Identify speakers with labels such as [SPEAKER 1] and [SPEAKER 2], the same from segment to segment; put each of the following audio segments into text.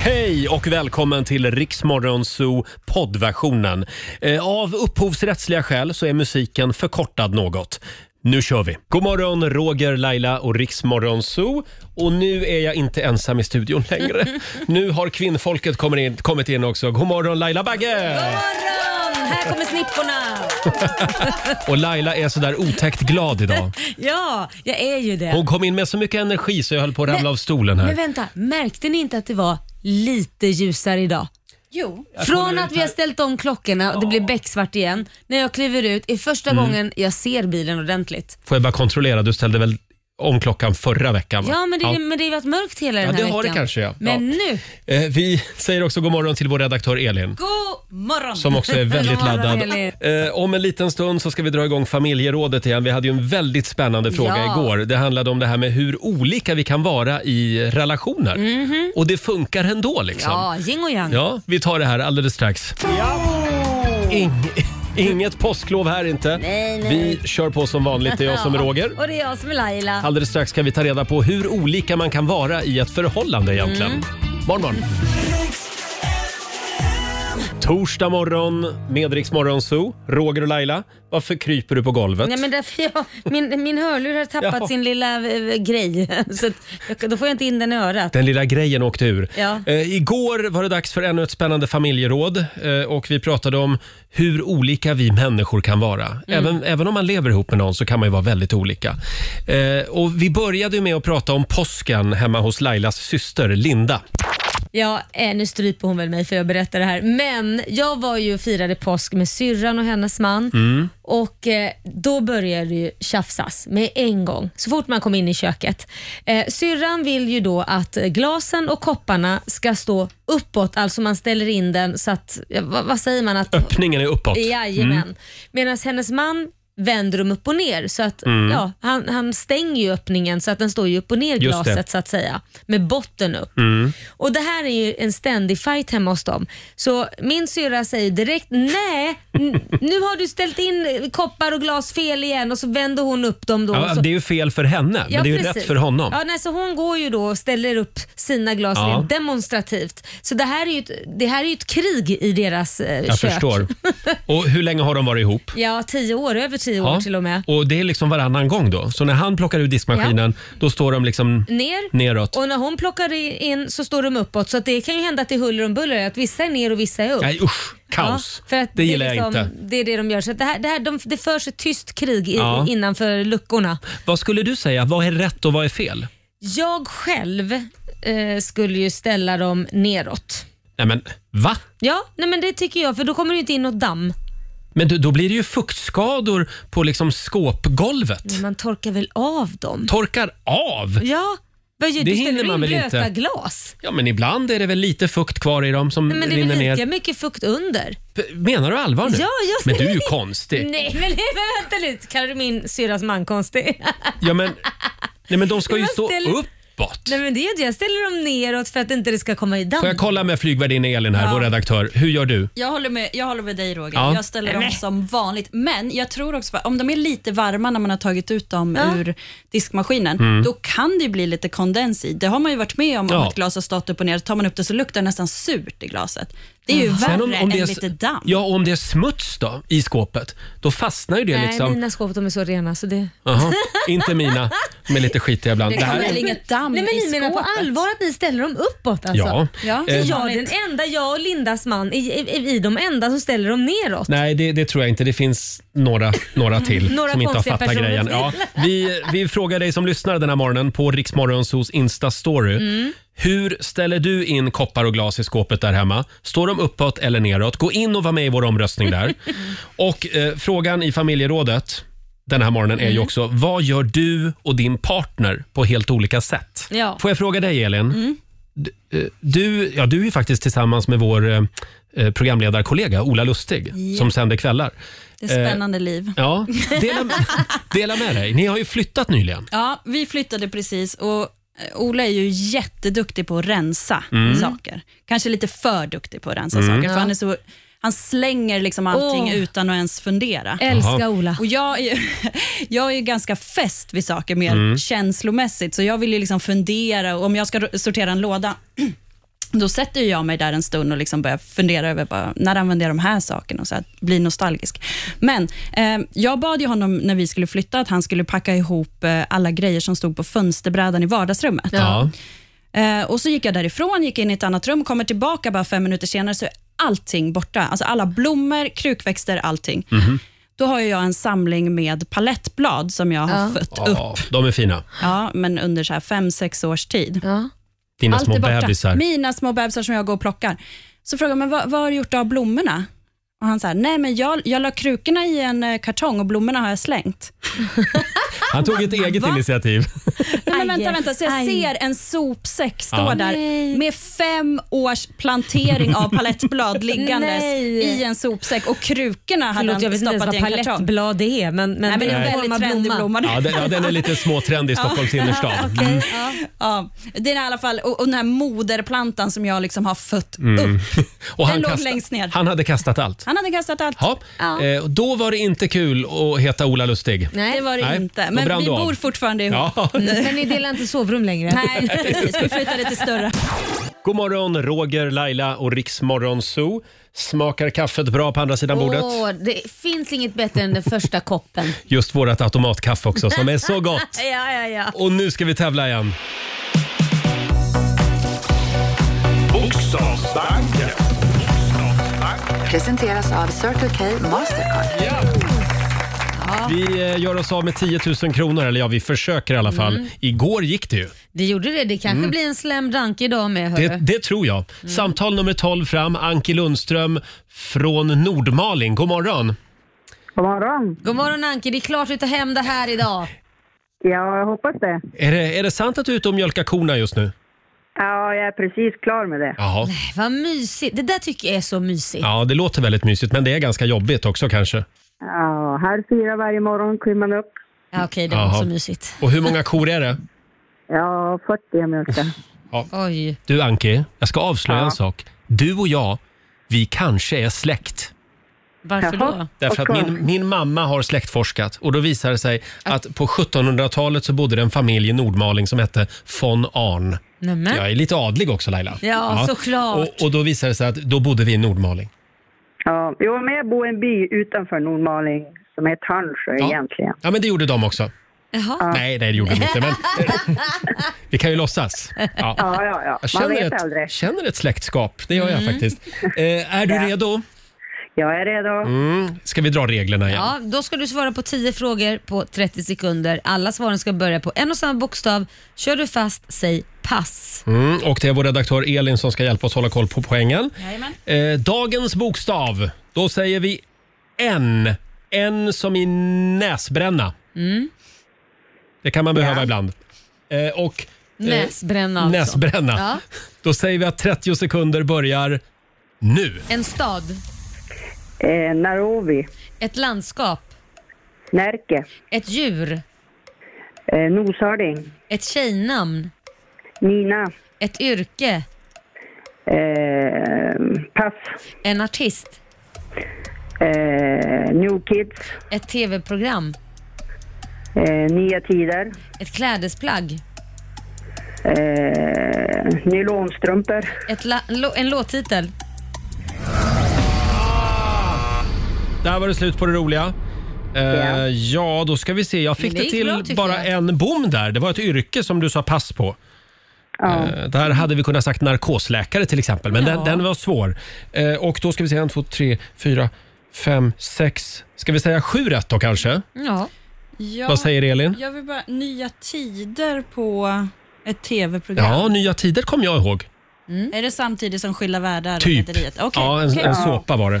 [SPEAKER 1] Hej och välkommen till Riksmorgon Zoo poddversionen. Eh, Av upphovsrättsliga skäl så är musiken förkortad något. Nu kör vi! God morgon, Roger, Laila och Riksmorgon Zoo. Och nu är jag inte ensam i studion längre. Nu har kvinnfolket kommit in, kommit in också. God morgon, Laila Bagge!
[SPEAKER 2] morgon! Här kommer snipporna.
[SPEAKER 1] Och Laila är sådär otäckt glad idag.
[SPEAKER 2] Ja, jag är ju det.
[SPEAKER 1] Hon kom in med så mycket energi så jag höll på att ramla av stolen
[SPEAKER 2] Men
[SPEAKER 1] här.
[SPEAKER 2] vänta, märkte ni inte att det var lite ljusare idag?
[SPEAKER 3] Jo.
[SPEAKER 2] Från att vi har ställt om klockorna och det blir becksvart igen. När jag kliver ut är första
[SPEAKER 1] Mm.
[SPEAKER 2] gången jag ser bilen ordentligt.
[SPEAKER 1] Får jag bara kontrollera, du ställde väl om klockan förra veckan? va?
[SPEAKER 2] Ja, men det, men det har ju varit mörkt hela den här
[SPEAKER 1] det
[SPEAKER 2] veckan.
[SPEAKER 1] har det kanske, ja.
[SPEAKER 2] Men nu,
[SPEAKER 1] Eh, Vi säger också god morgon till vår redaktör Elin.
[SPEAKER 3] God morgon!
[SPEAKER 1] Som också är väldigt
[SPEAKER 2] God morgon,
[SPEAKER 1] laddad.
[SPEAKER 2] Elin.
[SPEAKER 1] Eh, om en liten stund så ska vi dra igång familjerådet igen. Vi hade ju en väldigt spännande fråga
[SPEAKER 2] Ja.
[SPEAKER 1] igår. Det handlade om det här med hur olika vi kan vara i relationer. Och det funkar ändå liksom.
[SPEAKER 2] Mhm. ja, yin och yang.
[SPEAKER 1] Ja, vi tar det här alldeles strax. Ing- inget påsklov här inte.
[SPEAKER 2] Nej, nej.
[SPEAKER 1] Vi kör på som vanligt. Det är jag som är Roger.
[SPEAKER 2] Och det är jag som är Laila.
[SPEAKER 1] Alldeles strax ska vi ta reda på hur olika man kan vara i ett förhållande egentligen.
[SPEAKER 2] Mm.
[SPEAKER 1] Morgon, morgon. Torsdag morgon med Rix Morgon Zoo. Roger och Laila, varför kryper du på golvet?
[SPEAKER 2] Nej, men därför jag, min, min hörlur har tappat
[SPEAKER 1] Ja.
[SPEAKER 2] sin lilla eh, grej. Så att, jag- då får jag inte in den i örat.
[SPEAKER 1] Den lilla grejen åkte ur.
[SPEAKER 2] Ja.
[SPEAKER 1] Eh, igår var det dags för ännu ett spännande familjeråd eh, och vi pratade om hur olika vi människor kan vara.
[SPEAKER 2] Mm.
[SPEAKER 1] Även, även om man lever ihop med någon så kan man ju vara väldigt olika. Eh, och vi började ju med att prata om påsken hemma hos Lailas syster Linda.
[SPEAKER 2] Ja, eh, nu stryper hon väl mig för jag berättar det här. Men jag var ju och firade påsk med syrran och hennes man och eh, då började det ju tjafsas med en gång, så fort man kom in i köket. Eh, syrran vill ju då att glasen och kopparna ska stå uppåt, alltså man ställer in den så att, ja, vad, vad säger man? att
[SPEAKER 1] Öppningen är uppåt.
[SPEAKER 2] Jajamän.
[SPEAKER 1] Mm.
[SPEAKER 2] Medan hennes man vänder dem upp och ner så att
[SPEAKER 1] Mm.
[SPEAKER 2] ja, han, han stänger ju öppningen så att den står ju upp och ner
[SPEAKER 1] Just det. Mm.
[SPEAKER 2] glaset så att säga med botten upp. Och Det här är ju en ständig fight hemma hos dem. Så min syrra säger direkt nej, n- nu har du ställt in koppar och glas fel igen och så vänder hon upp dem då.
[SPEAKER 1] Ja,
[SPEAKER 2] och så,
[SPEAKER 1] det är ju fel för henne, men det är ju
[SPEAKER 2] precis.
[SPEAKER 1] rätt för honom.
[SPEAKER 2] Ja, nej, så hon går ju då och ställer upp sina glas
[SPEAKER 1] Ja.
[SPEAKER 2] rent demonstrativt. Så det här är ju ett, det här är ju ett krig i deras eh,
[SPEAKER 1] Jag
[SPEAKER 2] kök.
[SPEAKER 1] förstår. Och hur länge har de varit ihop?
[SPEAKER 2] Ja, tio år, över tio år till och med.
[SPEAKER 1] och det är liksom varannan gång då. Så när han plockar ur diskmaskinen, då står de liksom
[SPEAKER 2] Ner.
[SPEAKER 1] neråt.
[SPEAKER 2] Mm. Och när hon plockar i- in så står de uppåt så att det kan ju hända att det är huller om buller, att vissa är ner och vissa är upp.
[SPEAKER 1] Nej usch, kaos.
[SPEAKER 2] Ja, för att
[SPEAKER 1] det gillar
[SPEAKER 2] är
[SPEAKER 1] jag
[SPEAKER 2] liksom-
[SPEAKER 1] inte.
[SPEAKER 2] Det är det de gör. Så att det, här, det, här, de, det förs ett tyst krig i,
[SPEAKER 1] Ja.
[SPEAKER 2] innanför luckorna.
[SPEAKER 1] Vad skulle du säga, vad är rätt och vad är fel?
[SPEAKER 2] Jag själv eh, skulle ju ställa dem neråt.
[SPEAKER 1] Nej men va?
[SPEAKER 2] Ja, nej men det tycker jag för då kommer det ju inte in något damm.
[SPEAKER 1] Men du, då blir det ju fuktskador på liksom skåpgolvet.
[SPEAKER 2] Men man torkar väl av dem?
[SPEAKER 1] Torkar av.
[SPEAKER 2] Ja, vad gör
[SPEAKER 1] Det
[SPEAKER 2] du?
[SPEAKER 1] hinner
[SPEAKER 2] Ställer du
[SPEAKER 1] man väl
[SPEAKER 2] in blöta
[SPEAKER 1] inte?
[SPEAKER 2] glas?
[SPEAKER 1] Ja men ibland är det väl lite fukt kvar i dem som
[SPEAKER 2] Nej, men det är
[SPEAKER 1] rinner
[SPEAKER 2] väl
[SPEAKER 1] ner.
[SPEAKER 2] lika mycket fukt under?
[SPEAKER 1] P- Menar du allvar nu?
[SPEAKER 2] Ja, jag-
[SPEAKER 1] Men du är ju konstig.
[SPEAKER 2] Nej, men vänta lite. Kallar du min syrras man konstig?
[SPEAKER 1] Ja, men, nej, men de ska ju
[SPEAKER 2] Man
[SPEAKER 1] stå
[SPEAKER 2] ställer-
[SPEAKER 1] uppåt.
[SPEAKER 2] Nej, men det är det. Jag ställer dem neråt för att inte det ska komma i damm.
[SPEAKER 1] Får jag kolla med flygvärdinna Elin här, vår redaktör. Hur gör du?
[SPEAKER 3] Jag håller, med, jag håller med dig Roger.
[SPEAKER 1] Ja.
[SPEAKER 3] Jag ställer dem som vanligt. Men jag tror också att om de är lite varma när man har tagit ut dem ur diskmaskinen, då kan det ju bli lite kondens i. Det har man ju varit med om, om
[SPEAKER 1] Mm. Ja.
[SPEAKER 3] ett glas har stått upp och ner. Tar man upp det så luktar det nästan surt i glaset. Det är
[SPEAKER 1] Sen
[SPEAKER 3] ju värre än
[SPEAKER 1] är,
[SPEAKER 3] lite damm.
[SPEAKER 1] Ja, och om det är smuts då i skåpet, då fastnar ju det
[SPEAKER 2] Nej,
[SPEAKER 1] liksom.
[SPEAKER 2] mina skåp de är så rena så det...
[SPEAKER 1] Jaha, inte mina, med lite skitiga ibland. Det
[SPEAKER 3] kan
[SPEAKER 1] här,
[SPEAKER 3] väl inget damm
[SPEAKER 2] Nej, men
[SPEAKER 3] i
[SPEAKER 2] ni menar på
[SPEAKER 3] skåpet?
[SPEAKER 2] allvar att ni ställer dem uppåt alltså?
[SPEAKER 1] ja.
[SPEAKER 3] Ja.
[SPEAKER 2] Det är
[SPEAKER 1] Eh,
[SPEAKER 2] jag den enda, jag och Lindas man, i, i, i- i de enda som ställer dem neråt.
[SPEAKER 1] Nej, det, det tror jag inte. Det finns några, några till
[SPEAKER 2] Några
[SPEAKER 1] som inte har
[SPEAKER 2] konstiga
[SPEAKER 1] fattat
[SPEAKER 2] personer
[SPEAKER 1] grejen.
[SPEAKER 2] till.
[SPEAKER 1] Ja, vi, vi frågar dig som lyssnar den här morgonen på Riksmorgonsos Insta-story.
[SPEAKER 2] Mm.
[SPEAKER 1] Hur ställer du in koppar och glas i skåpet där hemma? Står de uppåt eller neråt? Gå in och var med i vår omröstning där. Och eh, frågan i familjerådet den här morgonen
[SPEAKER 2] Mm.
[SPEAKER 1] är ju också, vad gör du och din partner på helt olika sätt?
[SPEAKER 2] Ja.
[SPEAKER 1] Får jag fråga dig Elin?
[SPEAKER 3] Mm.
[SPEAKER 1] D- eh, Du, ja, du är ju faktiskt tillsammans med vår eh, eh, programledarkollega Ola Lustig som sänder kvällar.
[SPEAKER 3] Det är
[SPEAKER 1] Eh.
[SPEAKER 3] spännande liv.
[SPEAKER 1] Ja, dela, dela med dig. Ni har ju flyttat nyligen.
[SPEAKER 3] Ja, vi flyttade precis och eh, Ola är ju jätteduktig på att rensa
[SPEAKER 1] Mm.
[SPEAKER 3] saker. Kanske lite för duktig på att rensa saker, för han, är så, han slänger liksom allting
[SPEAKER 2] Åh.
[SPEAKER 3] utan att ens fundera.
[SPEAKER 2] Älskar
[SPEAKER 1] Jaha.
[SPEAKER 2] Ola.
[SPEAKER 3] Och jag är, ju, jag är ju ganska fäst vid saker mer känslomässigt, så jag vill ju liksom fundera. Och om jag ska ro- sortera en låda, Då sätter ju jag mig där en stund och liksom börjar fundera över bara, när använder jag de här sakerna och så här, bli nostalgisk. Men eh, jag bad ju honom när vi skulle flytta att han skulle packa ihop eh, alla grejer som stod på fönsterbrädan i vardagsrummet.
[SPEAKER 1] Ja.
[SPEAKER 3] Eh, och så gick jag därifrån, gick in i ett annat rum, kommer tillbaka bara fem minuter senare så är allting borta. Alltså alla blommor, krukväxter, allting.
[SPEAKER 1] Mhm.
[SPEAKER 3] Då har ju jag en samling med palettblad som jag har fött upp
[SPEAKER 1] ja, de är fina.
[SPEAKER 3] ja, men under så här fem, sex års tid.
[SPEAKER 2] Ja.
[SPEAKER 1] Dina små
[SPEAKER 3] är borta.
[SPEAKER 1] bebisar.
[SPEAKER 3] Mina små bebisar som jag går och plockar. Så frågar man, vad, vad har du gjort av blommorna? Och han säger, nej men jag, jag la krukorna i en eh, kartong och blommorna har jag slängt.
[SPEAKER 1] Han tog ett eget initiativ.
[SPEAKER 3] Nej, men
[SPEAKER 2] Aj,
[SPEAKER 3] vänta, vänta, så jag
[SPEAKER 2] aj.
[SPEAKER 3] ser en sopsäck stå
[SPEAKER 1] Ja.
[SPEAKER 3] där
[SPEAKER 2] Nej.
[SPEAKER 3] med fem års plantering av palettblad liggandes
[SPEAKER 2] Nej.
[SPEAKER 3] i en sopsäck och krukorna hade
[SPEAKER 2] Förlåt, jag
[SPEAKER 3] han
[SPEAKER 2] vet inte ens
[SPEAKER 3] stoppat i
[SPEAKER 2] vad
[SPEAKER 3] en kartong.
[SPEAKER 2] palettblad det är, men, men,
[SPEAKER 3] Nej, men det är en
[SPEAKER 2] form av
[SPEAKER 3] väldigt trendig blomma.
[SPEAKER 1] Ja, den, ja, den är lite småtrendig i Stockholms innerstad. Mm.
[SPEAKER 3] Ja, det är i alla fall, och, och den här moderplantan som jag liksom har fött
[SPEAKER 1] Mm.
[SPEAKER 3] upp.
[SPEAKER 1] Och
[SPEAKER 3] Den låg
[SPEAKER 1] kasta-
[SPEAKER 3] längst ner.
[SPEAKER 1] han hade kastat allt.
[SPEAKER 3] Han hade kastat allt.
[SPEAKER 1] Ja.
[SPEAKER 2] Ja.
[SPEAKER 1] Eh, och då var det inte kul att heta Ola Lustig.
[SPEAKER 2] Nej,
[SPEAKER 3] Det var det
[SPEAKER 1] Nej, då
[SPEAKER 3] inte.
[SPEAKER 1] brann
[SPEAKER 3] Men vi
[SPEAKER 1] du av.
[SPEAKER 3] bor fortfarande ihop.
[SPEAKER 1] Ja.
[SPEAKER 2] Men ni delar inte sovrum längre?
[SPEAKER 3] Mm. Nej, precis. Vi flyttade till större.
[SPEAKER 1] God morgon, Roger, Laila och Riksmorgon Zoo. Smakar kaffet bra på andra sidan bordet?
[SPEAKER 2] Åh, det finns inget bättre än den första koppen.
[SPEAKER 1] Just vårt automatkaffe också som är så gott.
[SPEAKER 2] Ja, ja, ja.
[SPEAKER 1] Och nu ska vi tävla igen.
[SPEAKER 4] Bokstavsbanken.
[SPEAKER 5] Presenteras av Circle K Mastercard.
[SPEAKER 1] Vi eh, gör oss av med 10 000 kronor, eller ja, vi försöker i alla fall.
[SPEAKER 2] Mm.
[SPEAKER 1] Igår gick det ju.
[SPEAKER 2] Det gjorde det. Det kanske blir en slam dunk idag med.
[SPEAKER 1] Det,
[SPEAKER 2] hörru.
[SPEAKER 1] Mm. det tror jag. Samtal nummer 12 fram, Anki Lundström från Nordmaling. God morgon!
[SPEAKER 6] God morgon.
[SPEAKER 2] God morgon Anki, det är klart du tar hem det här idag.
[SPEAKER 6] Ja, jag hoppas det.
[SPEAKER 1] Är det, är det sant att du är ute och mjölkar korna just nu?
[SPEAKER 6] Ja, jag är precis klar med det.
[SPEAKER 1] Jaha.
[SPEAKER 2] Vad mysigt. Det där tycker jag är så mysigt.
[SPEAKER 1] Ja, det låter väldigt mysigt, men det är ganska jobbigt också kanske.
[SPEAKER 6] Ja, här fyra varje morgon kommer man upp.
[SPEAKER 2] Ja, Okej, det
[SPEAKER 1] Jaha.
[SPEAKER 2] var så mysigt.
[SPEAKER 1] Och hur många kor är det?
[SPEAKER 6] Ja, 40 om jag ska.
[SPEAKER 2] Oj.
[SPEAKER 1] Du Anki, jag ska avslöja en sak. Du och jag, vi kanske är släkt.
[SPEAKER 2] Varför
[SPEAKER 6] Jaha.
[SPEAKER 2] då?
[SPEAKER 1] Därför att
[SPEAKER 6] Okej.
[SPEAKER 1] min, min mamma har släktforskat och då visar det sig att på 1700-talet så bodde det en familj i Nordmaling som hette von Arn.
[SPEAKER 2] Nämen.
[SPEAKER 1] Jag är lite adlig också Laila.
[SPEAKER 2] Ja, såklart.
[SPEAKER 1] Och, och då visar det sig att då bodde vi i Nordmaling.
[SPEAKER 6] Ja, jo, men jag bor i en by utanför Nordmaling som heter Handsjö
[SPEAKER 1] Ja.
[SPEAKER 6] egentligen.
[SPEAKER 1] Ja, men det gjorde de också.
[SPEAKER 2] Jaha.
[SPEAKER 1] Nej, nej, det gjorde de inte. Men vi kan ju låtsas. Ja.
[SPEAKER 6] Ja, ja, ja.
[SPEAKER 1] Jag
[SPEAKER 6] Man
[SPEAKER 1] känner
[SPEAKER 6] vet aldrig.
[SPEAKER 1] ett, känner ett släktskap, det gör jag
[SPEAKER 2] Mm.
[SPEAKER 1] faktiskt. Eh, är du redo?
[SPEAKER 6] Jag är redo.
[SPEAKER 1] Mm. Ska vi dra reglerna igen?
[SPEAKER 2] Ja, då ska du svara på 10 frågor på 30 sekunder. Alla svaren ska börja på en och samma bokstav. Kör du fast, säg pass.
[SPEAKER 1] Mm, och det är vår redaktör Elin som ska hjälpa oss hålla koll på poängen. Eh, dagens bokstav, då säger vi N. N som i näsbränna.
[SPEAKER 2] Mm.
[SPEAKER 1] Det kan man behöva ibland. Eh, och eh,
[SPEAKER 2] Näsbränna alltså.
[SPEAKER 1] näsbränna.
[SPEAKER 2] Ja.
[SPEAKER 1] Då säger vi att 30 sekunder börjar nu.
[SPEAKER 2] En stad,
[SPEAKER 6] Eh, Narovi,
[SPEAKER 2] ett landskap,
[SPEAKER 6] Närke,
[SPEAKER 2] ett djur,
[SPEAKER 6] eh, Noshörning,
[SPEAKER 2] ett tjejnamn,
[SPEAKER 6] Nina,
[SPEAKER 2] ett yrke,
[SPEAKER 6] eh, Pass,
[SPEAKER 2] en artist,
[SPEAKER 6] eh, New Kids,
[SPEAKER 2] ett tv-program,
[SPEAKER 6] eh, Nya Tider,
[SPEAKER 2] ett klädesplagg,
[SPEAKER 6] eh, Nylonstrumpor,
[SPEAKER 2] ett la- lo- en låttitel.
[SPEAKER 1] Där var det slut på det roliga. Eh,
[SPEAKER 6] Ja.
[SPEAKER 1] ja, då ska vi se. Jag fick
[SPEAKER 2] Men
[SPEAKER 1] det,
[SPEAKER 2] det gick
[SPEAKER 1] till
[SPEAKER 2] bra, tycker
[SPEAKER 1] bara
[SPEAKER 2] jag.
[SPEAKER 1] en bom där. Det var ett yrke som du sa pass på.
[SPEAKER 6] ja,
[SPEAKER 1] Eh, Där hade vi kunnat sagt narkosläkare till exempel, men den, den var svår. Eh, Och då ska vi se, en, två, tre, fyra, fem, sex. Ska vi säga sju rätt då kanske?
[SPEAKER 2] Ja.
[SPEAKER 1] Vad säger Elin?
[SPEAKER 3] Jag vill bara, nya tider på ett tv-program.
[SPEAKER 1] Ja, Nya Tider kom jag ihåg.
[SPEAKER 3] Är det samtidigt som Skilda världar? och
[SPEAKER 1] Typ.
[SPEAKER 3] Rederiet? Okej.
[SPEAKER 1] Ja, en,
[SPEAKER 3] okej.
[SPEAKER 1] en såpa var det.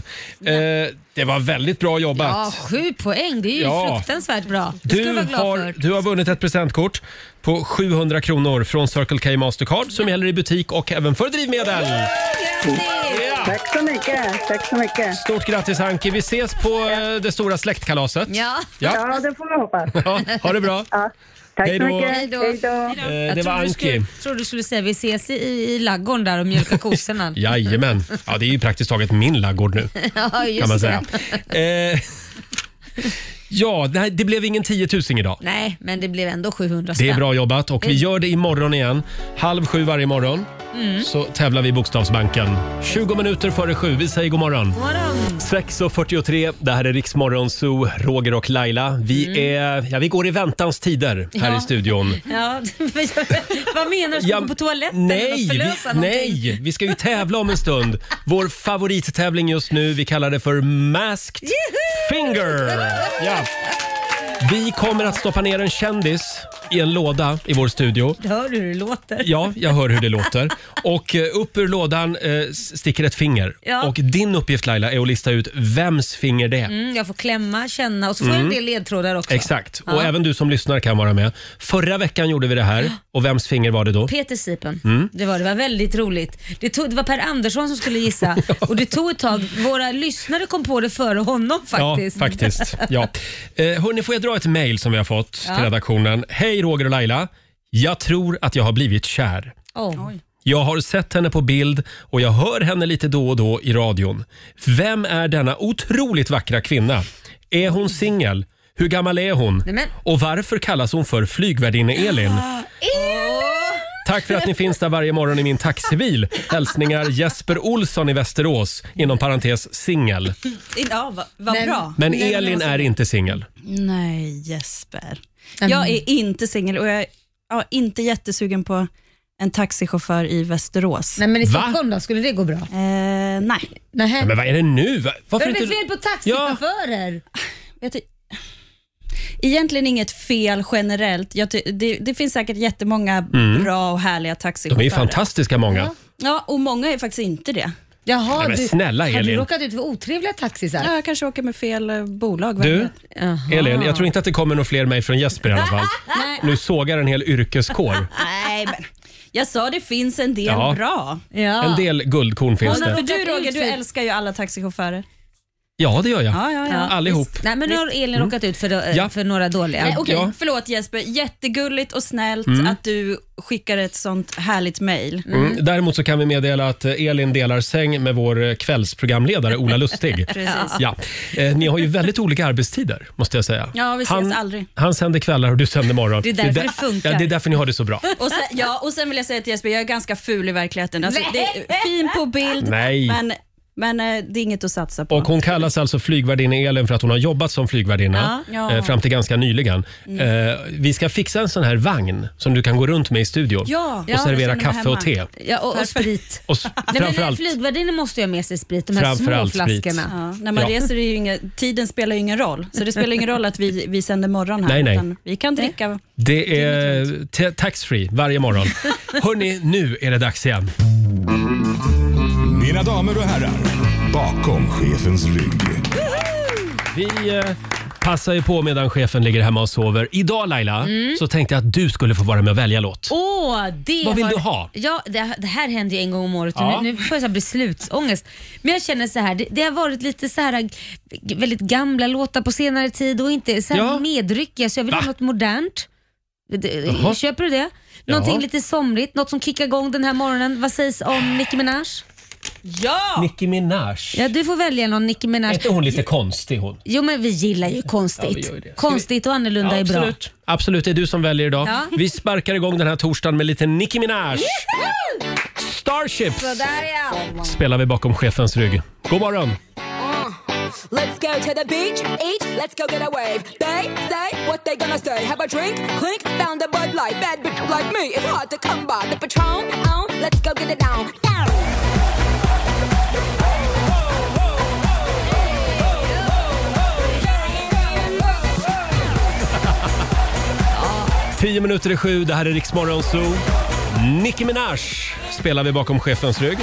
[SPEAKER 1] Eh, det var väldigt bra
[SPEAKER 2] ja,
[SPEAKER 1] jobbat.
[SPEAKER 2] sju poäng. Det är ju
[SPEAKER 1] Ja.
[SPEAKER 2] fruktansvärt bra. Det ska
[SPEAKER 1] Du
[SPEAKER 2] du vara glad
[SPEAKER 1] har,
[SPEAKER 2] för.
[SPEAKER 1] du har vunnit ett presentkort på 700 kronor från Circle K Mastercard som gäller i butik och även för drivmedel. Ja.
[SPEAKER 6] tack så mycket, tack så mycket.
[SPEAKER 1] Stort grattis Anki. Vi ses på eh, det stora släktkalaset.
[SPEAKER 2] Ja.
[SPEAKER 1] Ja.
[SPEAKER 6] Ja, det får vi hoppas.
[SPEAKER 1] Ja, ha det bra.
[SPEAKER 6] Ja, tack
[SPEAKER 1] Hej då.
[SPEAKER 6] så mycket.
[SPEAKER 2] Hej då.
[SPEAKER 6] då.
[SPEAKER 1] Eh,
[SPEAKER 2] Jag
[SPEAKER 1] det var
[SPEAKER 2] trodde du
[SPEAKER 1] Anki.
[SPEAKER 2] skulle- trodde du skulle säga vi ses i, i laggården där och mjölkar kossorna.
[SPEAKER 1] Jajamän. Ja, det är ju praktiskt taget min laggård nu
[SPEAKER 2] ja, just
[SPEAKER 1] kan man
[SPEAKER 2] det.
[SPEAKER 1] säga. Eh, ja, det, här, det blev ingen 10 000 idag.
[SPEAKER 2] Nej, men det blev ändå 700 spänn. Mm.
[SPEAKER 1] Det är bra jobbat och vi gör det imorgon igen. Halv sju varje morgon.
[SPEAKER 2] Mm.
[SPEAKER 1] så tävlar vi i Bokstavsbanken. 20 minuter före sju. Vi säger god morgon.
[SPEAKER 2] Morgon.
[SPEAKER 1] 6.43, det här är Riksmorgon Zoo, Roger och Laila. Vi, är, ja, vi går i väntans tider här
[SPEAKER 2] Mm. Ja.
[SPEAKER 1] i studion.
[SPEAKER 2] Ja, vad menar du? Ska
[SPEAKER 1] Ja,
[SPEAKER 2] du gå på toaletten
[SPEAKER 1] nej,
[SPEAKER 2] och förlösa
[SPEAKER 1] vi,
[SPEAKER 2] någonting?
[SPEAKER 1] nej, vi ska ju tävla om en stund. Vår favorittävling just nu, vi kallar det för Masked Finger. Ja. Vi kommer att stoppa ner en kändis i en låda i vår studio.
[SPEAKER 2] Hör du hur det låter?
[SPEAKER 1] Ja, jag hör hur det låter. Och eh, upp ur lådan eh, s- sticker ett finger.
[SPEAKER 2] Ja.
[SPEAKER 1] Och din uppgift Laila är att lista ut vems finger det är.
[SPEAKER 2] Mm, jag får klämma, känna och så får jag en del ledtrådar också.
[SPEAKER 1] Mm. Exakt. Och även du som lyssnar kan vara med. Förra veckan gjorde vi det här. Och vems finger var det då?
[SPEAKER 2] Peter Sipen.
[SPEAKER 1] Mm.
[SPEAKER 2] Det, var, det var väldigt roligt. Det, tog, det var Per Andersson som skulle gissa och det tog ett tag. Våra lyssnare kom på det före honom faktiskt.
[SPEAKER 1] Ja, faktiskt. Ja. Eh, hörni, får jag dra ett mejl som vi har fått till redaktionen? Hej Roger och Laila. Jag tror att jag har blivit kär.
[SPEAKER 2] Åh.
[SPEAKER 1] Jag har sett henne på bild och jag hör henne lite då och då i radion. Vem är denna otroligt vackra kvinna? Är hon singel? Hur gammal är hon?
[SPEAKER 2] Nej, men- Ah,
[SPEAKER 1] Och varför kallas hon för flygvärdinne-Elin? Tack för att ni finns där varje morgon i min taxibil. Hälsningar Jesper Olsson i Västerås, inom parentes singel.
[SPEAKER 3] Ja, vad va
[SPEAKER 2] Men- alltså-
[SPEAKER 3] bra.
[SPEAKER 1] Men Elin är inte singel.
[SPEAKER 3] Nej, Jesper. Jag är inte singel och jag är ja, inte jättesugen på en taxichaufför i Västerås.
[SPEAKER 2] Nej men i
[SPEAKER 1] Va?
[SPEAKER 2] Stockholm då, skulle det gå bra?
[SPEAKER 3] Eh, nej.
[SPEAKER 2] Nej.
[SPEAKER 1] Ja, Men vad är det nu? Va- Varför
[SPEAKER 2] Vad är
[SPEAKER 1] inte...
[SPEAKER 2] det fel på taxichaufförer?
[SPEAKER 3] Jag ty- Egentligen inget fel generellt. Jag ty- det, det finns säkert jättemånga bra och härliga
[SPEAKER 1] Mm. De är
[SPEAKER 3] taxichaufförer.
[SPEAKER 1] ju fantastiska många.
[SPEAKER 3] Ja, och många är faktiskt inte det.
[SPEAKER 2] Jaha,
[SPEAKER 1] Nej, men
[SPEAKER 2] du,
[SPEAKER 1] snälla,
[SPEAKER 2] Har du
[SPEAKER 1] Elin.
[SPEAKER 2] råkat ut för otrevliga taxisar?
[SPEAKER 3] Ja, jag kanske åker med fel eh, bolag. vad
[SPEAKER 1] Du,
[SPEAKER 3] vet
[SPEAKER 1] Elin, jag tror inte att det kommer några fler mejl från Jesper i alla fall.
[SPEAKER 3] Nej.
[SPEAKER 1] Nu sågar en hel yrkeskår.
[SPEAKER 3] Nej, men jag sa det finns en del
[SPEAKER 1] Ja.
[SPEAKER 3] bra.
[SPEAKER 2] Ja.
[SPEAKER 1] En del guldkorn finns
[SPEAKER 2] Hon har
[SPEAKER 1] det.
[SPEAKER 2] fått-
[SPEAKER 3] För du
[SPEAKER 2] Råkat ut
[SPEAKER 3] Roger, du
[SPEAKER 2] för-
[SPEAKER 3] älskar ju alla taxichaufförer.
[SPEAKER 1] Ja, det gör jag.
[SPEAKER 3] Ja, ja, ja.
[SPEAKER 1] Allihop.
[SPEAKER 2] Nej men nu har Elin råkat ut för, eh,
[SPEAKER 1] Mm. Ja.
[SPEAKER 2] för några dåliga.
[SPEAKER 3] Nej, okej,
[SPEAKER 1] Ja.
[SPEAKER 3] förlåt Jesper. Jättegulligt och snällt att du skickar ett sånt härligt mejl.
[SPEAKER 1] Mm. Däremot så kan vi meddela att eh, Elin delar säng med vår eh, kvällsprogramledare Ola Lustig.
[SPEAKER 3] Precis.
[SPEAKER 1] Ja. Eh, Ni har ju väldigt olika arbetstider måste jag säga.
[SPEAKER 3] Ja, vi ses
[SPEAKER 1] han,
[SPEAKER 3] aldrig.
[SPEAKER 1] Han sänder kvällar och du sänder morgon.
[SPEAKER 2] Det är därför
[SPEAKER 1] där-
[SPEAKER 2] det funkar.
[SPEAKER 1] Ja, det är därför ni har det så bra.
[SPEAKER 3] Och sen, ja, och sen vill jag säga till Jesper, jag är ganska ful i verkligheten. Alltså,
[SPEAKER 2] Nej.
[SPEAKER 3] det är fin på bild,
[SPEAKER 1] Nej.
[SPEAKER 3] men, men eh, det är inget att satsa på.
[SPEAKER 1] Och hon kallas alltså flygvärdinna Elin för att hon har jobbat som flygvärdinna
[SPEAKER 3] Ja. Ja. Mm.
[SPEAKER 1] eh, fram till ganska nyligen. Eh, Vi ska fixa en sån här vagn som du kan gå runt med i studion
[SPEAKER 3] Ja.
[SPEAKER 1] och
[SPEAKER 3] Ja,
[SPEAKER 1] servera
[SPEAKER 3] jag känner mig
[SPEAKER 1] kaffe och te.
[SPEAKER 3] hemma.
[SPEAKER 2] Ja, och, och sprit.
[SPEAKER 1] Och s-
[SPEAKER 2] Nej, men en
[SPEAKER 1] framförallt,
[SPEAKER 2] flygvärdinna måste ju ha med sig sprit, de här små
[SPEAKER 1] Framförallt sprit.
[SPEAKER 2] flaskorna.
[SPEAKER 3] Ja, när man
[SPEAKER 1] Ja.
[SPEAKER 3] reser, är ju inga, tiden spelar ju ingen roll. Så det spelar ingen roll att vi, vi sänder morgon här.
[SPEAKER 1] Nej, nej.
[SPEAKER 3] utan Vi kan dricka.
[SPEAKER 1] det är ta- taxfree varje morgon. Hörni, nu är det dags igen.
[SPEAKER 4] Mina damer och herrar, bakom chefens rygg.
[SPEAKER 1] Vi eh, passar ju på medan chefen ligger hemma och sover. Idag Laila,
[SPEAKER 3] Mm.
[SPEAKER 1] så tänkte jag att du skulle få vara med och välja låt.
[SPEAKER 2] Åh, det
[SPEAKER 1] Vad vill
[SPEAKER 2] har-
[SPEAKER 1] du ha?
[SPEAKER 2] Ja, det, det här händer ju en gång om året och
[SPEAKER 1] Ja.
[SPEAKER 2] nu, nu får jag så här beslutsångest. Men jag känner så här, det, det har varit lite så här g- väldigt gamla låtar på senare tid och inte så här
[SPEAKER 1] Ja.
[SPEAKER 2] medryckiga så jag vill
[SPEAKER 1] Va?
[SPEAKER 2] ha något modernt. Det-
[SPEAKER 1] Jaha.
[SPEAKER 2] Köper du det? Någonting
[SPEAKER 1] Ja.
[SPEAKER 2] lite somrigt, något som kickar igång den här morgonen. Vad sägs om Nicki Minaj?
[SPEAKER 3] Ja!
[SPEAKER 1] Nicki Minaj.
[SPEAKER 2] Ja, du får välja någon Nicki
[SPEAKER 1] Är
[SPEAKER 2] Minaj.
[SPEAKER 1] inte hon lite konstig hon?
[SPEAKER 2] Jo men vi gillar ju
[SPEAKER 1] Ja, vi
[SPEAKER 2] konstigt.
[SPEAKER 1] gör ju det. Ska
[SPEAKER 2] konstigt och annorlunda är bra.
[SPEAKER 1] absolut. absolut, det är du som väljer idag.
[SPEAKER 2] Ja.
[SPEAKER 1] Vi sparkar igång den här torsdagen med lite Nicki Minaj. Starships
[SPEAKER 2] Sådär ja.
[SPEAKER 1] spelar vi bakom chefens rygg. God morgon!
[SPEAKER 7] Let's go to the beach, eat, let's go get a wave. They say what they gonna say. Have a drink, clink, found a Bud Light. Bad bitch like me, it's hard to come by. The Patron, on, let's go get it down. Down.
[SPEAKER 1] Tio minuter i sju, det här är Riksmorgon Zoo. Nicki Minaj spelar vi bakom chefens rygg.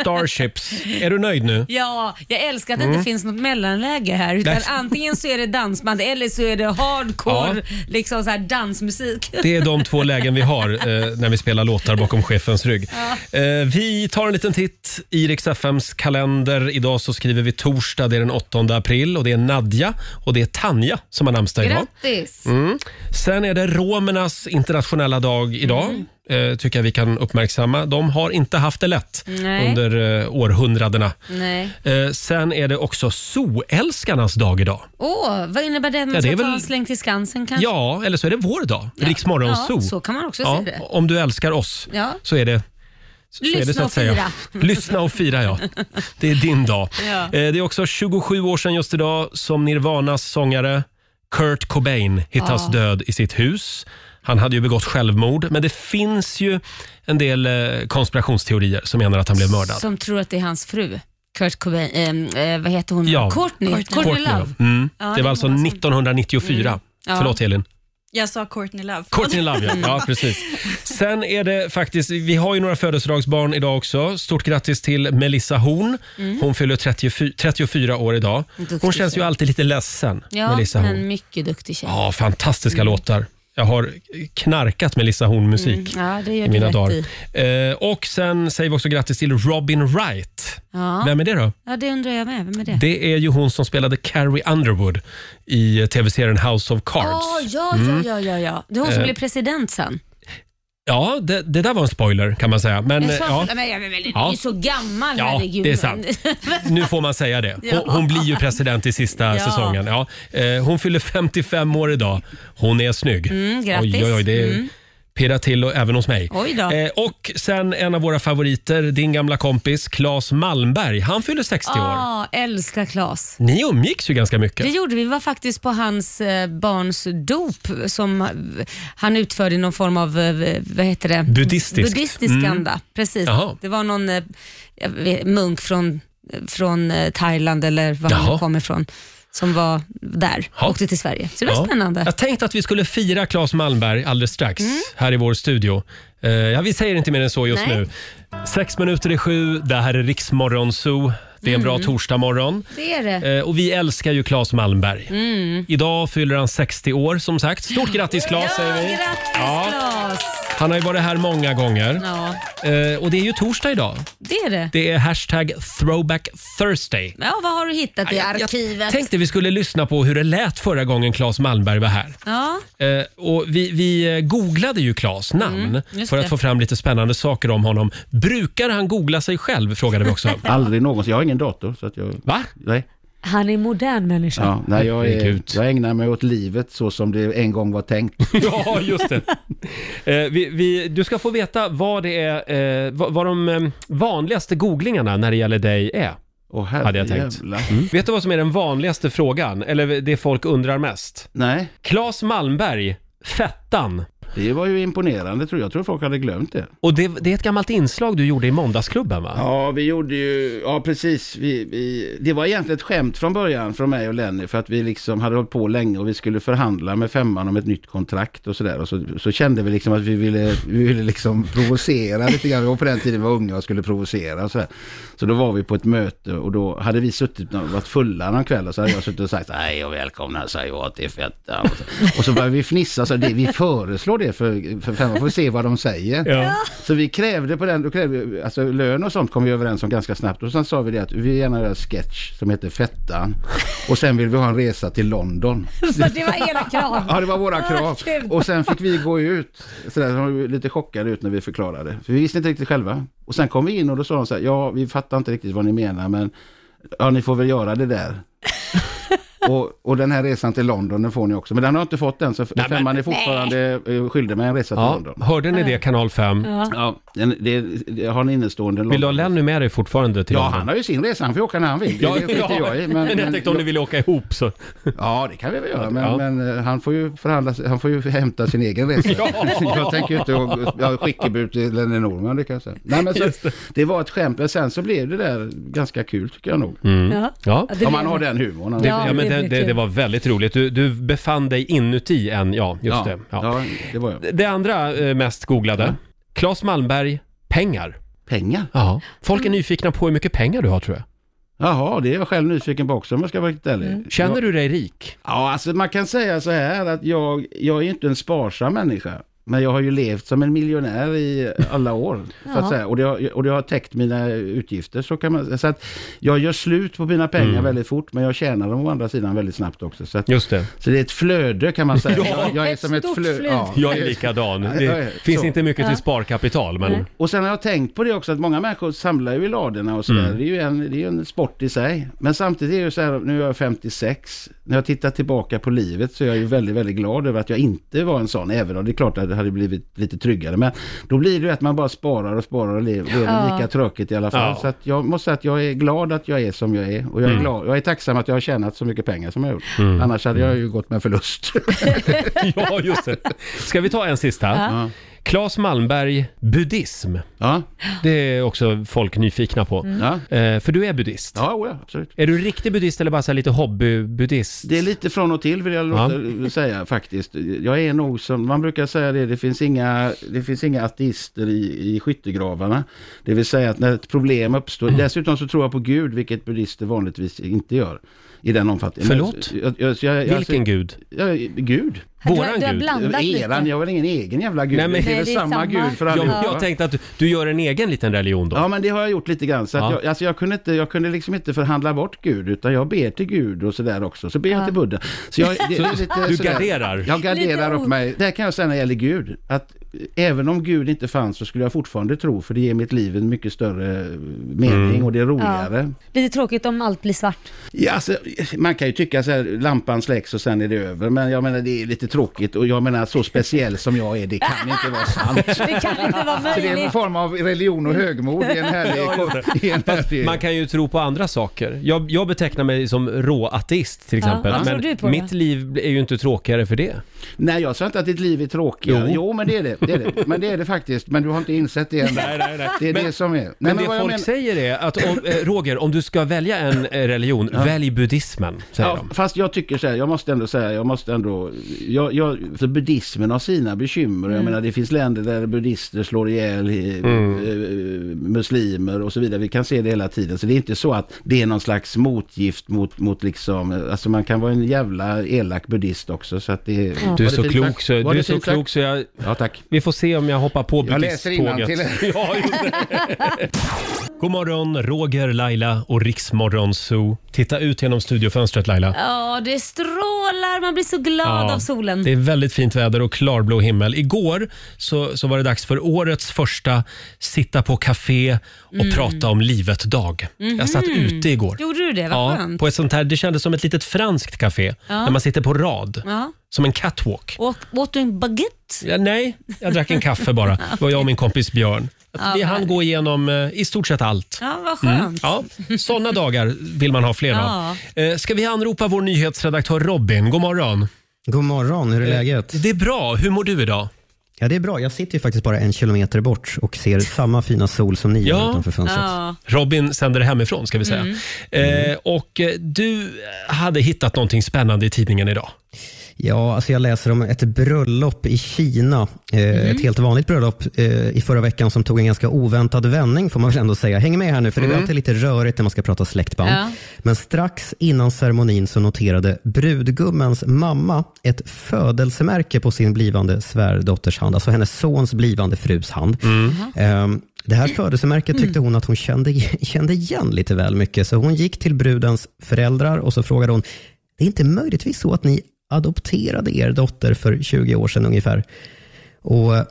[SPEAKER 1] Starships. Är du nöjd nu?
[SPEAKER 2] Ja, jag älskar att det inte finns något mellanläge här. Utan
[SPEAKER 1] Mm. Nej.
[SPEAKER 2] antingen så är det dansband eller så är det hardcore
[SPEAKER 1] Ja.
[SPEAKER 2] liksom så här dansmusik.
[SPEAKER 1] Det är de två lägen vi har eh, när vi spelar låtar bakom chefens rygg. Eh, vi tar en liten titt i Rix FMs kalender. Idag så skriver vi torsdag, det är den 8 april och det är Nadja och det är Tanja som har namnsdag idag.
[SPEAKER 2] Grattis!
[SPEAKER 1] Mm. Sen är det romernas internationella dag idag.
[SPEAKER 2] Mm.
[SPEAKER 1] Eh, tycker jag vi kan uppmärksamma. De har inte haft det lätt
[SPEAKER 2] Nej.
[SPEAKER 1] under eh, århundradena.
[SPEAKER 2] Nej.
[SPEAKER 1] Eh, sen är det också zoälskarnas dag idag.
[SPEAKER 2] Åh, vad innebär det?
[SPEAKER 1] Ja,
[SPEAKER 2] Man
[SPEAKER 1] det
[SPEAKER 2] ska
[SPEAKER 1] är
[SPEAKER 2] ta
[SPEAKER 1] väl-
[SPEAKER 2] en släng till Skansen kanske?
[SPEAKER 1] Ja, eller så är det vår dag. Riksmorgon
[SPEAKER 2] Ja,
[SPEAKER 1] zoo.
[SPEAKER 2] så kan man också se det.
[SPEAKER 1] Om du älskar oss
[SPEAKER 2] Ja.
[SPEAKER 1] så är det Så är det, så
[SPEAKER 2] Lyssna
[SPEAKER 1] att
[SPEAKER 2] och
[SPEAKER 1] säga.
[SPEAKER 2] fira.
[SPEAKER 1] Lyssna och fira, ja. Det är din dag.
[SPEAKER 8] Ja.
[SPEAKER 1] Eh, Det är också 27 år sedan just idag som Nirvanas sångare Kurt Cobain hittas död i sitt hus. Han hade ju begått självmord, men det finns ju en del eh, konspirationsteorier som menar att han blev mördad.
[SPEAKER 8] Som tror att det är hans fru. Kurt Cobain, ehm, eh, vad heter hon?
[SPEAKER 1] Ja.
[SPEAKER 8] Courtney. Courtney.
[SPEAKER 1] Courtney
[SPEAKER 8] Love.
[SPEAKER 1] Love. Mm.
[SPEAKER 8] Ja,
[SPEAKER 1] det
[SPEAKER 8] det
[SPEAKER 1] var
[SPEAKER 8] var
[SPEAKER 1] alltså
[SPEAKER 8] som-
[SPEAKER 1] 1994.
[SPEAKER 8] Mm. Ja.
[SPEAKER 1] Förlåt Elin.
[SPEAKER 3] Jag sa Courtney Love.
[SPEAKER 1] Courtney Love, ja. ja precis. Sen är det faktiskt, vi har ju några födelsedagsbarn idag också. Stort grattis till Melissa Horn. Hon fyller 34, 34 år idag.
[SPEAKER 8] Mm. Duktig
[SPEAKER 1] Hon känns ju
[SPEAKER 8] tjej.
[SPEAKER 1] alltid lite ledsen,
[SPEAKER 8] Ja,
[SPEAKER 1] Melissa Horn.
[SPEAKER 8] men Mm. mycket duktig tjej.
[SPEAKER 1] Ja, fantastiska låtar. Jag har knarkat Melissa Horn-musik
[SPEAKER 8] Mm, Ja, det gör
[SPEAKER 1] i mina
[SPEAKER 8] du rätt
[SPEAKER 1] dagar.
[SPEAKER 8] i.
[SPEAKER 1] Eh, och sen säger vi också grattis till Robin Wright.
[SPEAKER 8] Ja.
[SPEAKER 1] Vem är det då?
[SPEAKER 8] ja, det undrar jag med. Vem är det?
[SPEAKER 1] Det är ju hon som spelade Carrie Underwood i tv-serien House of Cards.
[SPEAKER 8] Åh, ja,
[SPEAKER 1] Mm.
[SPEAKER 8] ja, ja, ja, ja. Det är hon
[SPEAKER 1] Eh.
[SPEAKER 8] som blev president sen.
[SPEAKER 1] Ja, det, det där var en spoiler kan man säga. Men,
[SPEAKER 8] Jag sa-
[SPEAKER 1] ja,
[SPEAKER 8] men, men, men, men, Du är
[SPEAKER 1] Ja.
[SPEAKER 8] ju så gammal,
[SPEAKER 1] Ja,
[SPEAKER 8] herregud.
[SPEAKER 1] det är sant. nu får man säga det. Hon, hon blir ju president i sista
[SPEAKER 8] Ja.
[SPEAKER 1] säsongen. Ja, eh, hon fyller 55 år idag. Hon är snygg.
[SPEAKER 8] Mm, grattis.
[SPEAKER 1] Oj, oj, oj, det pirrar till och, även hos mig.
[SPEAKER 8] Oj då.
[SPEAKER 1] Eh, och sen en av våra favoriter, din gamla kompis Claes Malmberg. Han fyller 60 år.
[SPEAKER 8] Ja, älskar Claes.
[SPEAKER 1] Ni umgicks ju ganska mycket.
[SPEAKER 8] Det gjorde vi. Vi var faktiskt på hans eh, barns dop som eh, han utförde i någon form av, eh, vad heter det?
[SPEAKER 1] Buddhistiskt.
[SPEAKER 8] Buddhistisk anda. Precis.
[SPEAKER 1] Mm. Jaha.
[SPEAKER 8] Det var någon eh, jag vet, munk från, från eh, Thailand eller var han
[SPEAKER 1] Jaha.
[SPEAKER 8] nu kom ifrån som var där.
[SPEAKER 1] Ja.
[SPEAKER 8] Åkte till Sverige. Så det var
[SPEAKER 1] Ja.
[SPEAKER 8] spännande. Mm.
[SPEAKER 1] Jag tänkte att vi skulle fira Claes Malmberg alldeles strax här i vår studio. Eh, ja, vi säger inte mer än så just
[SPEAKER 8] Nej.
[SPEAKER 1] nu. Sex minuter i sju, det här är Riksmorgon Zoo. Det är en bra torsdagmorgon.
[SPEAKER 8] Mm. Det är det. Mm.
[SPEAKER 1] Eh, och vi älskar ju Claes Malmberg. Idag fyller han 60 år som sagt. Stort grattis Claes säger vi.
[SPEAKER 8] Grattis
[SPEAKER 1] Ja.
[SPEAKER 8] Claes!
[SPEAKER 1] Han har ju varit här många gånger.
[SPEAKER 8] Ja,
[SPEAKER 1] Eh, och det är ju torsdag idag.
[SPEAKER 8] det är det.
[SPEAKER 1] Det är hashtag throwback Thursday.
[SPEAKER 8] Ja, vad har du hittat i
[SPEAKER 1] Jag- Jag
[SPEAKER 8] arkivet?
[SPEAKER 1] tänkte vi skulle lyssna på hur det lät förra gången Claes Malmberg var här.
[SPEAKER 8] Ja,
[SPEAKER 1] Eh, och vi, vi eh, googlade ju Claes namn
[SPEAKER 8] just
[SPEAKER 1] för att
[SPEAKER 8] det.
[SPEAKER 1] få fram lite spännande saker om honom. Brukar han googla sig själv? frågade vi också.
[SPEAKER 9] Aldrig någonsin. Jag har ingen dator. Så att jag,
[SPEAKER 1] Va? Eh,
[SPEAKER 9] nej,
[SPEAKER 2] Han är en modern människa.
[SPEAKER 9] ja, nej jag, är,
[SPEAKER 1] Herregud.
[SPEAKER 9] jag ägnar mig åt livet så som det en gång var tänkt.
[SPEAKER 1] Ja, just det. Eh, vi, vi, du ska få veta vad, det är, eh, vad, vad de eh, vanligaste googlingarna när det gäller dig är.
[SPEAKER 9] Och
[SPEAKER 1] Hade jag tänkt. Vet du vad som är den vanligaste frågan? Eller det folk undrar mest?
[SPEAKER 9] Nej,
[SPEAKER 1] Claes Malmberg, Fettan.
[SPEAKER 9] det var ju imponerande tror jag. Jag tror folk hade glömt det.
[SPEAKER 1] Och det, det är ett gammalt inslag du gjorde i Måndagsklubben va?
[SPEAKER 9] Ja, vi gjorde ju, ja precis. Vi, vi, det var egentligen ett skämt från början från mig och Lenny för att vi liksom hade hållit på länge och vi skulle förhandla med femman om ett nytt kontrakt och sådär. Och så, så kände vi liksom att vi ville, vi ville liksom provocera lite grann. Och på den tiden var vi unga och skulle provocera och sådär. Så då var vi på ett möte och då hade vi suttit och varit fulla någon kväll och så hade jag suttit och sagt hej och välkomna säger jag till fettan. Och så, och så började vi fnissa så det, vi föreslår det för, för femman, får vi se vad de säger.
[SPEAKER 1] Ja.
[SPEAKER 9] Så vi krävde på den, då krävde, vi- alltså lön och sånt kom vi överens om ganska snabbt och sen sa vi det att vi vill gärna göra en sketch som heter Fettan och sen vill vi ha en resa till London.
[SPEAKER 2] Det var era krav.
[SPEAKER 9] Ja, det var våra krav.
[SPEAKER 2] Ah, kul.
[SPEAKER 9] Och sen fick vi gå ut. Så där, så var vi lite chockade ut när vi förklarade. För vi visste inte riktigt själva. Och sen kom vi in och då sa de så här, ja, vi fattar inte riktigt vad ni menar, men ja, ni får väl göra det där. och, och den här resan till London, den får ni också. Men den har jag inte fått än, så
[SPEAKER 1] Nej, men-
[SPEAKER 9] femman är fortfarande eh, skyldig mig en resa till
[SPEAKER 1] Ja,
[SPEAKER 9] London.
[SPEAKER 1] hörde ni det kanal 5?
[SPEAKER 9] Ja, den, det, det har en innestående
[SPEAKER 1] Vill du ha
[SPEAKER 9] London.
[SPEAKER 1] Lenny med dig fortfarande till
[SPEAKER 9] Ja,
[SPEAKER 1] London?
[SPEAKER 9] han har ju sin resa. Han får ju åka när han vill. Det, det skiter jag i. Men,
[SPEAKER 1] men jag
[SPEAKER 9] men,
[SPEAKER 1] tänkte om ni vill åka ihop så.
[SPEAKER 9] Ja, det kan vi väl göra. Men,
[SPEAKER 1] Ja.
[SPEAKER 9] men eh, han får ju förhandla, sig- han får ju hämta sin egen resa. Jag tänker ju inte att- jag skickar ut till Lenny Norman, det kan jag säga. Nej, men så, det. var ett skämt, men sen så blev det där ganska kul tycker jag nog.
[SPEAKER 2] Ja.
[SPEAKER 1] Ja.
[SPEAKER 2] det
[SPEAKER 9] Om man
[SPEAKER 2] blev-
[SPEAKER 9] har den humorn.
[SPEAKER 1] Det,
[SPEAKER 2] Ja,
[SPEAKER 1] Mm. ja, men
[SPEAKER 2] det
[SPEAKER 1] det, det,
[SPEAKER 2] blir kul.
[SPEAKER 1] det var väldigt roligt. Du, du befann dig inuti en, ja just
[SPEAKER 9] ja,
[SPEAKER 1] det. Ja.
[SPEAKER 9] ja, det var jag.
[SPEAKER 1] Det andra eh, mest googlade, Claes Malmberg, pengar.
[SPEAKER 9] Pengar?
[SPEAKER 1] Ja. Folk är nyfikna på hur mycket pengar du har tror jag.
[SPEAKER 9] Jaha, det är jag själv nyfiken på också om jag ska vara riktigt ärlig.
[SPEAKER 1] Känner du dig rik?
[SPEAKER 9] Ja, alltså man kan säga så här att jag, jag är ju inte en sparsam människa. Men jag har ju levt som en miljonär i alla år. så att säga. Och, det har, och det har täckt mina utgifter. Så, kan man, så att jag gör slut på mina pengar väldigt fort, men jag tjänar dem å andra sidan väldigt snabbt också. Så, att,
[SPEAKER 1] Mm. Just det.
[SPEAKER 9] så det är ett flöde kan man säga. jag, jag är
[SPEAKER 2] Ett
[SPEAKER 9] som ett
[SPEAKER 2] stort
[SPEAKER 9] flöde.
[SPEAKER 2] flöde.
[SPEAKER 9] Ja.
[SPEAKER 1] Jag är likadan.
[SPEAKER 9] jag
[SPEAKER 1] Det
[SPEAKER 9] är-
[SPEAKER 1] finns
[SPEAKER 9] så.
[SPEAKER 1] inte mycket till sparkapital men...
[SPEAKER 9] Och sen har jag tänkt på det också att många människor samlar ju i ladorna och sådär. Det är ju en, det är ju en sport i sig. Men samtidigt är det ju så här, nu är jag 56. När jag tittar tillbaka på livet så är jag ju väldigt, väldigt glad över att jag inte var en sån. Även om det är klart att det hade blivit lite tryggare. Men då blir det ju att man bara sparar och sparar och lever lever lika tråkigt i alla fall.
[SPEAKER 1] Ja.
[SPEAKER 9] Så att jag måste säga att jag är glad att jag är som jag är. Och jag är, glad, jag är tacksam att jag har tjänat så mycket pengar som jag har gjort. Annars hade jag ju gått med förlust.
[SPEAKER 1] Ja, just det. Ska vi ta en sista? Ja. Claes Malmberg, buddhism.
[SPEAKER 9] ja.
[SPEAKER 1] Det är också folk nyfikna på.
[SPEAKER 2] Mm.
[SPEAKER 9] Ja.
[SPEAKER 1] Eh, för du är buddhist.
[SPEAKER 9] Ja, oja, absolut.
[SPEAKER 1] Är du riktig buddhist eller bara så här lite hobbybuddhist?
[SPEAKER 9] Det är lite från och till vill jag låta säga faktiskt. Jag är nog som, man brukar säga det, det finns inga, det finns inga ateister i, i skyttegravarna. Det vill säga att när ett problem uppstår,
[SPEAKER 1] Mm.
[SPEAKER 9] dessutom så tror jag på Gud, vilket buddhister vanligtvis inte gör. I den omfattningen.
[SPEAKER 1] Förlåt?
[SPEAKER 9] Jag, jag, jag, jag,
[SPEAKER 1] Vilken gud?
[SPEAKER 9] Jag, gud?
[SPEAKER 2] Du har,
[SPEAKER 1] Våran
[SPEAKER 2] du har
[SPEAKER 1] gud?
[SPEAKER 2] blandat
[SPEAKER 9] Eran,
[SPEAKER 2] lite.
[SPEAKER 9] jag har väl ingen egen jävla gud.
[SPEAKER 1] Nej, men-
[SPEAKER 9] det är
[SPEAKER 2] Nej,
[SPEAKER 9] väl
[SPEAKER 2] det är
[SPEAKER 9] samma,
[SPEAKER 2] samma.
[SPEAKER 9] gud för
[SPEAKER 2] Ja,
[SPEAKER 1] Jag,
[SPEAKER 9] allihopa.
[SPEAKER 1] jag tänkte att du, du gör en egen liten religion då.
[SPEAKER 9] Ja, men det har jag gjort lite grann. Så att
[SPEAKER 1] Ja.
[SPEAKER 9] jag, alltså jag, kunde inte, jag kunde liksom inte förhandla bort Gud, utan jag ber till Gud och sådär också. Så ber jag till Buddha. Så jag, det, är lite
[SPEAKER 1] du
[SPEAKER 9] sådär.
[SPEAKER 1] garderar?
[SPEAKER 9] Jag garderar
[SPEAKER 2] Lite
[SPEAKER 9] upp mig. Det här kan jag säga när det gäller Gud, att även om Gud inte fanns så skulle jag fortfarande tro, för det ger mitt liv en mycket större mening
[SPEAKER 1] Mm.
[SPEAKER 9] och det är roligare.
[SPEAKER 2] Lite tråkigt om allt blir svart.
[SPEAKER 9] Ja, alltså, man kan ju tycka så här, lampan släcks och sen är det över, men jag menar det är lite tråkigt och jag menar så speciell som jag är, det kan inte vara sant.
[SPEAKER 2] Det kan inte vara
[SPEAKER 9] Så det är en
[SPEAKER 2] möjligt.
[SPEAKER 9] form av religion och högmod i en härlig... i en härlig-
[SPEAKER 1] Man kan ju tro på andra saker. Jag, jag betecknar mig som råateist till
[SPEAKER 2] Ja,
[SPEAKER 1] exempel.
[SPEAKER 2] vad tror du
[SPEAKER 1] men
[SPEAKER 2] på då?
[SPEAKER 1] mitt liv är ju inte tråkigare för det.
[SPEAKER 9] Nej, jag sa inte att ditt liv är tråkigt.
[SPEAKER 1] Jo.
[SPEAKER 9] Jo, men det är det. det är det. Men det är det faktiskt. Men du har inte insett det än.
[SPEAKER 1] Nej, nej, nej.
[SPEAKER 9] Det är
[SPEAKER 1] Men-
[SPEAKER 9] det som är. Nej,
[SPEAKER 1] Men, det
[SPEAKER 9] vad jag
[SPEAKER 1] folk
[SPEAKER 9] menar-
[SPEAKER 1] säger är att om, eh, Roger, om du ska välja en eh, religion, välj buddhismen, säger
[SPEAKER 9] Ja,
[SPEAKER 1] de.
[SPEAKER 9] fast jag tycker så här, jag måste ändå säga, jag måste ändå, jag, jag, för buddhismen har sina bekymmer. Jag menar det finns länder där buddhister slår ihjäl eh,
[SPEAKER 1] Mm.
[SPEAKER 9] eh, muslimer och så vidare. Vi kan se det hela tiden. Så det är inte så att det är någon slags motgift mot, mot liksom, eh, alltså man kan vara en jävla elak buddhist också. Så att det, Var
[SPEAKER 1] Du är
[SPEAKER 9] det
[SPEAKER 1] så
[SPEAKER 9] fint
[SPEAKER 1] klok
[SPEAKER 9] sagt?
[SPEAKER 1] så,
[SPEAKER 9] Var
[SPEAKER 1] du är
[SPEAKER 9] det
[SPEAKER 1] så
[SPEAKER 9] fint sagt?
[SPEAKER 1] klok så jag...
[SPEAKER 9] Ja, tack.
[SPEAKER 1] Vi får se om jag hoppar på
[SPEAKER 9] Jag läser
[SPEAKER 1] buddhisttåget.
[SPEAKER 9] innantill.
[SPEAKER 1] ja, just det. God morgon, Roger, Laila och Riksmorgon Zoo. Titta ut genom studiofönstret Laila.
[SPEAKER 2] Ja, det strålar. Man blir så glad av solen.
[SPEAKER 1] Det är väldigt fint väder och klarblå himmel. Igår så, så var det dags för årets första sitta på café och prata om livet-dag. Jag satt ute igår.
[SPEAKER 8] Mm. Mhm. Gjorde du det? Vad
[SPEAKER 1] Ja,
[SPEAKER 8] skönt.
[SPEAKER 1] på ett sånt här, det kändes som ett litet franskt café där man sitter på rad.
[SPEAKER 8] Ja.
[SPEAKER 1] Som en catwalk.
[SPEAKER 8] Och åt du en baguette?
[SPEAKER 1] Ja, nej, jag drack en kaffe bara. Det var jag och min kompis Björn. Vi hann gå igenom eh, i stort sett allt.
[SPEAKER 8] Ja, vad skönt.
[SPEAKER 1] Ja, sådana dagar vill man ha fler av. Eh, Ska vi anropa vår nyhetsredaktör Robin? God morgon. Eh,
[SPEAKER 10] God morgon, hur är läget?
[SPEAKER 1] Det är bra. Hur mår du idag?
[SPEAKER 10] Ja, det är bra. Jag sitter ju faktiskt bara en kilometer bort och ser samma fina sol som ni gör
[SPEAKER 1] Ja.
[SPEAKER 10] utanför fönstret.
[SPEAKER 1] Robin sänder det hemifrån ska vi säga. Eh, och eh, du hade hittat någonting spännande i tidningen idag.
[SPEAKER 10] Ja, alltså jag läser om ett bröllop i Kina. Eh, Ett helt vanligt bröllop eh, i förra veckan som tog en ganska oväntad vändning får man väl ändå säga. Häng med här nu, för det är alltid lite rörigt när man ska prata släktband.
[SPEAKER 8] Ja.
[SPEAKER 10] Men strax innan ceremonin så noterade brudgummens mamma ett födelsemärke på sin blivande svärdotters hand, alltså hennes sons blivande frus hand. Ehm, det här födelsemärket tyckte hon att hon kände, kände igen lite väl mycket, så hon gick till brudens föräldrar och så frågade hon, det är inte möjligtvis så att ni adopterade er dotter för 20 år sedan ungefär? Och eh,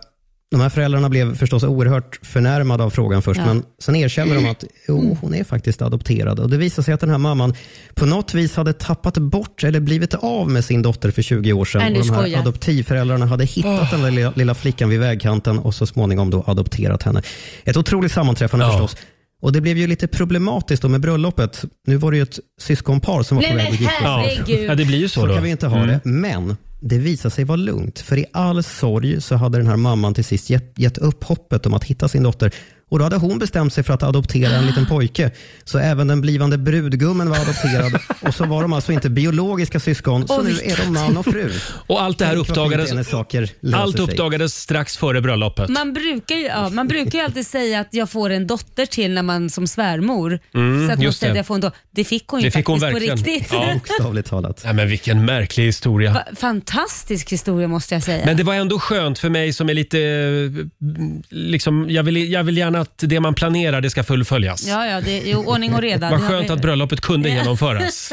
[SPEAKER 10] de här föräldrarna blev förstås oerhört förnärmade av frågan först, men sen erkänner
[SPEAKER 8] Mm.
[SPEAKER 10] de att jo, hon är faktiskt adopterad. Och Det visar sig att den här mamman på något vis hade tappat bort eller blivit av med sin dotter för 20 år sedan.
[SPEAKER 8] Nej, nu
[SPEAKER 10] och de här
[SPEAKER 8] skojar.
[SPEAKER 10] adoptivföräldrarna hade hittat den där lilla, lilla flickan vid vägkanten och så småningom då adopterat henne. Ett otroligt sammanträffande
[SPEAKER 1] Ja.
[SPEAKER 10] förstås. Och Det blev ju lite problematiskt då med bröllopet. Nu var det ju ett syskonpar som var
[SPEAKER 2] Nej
[SPEAKER 10] på väg
[SPEAKER 2] men
[SPEAKER 10] att gifta sig.
[SPEAKER 2] herregud.
[SPEAKER 1] ja, det blir ju så,
[SPEAKER 10] Så
[SPEAKER 1] då. Mm.
[SPEAKER 10] kan vi inte ha det. Men det visar sig vara lugnt, för i all sorg så hade den här mamman till sist gett, gett upp hoppet om att hitta sin dotter. Och då hade hon bestämt sig för att adoptera en liten pojke. Så även den blivande brudgummen var adopterad. Och så var de alltså inte biologiska syskon, så nu är de man och fru.
[SPEAKER 1] Och allt det här
[SPEAKER 10] Tänk vad fint
[SPEAKER 1] uppdagades,
[SPEAKER 10] det är när saker löser
[SPEAKER 1] allt
[SPEAKER 10] sig.
[SPEAKER 1] uppdagades strax före bröllopet.
[SPEAKER 8] Man brukar, ju, ja, man brukar ju alltid säga att jag får en dotter till när man som svärmor. så att man
[SPEAKER 1] Mm, just
[SPEAKER 8] säger
[SPEAKER 1] det.
[SPEAKER 8] att jag får en dotter. Det fick hon ju
[SPEAKER 1] Det fick hon
[SPEAKER 8] faktiskt
[SPEAKER 1] verkligen.
[SPEAKER 8] på riktigt.
[SPEAKER 1] Ja.
[SPEAKER 10] Bokstavligt talat.
[SPEAKER 1] Nej, men vilken märklig historia.
[SPEAKER 8] Va- Fantastisk historia måste jag säga.
[SPEAKER 1] Men det var ändå skönt för mig som är lite... eh, Liksom, jag, vill, jag vill gärna att det man planerar det ska fullföljas.
[SPEAKER 8] Ja, ja, det är ju ordning och reda.
[SPEAKER 1] Vad
[SPEAKER 8] Det har
[SPEAKER 1] skönt
[SPEAKER 8] vi-
[SPEAKER 1] att bröllopet kunde genomföras.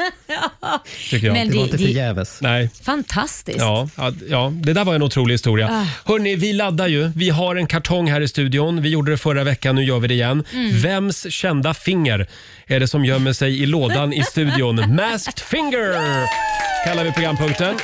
[SPEAKER 1] Tycker jag.
[SPEAKER 8] Men
[SPEAKER 10] Det var
[SPEAKER 8] det,
[SPEAKER 10] inte
[SPEAKER 8] det är
[SPEAKER 10] förgäves.
[SPEAKER 1] Nej.
[SPEAKER 8] fantastiskt.
[SPEAKER 1] Ja, ja, ja, det där var en otrolig historia.
[SPEAKER 8] Ah.
[SPEAKER 1] Hörni, vi laddar ju. Vi har en kartong här i studion. Vi gjorde det förra veckan, nu gör vi det igen.
[SPEAKER 8] Mm.
[SPEAKER 1] Vems kända finger är det som gömmer sig i lådan i studion? Masked finger kallar vi programpunkten.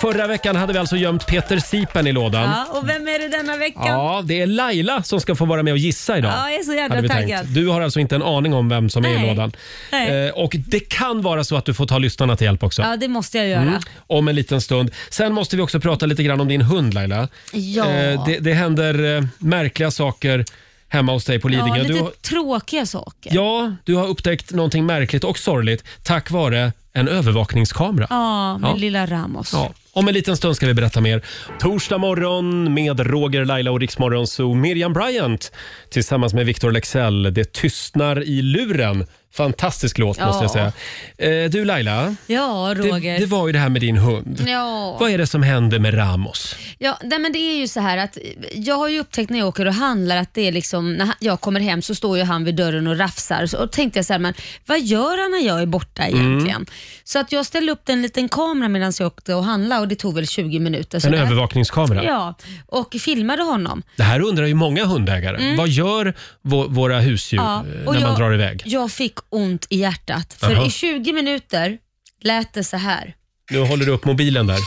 [SPEAKER 1] Förra veckan hade vi alltså gömt Peter Sipen i lådan.
[SPEAKER 6] Ja, och vem är det denna veckan?
[SPEAKER 1] Ja, det är Laila som ska få vara med och gissa idag.
[SPEAKER 6] Ja, jag är så jävla
[SPEAKER 1] hade vi tänkt.
[SPEAKER 6] taggad.
[SPEAKER 1] Du har alltså inte en aning om vem som är i
[SPEAKER 6] Nej.
[SPEAKER 1] lådan.
[SPEAKER 6] Nej.
[SPEAKER 1] Eh, och det kan vara så att du får ta lyssnarna till hjälp också.
[SPEAKER 6] Ja, det måste jag göra.
[SPEAKER 1] Mm, om en liten stund. Sen måste vi också prata lite grann om din hund Laila.
[SPEAKER 6] Ja.
[SPEAKER 1] Eh, det, det händer eh, märkliga saker hemma hos dig på Lidingö.
[SPEAKER 2] Ja, lite
[SPEAKER 1] du, har-
[SPEAKER 2] tråkiga saker.
[SPEAKER 1] ja, du har upptäckt någonting märkligt och sorgligt tack vare en övervakningskamera.
[SPEAKER 2] Ja, med
[SPEAKER 1] Ja.
[SPEAKER 2] lilla Ramos.
[SPEAKER 1] Ja. Om en liten stund ska vi berätta mer. Torsdag morgon med Roger, Laila och Riksmorgon Zoo. Miriam Bryant tillsammans med Victor Lexell. Det tystnar i luren. Fantastisk låt
[SPEAKER 2] Ja.
[SPEAKER 1] måste jag säga. Eh, du Laila,
[SPEAKER 2] Ja,
[SPEAKER 1] det,
[SPEAKER 2] Roger.
[SPEAKER 1] det var ju det här med din hund.
[SPEAKER 2] Ja.
[SPEAKER 1] Vad är det som händer med Ramos?
[SPEAKER 2] Ja, nej, men det är ju så här att eh, jag har ju upptäckt när jag åker och handlar att det är liksom, när han- jag kommer hem så står ju han vid dörren och rafsar. Så, och tänkte jag så här, men vad gör han när jag är borta
[SPEAKER 1] Mm.
[SPEAKER 2] egentligen? Så att jag ställde upp en liten kamera medan jag åkte och handlade och det tog väl 20 minuter. Så
[SPEAKER 1] En
[SPEAKER 2] där.
[SPEAKER 1] övervakningskamera.
[SPEAKER 2] Ja, och filmade honom.
[SPEAKER 1] Det här undrar ju många hundägare. Vad gör vå- våra husdjur
[SPEAKER 2] Mm. Ja,
[SPEAKER 1] eh,
[SPEAKER 2] och
[SPEAKER 1] när man
[SPEAKER 2] jag-
[SPEAKER 1] drar iväg?
[SPEAKER 2] Jag fick ont i hjärtat, för
[SPEAKER 1] Jaha.
[SPEAKER 2] i 20 minuter lät det så här.
[SPEAKER 1] Nu håller du upp mobilen där.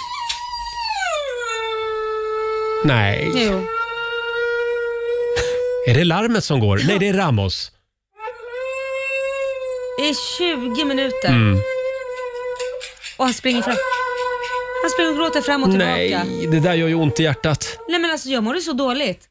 [SPEAKER 1] Nej.
[SPEAKER 2] Jo.
[SPEAKER 1] Är det larmet som går? Nej, det är Ramos.
[SPEAKER 2] I 20 minuter.
[SPEAKER 1] Mm.
[SPEAKER 2] Och han springer fram. Han springer och gråter fram och tillbaka.
[SPEAKER 1] Nej, det där gör ju ont i hjärtat.
[SPEAKER 2] Nej men alltså jag mår ju så dåligt.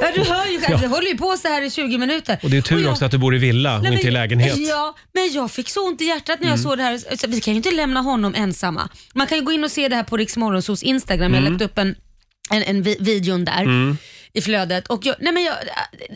[SPEAKER 2] Ja, du hör ju själv,
[SPEAKER 1] Ja.
[SPEAKER 2] det håller ju på så här i 20 minuter.
[SPEAKER 1] Och det är tur
[SPEAKER 2] jag-
[SPEAKER 1] också att du bor i villa och
[SPEAKER 2] Nej, men-
[SPEAKER 1] inte i lägenhet.
[SPEAKER 2] Ja, men jag fick så ont i hjärtat när
[SPEAKER 1] Mm.
[SPEAKER 2] jag såg det här. Så Vi kan ju inte lämna honom ensamma. Man kan ju gå in och se det här på Rix Morgonzos Instagram. Jag har
[SPEAKER 6] Mm.
[SPEAKER 2] lagt upp en, en, en vi- videon där.
[SPEAKER 6] Mm.
[SPEAKER 2] i flödet. Och jag, nej men jag,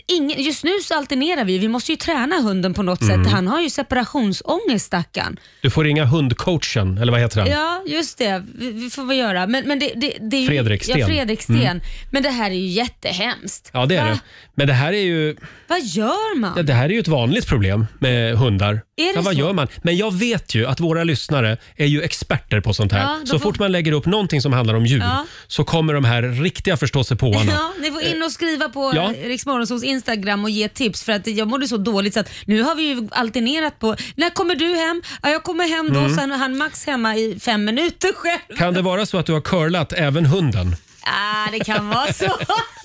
[SPEAKER 2] ingen, just nu så alternerar vi. Vi måste ju träna hunden på något
[SPEAKER 1] Mm.
[SPEAKER 2] sätt. Han har ju separationsångest stackarn.
[SPEAKER 1] Du får ringa hundcoachen, eller vad heter han?
[SPEAKER 2] Ja, just det. Vi, vi får väl göra. Men, men det, det, det är ju,
[SPEAKER 1] Fredrik Sten.
[SPEAKER 2] Ja, Fredrik Sten.
[SPEAKER 1] Mm.
[SPEAKER 2] Men det här är ju jättehemskt.
[SPEAKER 1] Ja, det är det. Men det här är ju,
[SPEAKER 2] Vad gör man?
[SPEAKER 1] ja, det här är ju ett vanligt problem med hundar.
[SPEAKER 2] det
[SPEAKER 1] ja, vad
[SPEAKER 2] så?
[SPEAKER 1] gör man? Men jag vet ju att våra lyssnare är ju experter på sånt här.
[SPEAKER 2] Ja, de
[SPEAKER 1] så
[SPEAKER 2] får-
[SPEAKER 1] fort man lägger upp någonting som handlar om djur
[SPEAKER 2] Ja.
[SPEAKER 1] så kommer de här riktiga förståsigpåarna.
[SPEAKER 2] Ja, ni får in och skriva på
[SPEAKER 1] ja.
[SPEAKER 2] ja. Riksmorgonsols Instagram och ge tips för att jag mådde så dåligt så att nu har vi ju alternerat på när kommer du hem? Ja, jag kommer hem då,
[SPEAKER 1] Mm.
[SPEAKER 2] sen är han max hemma i fem minuter själv.
[SPEAKER 1] Kan det vara så att du har curlat även hunden?
[SPEAKER 2] Ah, det kan vara så.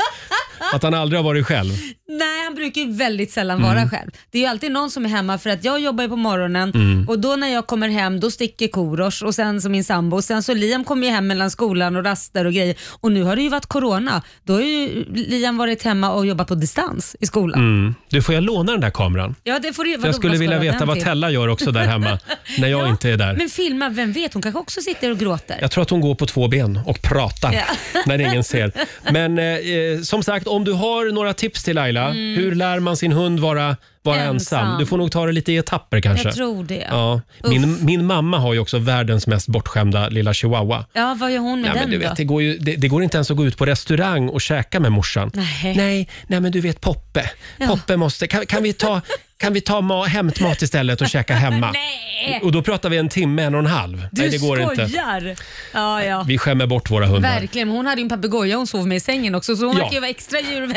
[SPEAKER 1] Att han aldrig har varit själv?
[SPEAKER 2] Nej, han brukar ju väldigt sällan
[SPEAKER 1] Mm.
[SPEAKER 2] vara själv. Det är ju alltid någon som är hemma för att jag jobbar ju på morgonen
[SPEAKER 1] Mm.
[SPEAKER 2] och då när jag kommer hem då sticker Korosh och sen så min sambo och sen så Liam kommer ju hem mellan skolan och raster och grejer och nu har det ju varit corona. Då har ju Liam varit hemma och jobbat på distans i skolan.
[SPEAKER 1] Mm. Du, får jag låna den där kameran?
[SPEAKER 2] Ja, det får du,
[SPEAKER 1] För jag skulle vilja veta vad Tella gör också där hemma när jag inte är där.
[SPEAKER 2] Men filma, vem vet, hon kanske också sitter och gråter.
[SPEAKER 1] Jag tror att hon går på två ben och pratar
[SPEAKER 2] Ja.
[SPEAKER 1] när ingen ser. Men eh, eh, som sagt, om du har några tips till Laila.
[SPEAKER 2] Mm.
[SPEAKER 1] Hur lär man sin hund vara, vara ensam.
[SPEAKER 2] Ensam.
[SPEAKER 1] Du får nog ta det lite i etapper kanske.
[SPEAKER 2] Jag tror det.
[SPEAKER 1] Ja. Min, min mamma har ju också världens mest bortskämda lilla chihuahua.
[SPEAKER 2] Ja, vad gör hon med
[SPEAKER 1] Nej,
[SPEAKER 2] den
[SPEAKER 1] men du
[SPEAKER 2] då?
[SPEAKER 1] vet, det, går ju, det, det går inte ens att gå ut på restaurang och käka med morsan.
[SPEAKER 2] Nej.
[SPEAKER 1] Nej, nej men du vet Poppe. Poppe måste... Kan, kan vi ta, kan vi ta ma, hämtmat istället och käka hemma?
[SPEAKER 2] Nej.
[SPEAKER 1] Och då pratar vi en timme, en och en halv.
[SPEAKER 2] Du
[SPEAKER 1] nej, det går
[SPEAKER 2] skojar!
[SPEAKER 1] inte.
[SPEAKER 2] Ja, ja.
[SPEAKER 1] Vi skämmer bort våra hundar.
[SPEAKER 2] Verkligen, men hon hade ju en papegoja hon sov med i sängen också så hon
[SPEAKER 1] Ja.
[SPEAKER 2] verkar ju vara extra djurvän.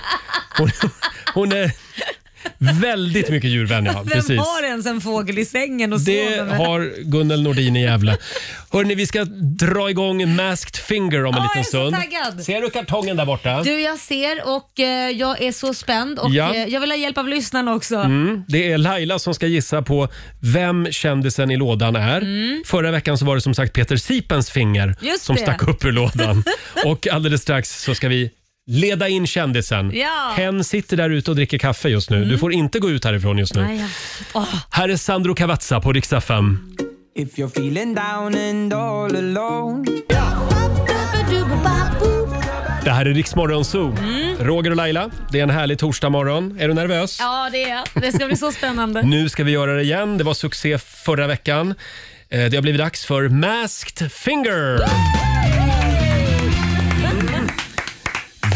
[SPEAKER 1] Hon, hon, hon är väldigt mycket djurvän. Ja,
[SPEAKER 2] Vem
[SPEAKER 1] precis.
[SPEAKER 2] har ens en fågel i sängen och
[SPEAKER 1] Det
[SPEAKER 2] sover med?
[SPEAKER 1] har Gunnel Nordin i Gävle. Hörrni, vi ska dra igång Masked Finger om en
[SPEAKER 2] Ja,
[SPEAKER 1] liten
[SPEAKER 2] jag är så
[SPEAKER 1] stund.
[SPEAKER 2] taggad.
[SPEAKER 1] Ser du kartongen där borta?
[SPEAKER 2] Du, jag ser och eh, jag är så spänd och
[SPEAKER 1] Ja.
[SPEAKER 2] eh, jag vill ha hjälp av lyssnarna också.
[SPEAKER 1] Mm, det är Laila som ska gissa på vem kändisen i lådan är.
[SPEAKER 2] Mm.
[SPEAKER 1] Förra veckan så var det som sagt Peter Sipens finger
[SPEAKER 2] Just
[SPEAKER 1] som
[SPEAKER 2] det.
[SPEAKER 1] stack upp ur lådan. Och alldeles strax så ska vi leda in kändisen.
[SPEAKER 2] Ja. Mm.
[SPEAKER 1] Hen sitter där ute och dricker kaffe just nu. Du får inte gå ut härifrån just nu.
[SPEAKER 8] Nej, jag-
[SPEAKER 1] Här är Sandro Cavazza på riksdag 5.
[SPEAKER 8] If you're feeling down and all alone
[SPEAKER 1] Det här är Riksmorgon Zoo. Roger och Laila, det är en härlig torsdagmorgon. Är du nervös?
[SPEAKER 2] Ja, det är jag. Det ska bli så spännande.
[SPEAKER 1] Nu ska vi göra det igen. Det var succé förra veckan. Eh, Det har blivit dags för Masked Finger.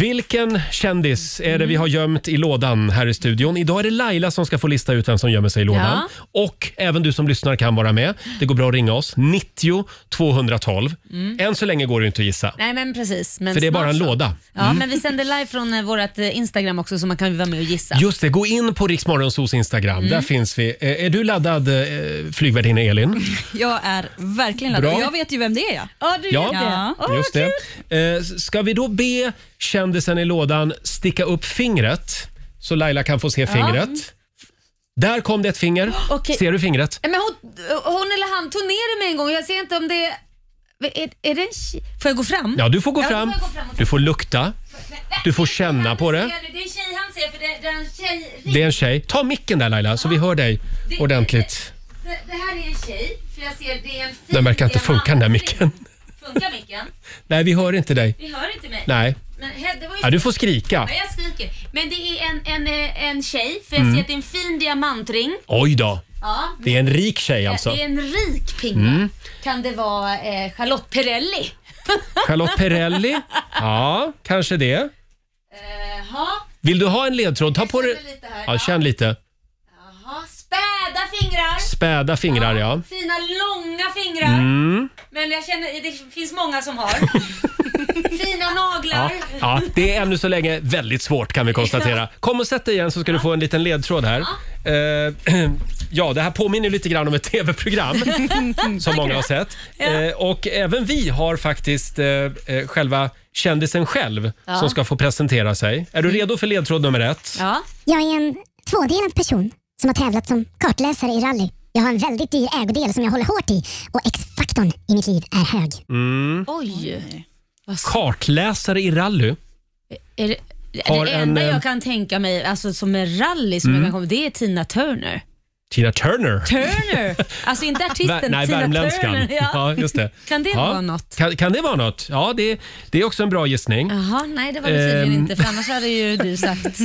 [SPEAKER 1] Vilken kändis är det vi har gömt i lådan här i studion? Idag är det Laila som ska få lista ut vem som gömmer sig i lådan. Och även du som lyssnar kan vara med. Det går bra att ringa oss. 90 212.
[SPEAKER 2] Mm.
[SPEAKER 1] Än så länge går det inte att gissa.
[SPEAKER 2] Nej men precis. Men
[SPEAKER 1] för det är
[SPEAKER 2] snart
[SPEAKER 1] bara en
[SPEAKER 2] så.
[SPEAKER 1] låda.
[SPEAKER 2] Ja,
[SPEAKER 1] Mm.
[SPEAKER 2] men vi sänder live från eh, vårt eh, Instagram också så man kan vara med och gissa.
[SPEAKER 1] Just det, gå in på Riksmorgonsos Instagram.
[SPEAKER 2] Mm.
[SPEAKER 1] Där finns vi. Eh, Är du laddad, eh, flygvärdinna Elin?
[SPEAKER 3] Jag är verkligen
[SPEAKER 1] Bra.
[SPEAKER 3] laddad. Och Jag vet ju vem det är.
[SPEAKER 2] Ja,
[SPEAKER 3] du
[SPEAKER 1] just det. Eh, Ska vi då be kändisen i lådan sticka upp fingret så Laila kan få se
[SPEAKER 2] Ja.
[SPEAKER 1] fingret. Där kom det ett finger.
[SPEAKER 2] Okej.
[SPEAKER 1] Ser du fingret?
[SPEAKER 2] Nej, Men hon, hon eller han tog ner det med en gång. Jag ser inte om det är... Är, är det en ki- Får jag gå fram?
[SPEAKER 1] Ja, du får gå
[SPEAKER 2] då
[SPEAKER 1] fram.
[SPEAKER 2] jag gå fram och-
[SPEAKER 1] Du får lukta. Du får känna på det.
[SPEAKER 2] Det är en tjej han ser för det, det är en tjej...
[SPEAKER 1] Det är en tjej. Ta micken där Laila så vi hör dig ordentligt.
[SPEAKER 2] Det, det här är en tjej, för jag ser det är en fin...
[SPEAKER 1] Den verkar inte
[SPEAKER 2] det är en
[SPEAKER 1] funka den där micken.
[SPEAKER 2] man- Funkar micken?
[SPEAKER 1] Nej, vi hör inte dig.
[SPEAKER 2] Vi hör inte mig.
[SPEAKER 1] Nej.
[SPEAKER 2] Men Hedde var ju...
[SPEAKER 1] Ja, du får skrika.
[SPEAKER 2] Ja, jag skriker. Men det är en, en, eh, en tjej, för jag
[SPEAKER 1] Mm.
[SPEAKER 2] ser att det är en fin diamantring.
[SPEAKER 1] Oj då.
[SPEAKER 2] Ja.
[SPEAKER 1] Det är en rik tjej alltså.
[SPEAKER 2] Det är en rik pinne.
[SPEAKER 1] Mm.
[SPEAKER 2] Kan det vara eh, Charlotte Perrelli?
[SPEAKER 1] Charlotte Perrelli. Ja, kanske det.
[SPEAKER 2] Jaha,
[SPEAKER 1] Vill du Eh, ha en ledtråd? Ta på dig... Ja, känn lite.
[SPEAKER 2] jaha. Späda fingrar.
[SPEAKER 1] Späda fingrar, ja.
[SPEAKER 2] Fina långa fingrar.
[SPEAKER 1] Mm.
[SPEAKER 2] Men jag känner, det finns många som har. Fina naglar.
[SPEAKER 1] Ja, ja, det är ännu så länge väldigt svårt kan vi konstatera. Kom och sätt dig igen så ska du få en liten ledtråd här. Eh, Ja, det här påminner ju lite grann om ett tv-program som många har sett. Eh, Och även vi har faktiskt eh, eh, själva kändisen själv
[SPEAKER 11] Ja.
[SPEAKER 1] som ska få presentera sig. Är du redo för ledtråd nummer ett?
[SPEAKER 2] Ja.
[SPEAKER 11] Jag är en tvådelad person som har tävlat som kartläsare i rally. Jag har en väldigt dyr ägodel som jag håller hårt i och X-faktorn i mitt liv är hög.
[SPEAKER 1] Mm.
[SPEAKER 2] Oj.
[SPEAKER 1] Kartläsare i rally.
[SPEAKER 2] Är det,
[SPEAKER 1] Har
[SPEAKER 2] det
[SPEAKER 1] en,
[SPEAKER 2] enda
[SPEAKER 1] eh,
[SPEAKER 2] jag kan tänka mig alltså, som är rally som
[SPEAKER 1] Mm.
[SPEAKER 2] jag kan komma det är Tina Turner.
[SPEAKER 1] Tina Turner.
[SPEAKER 2] Turner! Alltså inte artisten,
[SPEAKER 1] Vär- nej,
[SPEAKER 2] Tina
[SPEAKER 1] värmländskan.
[SPEAKER 2] Turner.
[SPEAKER 1] Ja. just det.
[SPEAKER 2] Kan det
[SPEAKER 1] ja.
[SPEAKER 2] vara något?
[SPEAKER 1] Kan, kan det vara något? Ja, det, det är också en bra gissning.
[SPEAKER 2] Jaha, nej det var det tydligen
[SPEAKER 1] Ehm.
[SPEAKER 2] inte för annars hade ju du sagt.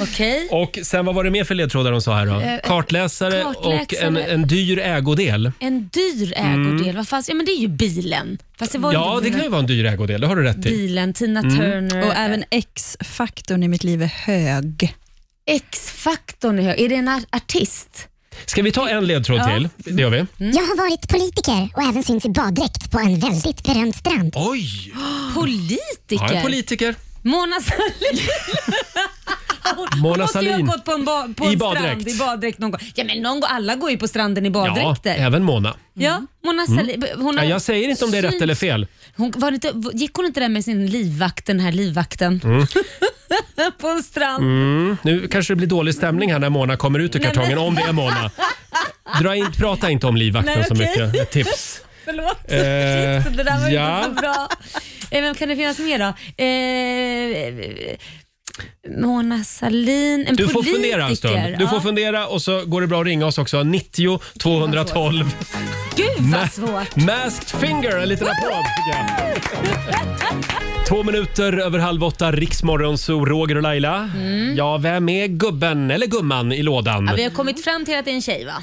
[SPEAKER 2] Okej.
[SPEAKER 1] Och sen vad var det mer för ledtrådar de sa här
[SPEAKER 2] Eh,
[SPEAKER 1] då? Kartläsare,
[SPEAKER 2] kartläsare.
[SPEAKER 1] och en, en dyr ägodel.
[SPEAKER 2] En dyr
[SPEAKER 1] Mm.
[SPEAKER 2] ägodel, vad fan, ja men det är ju bilen. Fast det var
[SPEAKER 1] Ja,
[SPEAKER 2] inte
[SPEAKER 1] det kan ju vara en dyr ägodel. Det har du rätt i.
[SPEAKER 2] bilen, Tina
[SPEAKER 1] Mm.
[SPEAKER 2] Turner.
[SPEAKER 3] Och även X-faktorn i mitt liv är hög.
[SPEAKER 2] X-faktorn är hög. Är det en ar- artist?
[SPEAKER 1] Ska vi ta en ledtråd
[SPEAKER 11] Ja.
[SPEAKER 1] till? Det
[SPEAKER 2] Mm.
[SPEAKER 1] gör vi.
[SPEAKER 11] Jag har varit politiker och även syns i baddräkt på en väldigt berömd strand.
[SPEAKER 1] Oj!
[SPEAKER 2] Politiker?
[SPEAKER 1] Ja, en politiker.
[SPEAKER 2] Mona Sahlin.
[SPEAKER 1] Mona
[SPEAKER 2] Måste ju
[SPEAKER 1] Sahlin.
[SPEAKER 2] ha gått på en, ba- på
[SPEAKER 1] I
[SPEAKER 2] en
[SPEAKER 1] baddräkt.
[SPEAKER 2] strand i baddräkt någon gång. Ja, men någon gång. Alla går ju på stranden i
[SPEAKER 1] Ja,
[SPEAKER 2] baddräkter.
[SPEAKER 1] även Mona.
[SPEAKER 2] Ja, Mona
[SPEAKER 1] Mm.
[SPEAKER 2] Sahlin. Hon har
[SPEAKER 1] Ja, jag säger inte om det är rätt
[SPEAKER 2] syns-
[SPEAKER 1] eller fel.
[SPEAKER 2] Hon var inte, gick hon inte där med sin livvakt, den här livvakten?
[SPEAKER 1] Mm.
[SPEAKER 2] på en strand?
[SPEAKER 1] Mm. Nu kanske det blir dålig stämning här när Mona kommer ut ur
[SPEAKER 2] Nej,
[SPEAKER 1] kartongen,
[SPEAKER 2] men-
[SPEAKER 1] om det är Mona. Dra in, prata inte om livvakten
[SPEAKER 2] Nej,
[SPEAKER 1] så
[SPEAKER 2] okej.
[SPEAKER 1] mycket. Ett tips.
[SPEAKER 2] Förlåt.
[SPEAKER 1] Eh,
[SPEAKER 2] Shit, det där var
[SPEAKER 1] ja.
[SPEAKER 2] inte så bra. Eh, vem kan det finnas mer då? Eh, Mona Sahlin, en
[SPEAKER 1] Du får
[SPEAKER 2] politiker.
[SPEAKER 1] fundera en stund. Du får
[SPEAKER 2] Ja.
[SPEAKER 1] fundera och så går det bra att ringa oss också. 90 212.
[SPEAKER 2] Gud vad svårt.
[SPEAKER 1] Masked Finger, en liten applåd. tycker jag. Två minuter över halv åtta, Riksmorgon, så Roger och Laila.
[SPEAKER 2] Mm.
[SPEAKER 1] Ja, vem är gubben eller gumman i lådan?
[SPEAKER 2] Ja, vi har kommit fram till att det är en tjej va?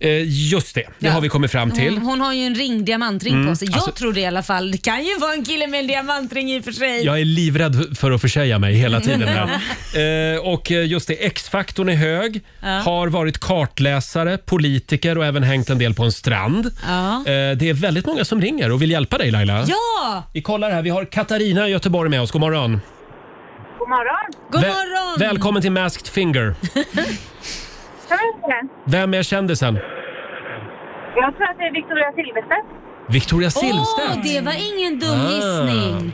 [SPEAKER 1] Eh, Just det, det
[SPEAKER 2] Ja.
[SPEAKER 1] har vi kommit fram till.
[SPEAKER 2] Hon, hon har ju en ring, diamantring
[SPEAKER 1] Mm,
[SPEAKER 2] på sig. Jag
[SPEAKER 1] alltså-
[SPEAKER 2] tror det i alla fall. Det kan ju vara en kille med en diamantring i och för sig.
[SPEAKER 1] Jag är livrädd för att försäga mig hela tiden. Här. Eh, och eh, just det, X-faktorn är hög,
[SPEAKER 2] Ja.
[SPEAKER 1] har varit kartläsare, politiker och även hängt en del på en strand.
[SPEAKER 2] Ja.
[SPEAKER 1] Eh, Det är väldigt många som ringer och vill hjälpa dig Laila.
[SPEAKER 2] Ja!
[SPEAKER 1] Vi kollar här. Vi har Katarina i Göteborg med oss. God morgon.
[SPEAKER 12] God morgon.
[SPEAKER 1] Vä- välkommen till Masked Finger. Vem är kändisen?
[SPEAKER 12] Jag tror att det är Victoria Silvstedt.
[SPEAKER 1] Victoria
[SPEAKER 2] Åh,
[SPEAKER 1] Silvstedt.
[SPEAKER 2] det var ingen dum
[SPEAKER 1] Ah.
[SPEAKER 2] gissning.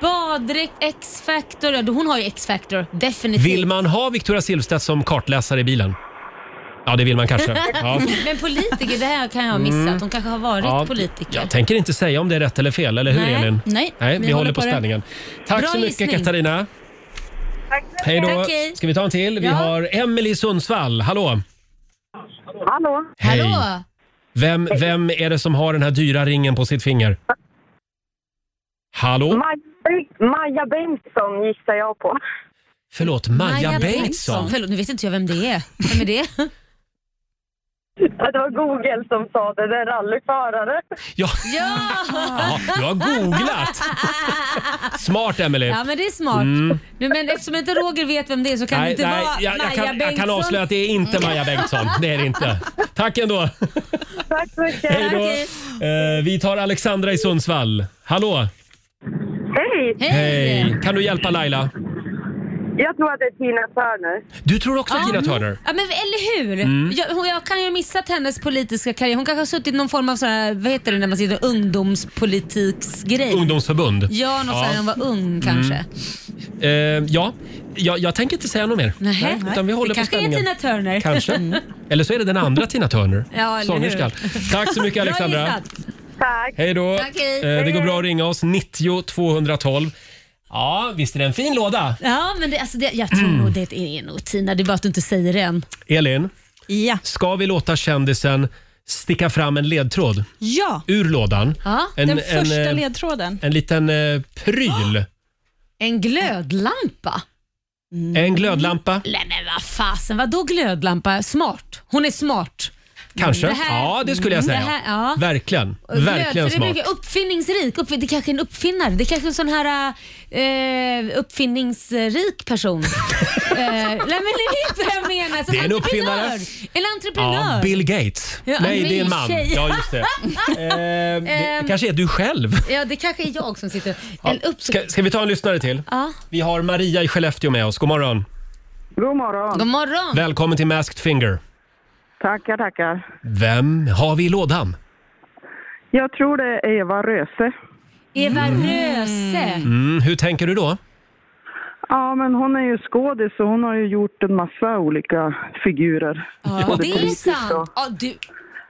[SPEAKER 2] Baddräkt, X-Factor. Ja, Hon har ju X-Factor, definitivt.
[SPEAKER 1] Vill man ha Victoria Silvstedt som kartläsare i bilen? Ja, det vill man kanske. Ja. Mm.
[SPEAKER 2] Men politiker, det här kan jag ha missat. Hon kanske har varit
[SPEAKER 1] Ja,
[SPEAKER 2] politiker.
[SPEAKER 1] Jag tänker inte säga om det är rätt eller fel, eller hur
[SPEAKER 2] Nej,
[SPEAKER 1] Elin?
[SPEAKER 2] nej.
[SPEAKER 1] nej vi,
[SPEAKER 2] Vi
[SPEAKER 1] håller
[SPEAKER 2] håller
[SPEAKER 1] på
[SPEAKER 2] på det.
[SPEAKER 1] spänningen. Tack
[SPEAKER 2] Bra
[SPEAKER 1] så mycket
[SPEAKER 2] gissning.
[SPEAKER 1] Katarina. Hej då.
[SPEAKER 12] Tack, hej.
[SPEAKER 1] Ska vi ta en till? Vi
[SPEAKER 12] Ja.
[SPEAKER 1] har Emelie i Sundsvall. Hallå!
[SPEAKER 12] Hallå?
[SPEAKER 1] Hej. Vem, vem är det som har den här dyra ringen på sitt finger? Hallå?
[SPEAKER 12] Maja, Maja Bengtsson gissar jag på.
[SPEAKER 1] Förlåt, Maja, Bengtsson.
[SPEAKER 2] Förlåt, nu vet inte jag vem det är. Vem är det?
[SPEAKER 12] Ja, Det var Google som sa det, det är rallyförare.
[SPEAKER 1] Ja.
[SPEAKER 2] Ja!
[SPEAKER 1] Ja, du har googlat! Smart Emelie.
[SPEAKER 2] Ja men det är smart.
[SPEAKER 1] Mm.
[SPEAKER 2] Nu, men eftersom inte Roger vet vem det är så kan det inte vara
[SPEAKER 1] jag, jag,
[SPEAKER 2] Maja
[SPEAKER 1] kan, jag kan
[SPEAKER 2] Bengtsson.
[SPEAKER 1] avslöja att det är inte Maja Bengtsson. Det är det inte. Tack ändå.
[SPEAKER 12] Tack så mycket.
[SPEAKER 1] Hej då. Eh, vi tar Alexandra i Sundsvall. Hallå!
[SPEAKER 12] Hej!
[SPEAKER 1] Hej! Kan du hjälpa Laila?
[SPEAKER 12] Jag tror att det är Tina Turner.
[SPEAKER 1] Du tror också
[SPEAKER 2] Ja.
[SPEAKER 1] Tina Turner?
[SPEAKER 2] Ja, men eller hur?
[SPEAKER 1] Mm.
[SPEAKER 2] Jag, hon, jag kan ju ha missat hennes politiska karriär. Hon kanske har suttit i någon form av sån här, vad heter det när man sitter, ungdomspolitiksgrej.
[SPEAKER 1] Ungdomsförbund?
[SPEAKER 2] Ja, något sånt när hon var ung kanske.
[SPEAKER 1] Mm. Eh, ja, jag, jag tänker inte säga något mer.
[SPEAKER 2] Nähä.
[SPEAKER 1] utan vi håller
[SPEAKER 2] det
[SPEAKER 1] på
[SPEAKER 2] kanske är
[SPEAKER 1] spänningen.
[SPEAKER 2] Tina Turner.
[SPEAKER 1] Kanske.
[SPEAKER 2] Mm.
[SPEAKER 1] Eller så är det den andra Tina Turner,
[SPEAKER 2] Ja, eller
[SPEAKER 1] sångerskan.
[SPEAKER 2] hur?
[SPEAKER 1] Tack så mycket
[SPEAKER 2] Bra
[SPEAKER 1] Alexandra.
[SPEAKER 2] gissat.
[SPEAKER 12] Tack.
[SPEAKER 1] Hej då.
[SPEAKER 2] Tack, hej.
[SPEAKER 1] Eh, det går bra att ringa oss, 90 212. Ja, visst är det en fin låda?
[SPEAKER 2] Ja, men det, alltså det, jag
[SPEAKER 1] Mm.
[SPEAKER 2] tror nog det är nog Tina. Det är bara att du inte säger det än.
[SPEAKER 1] Elin, ska vi låta kändisen sticka fram en ledtråd
[SPEAKER 3] Ja,
[SPEAKER 1] ur lådan?
[SPEAKER 3] ja
[SPEAKER 1] En-
[SPEAKER 3] den
[SPEAKER 1] en,
[SPEAKER 3] första
[SPEAKER 1] eh,
[SPEAKER 3] ledtråden.
[SPEAKER 1] En liten eh, pryl.
[SPEAKER 2] En glödlampa? Mm.
[SPEAKER 1] En glödlampa.
[SPEAKER 2] Nej men vad fasen, vadå glödlampa? Smart. Hon är smart.
[SPEAKER 1] Kanske.
[SPEAKER 2] Mm, Det här-
[SPEAKER 1] ja, det skulle jag säga.
[SPEAKER 2] Det här- ja.
[SPEAKER 1] Verkligen.
[SPEAKER 2] Och glöd,
[SPEAKER 1] Verkligen
[SPEAKER 2] för det
[SPEAKER 1] smart.
[SPEAKER 2] brukar- Uppfinningsrik. Uppfin- det kanske är en uppfinnare. Det kanske är en sån här eh, uppfinningsrik person. eh, nej men det är inte vad jag menar. Som
[SPEAKER 1] Det är en
[SPEAKER 2] entreprenör.
[SPEAKER 1] uppfinnare.
[SPEAKER 2] En entreprenör.
[SPEAKER 1] Ja, Bill Gates.
[SPEAKER 2] Ja,
[SPEAKER 1] Nej,
[SPEAKER 2] men
[SPEAKER 1] det är en man.
[SPEAKER 2] tjej.
[SPEAKER 1] Ja, just det. Eh, det
[SPEAKER 2] Ehm.
[SPEAKER 1] kanske är du själv.
[SPEAKER 2] Ja, det kanske är jag som sitter...
[SPEAKER 1] Ja,
[SPEAKER 2] En upp...
[SPEAKER 1] ska, ska vi ta en lyssnare till?
[SPEAKER 2] Ja.
[SPEAKER 1] Vi har Maria i Skellefteå med oss. God morgon.
[SPEAKER 6] God morgon.
[SPEAKER 2] God morgon.
[SPEAKER 1] Välkommen till Masked Finger.
[SPEAKER 6] Tackar, tackar.
[SPEAKER 1] Vem har vi i lådan?
[SPEAKER 6] Jag tror det är Eva Röse.
[SPEAKER 2] Eva Röse.
[SPEAKER 1] Mm, hur tänker du då?
[SPEAKER 6] Ja, men hon är ju skådis och hon har ju gjort en massa olika figurer.
[SPEAKER 2] Ja, det är
[SPEAKER 6] Skådespolitiskt
[SPEAKER 2] sant.
[SPEAKER 6] och
[SPEAKER 2] Ja, du,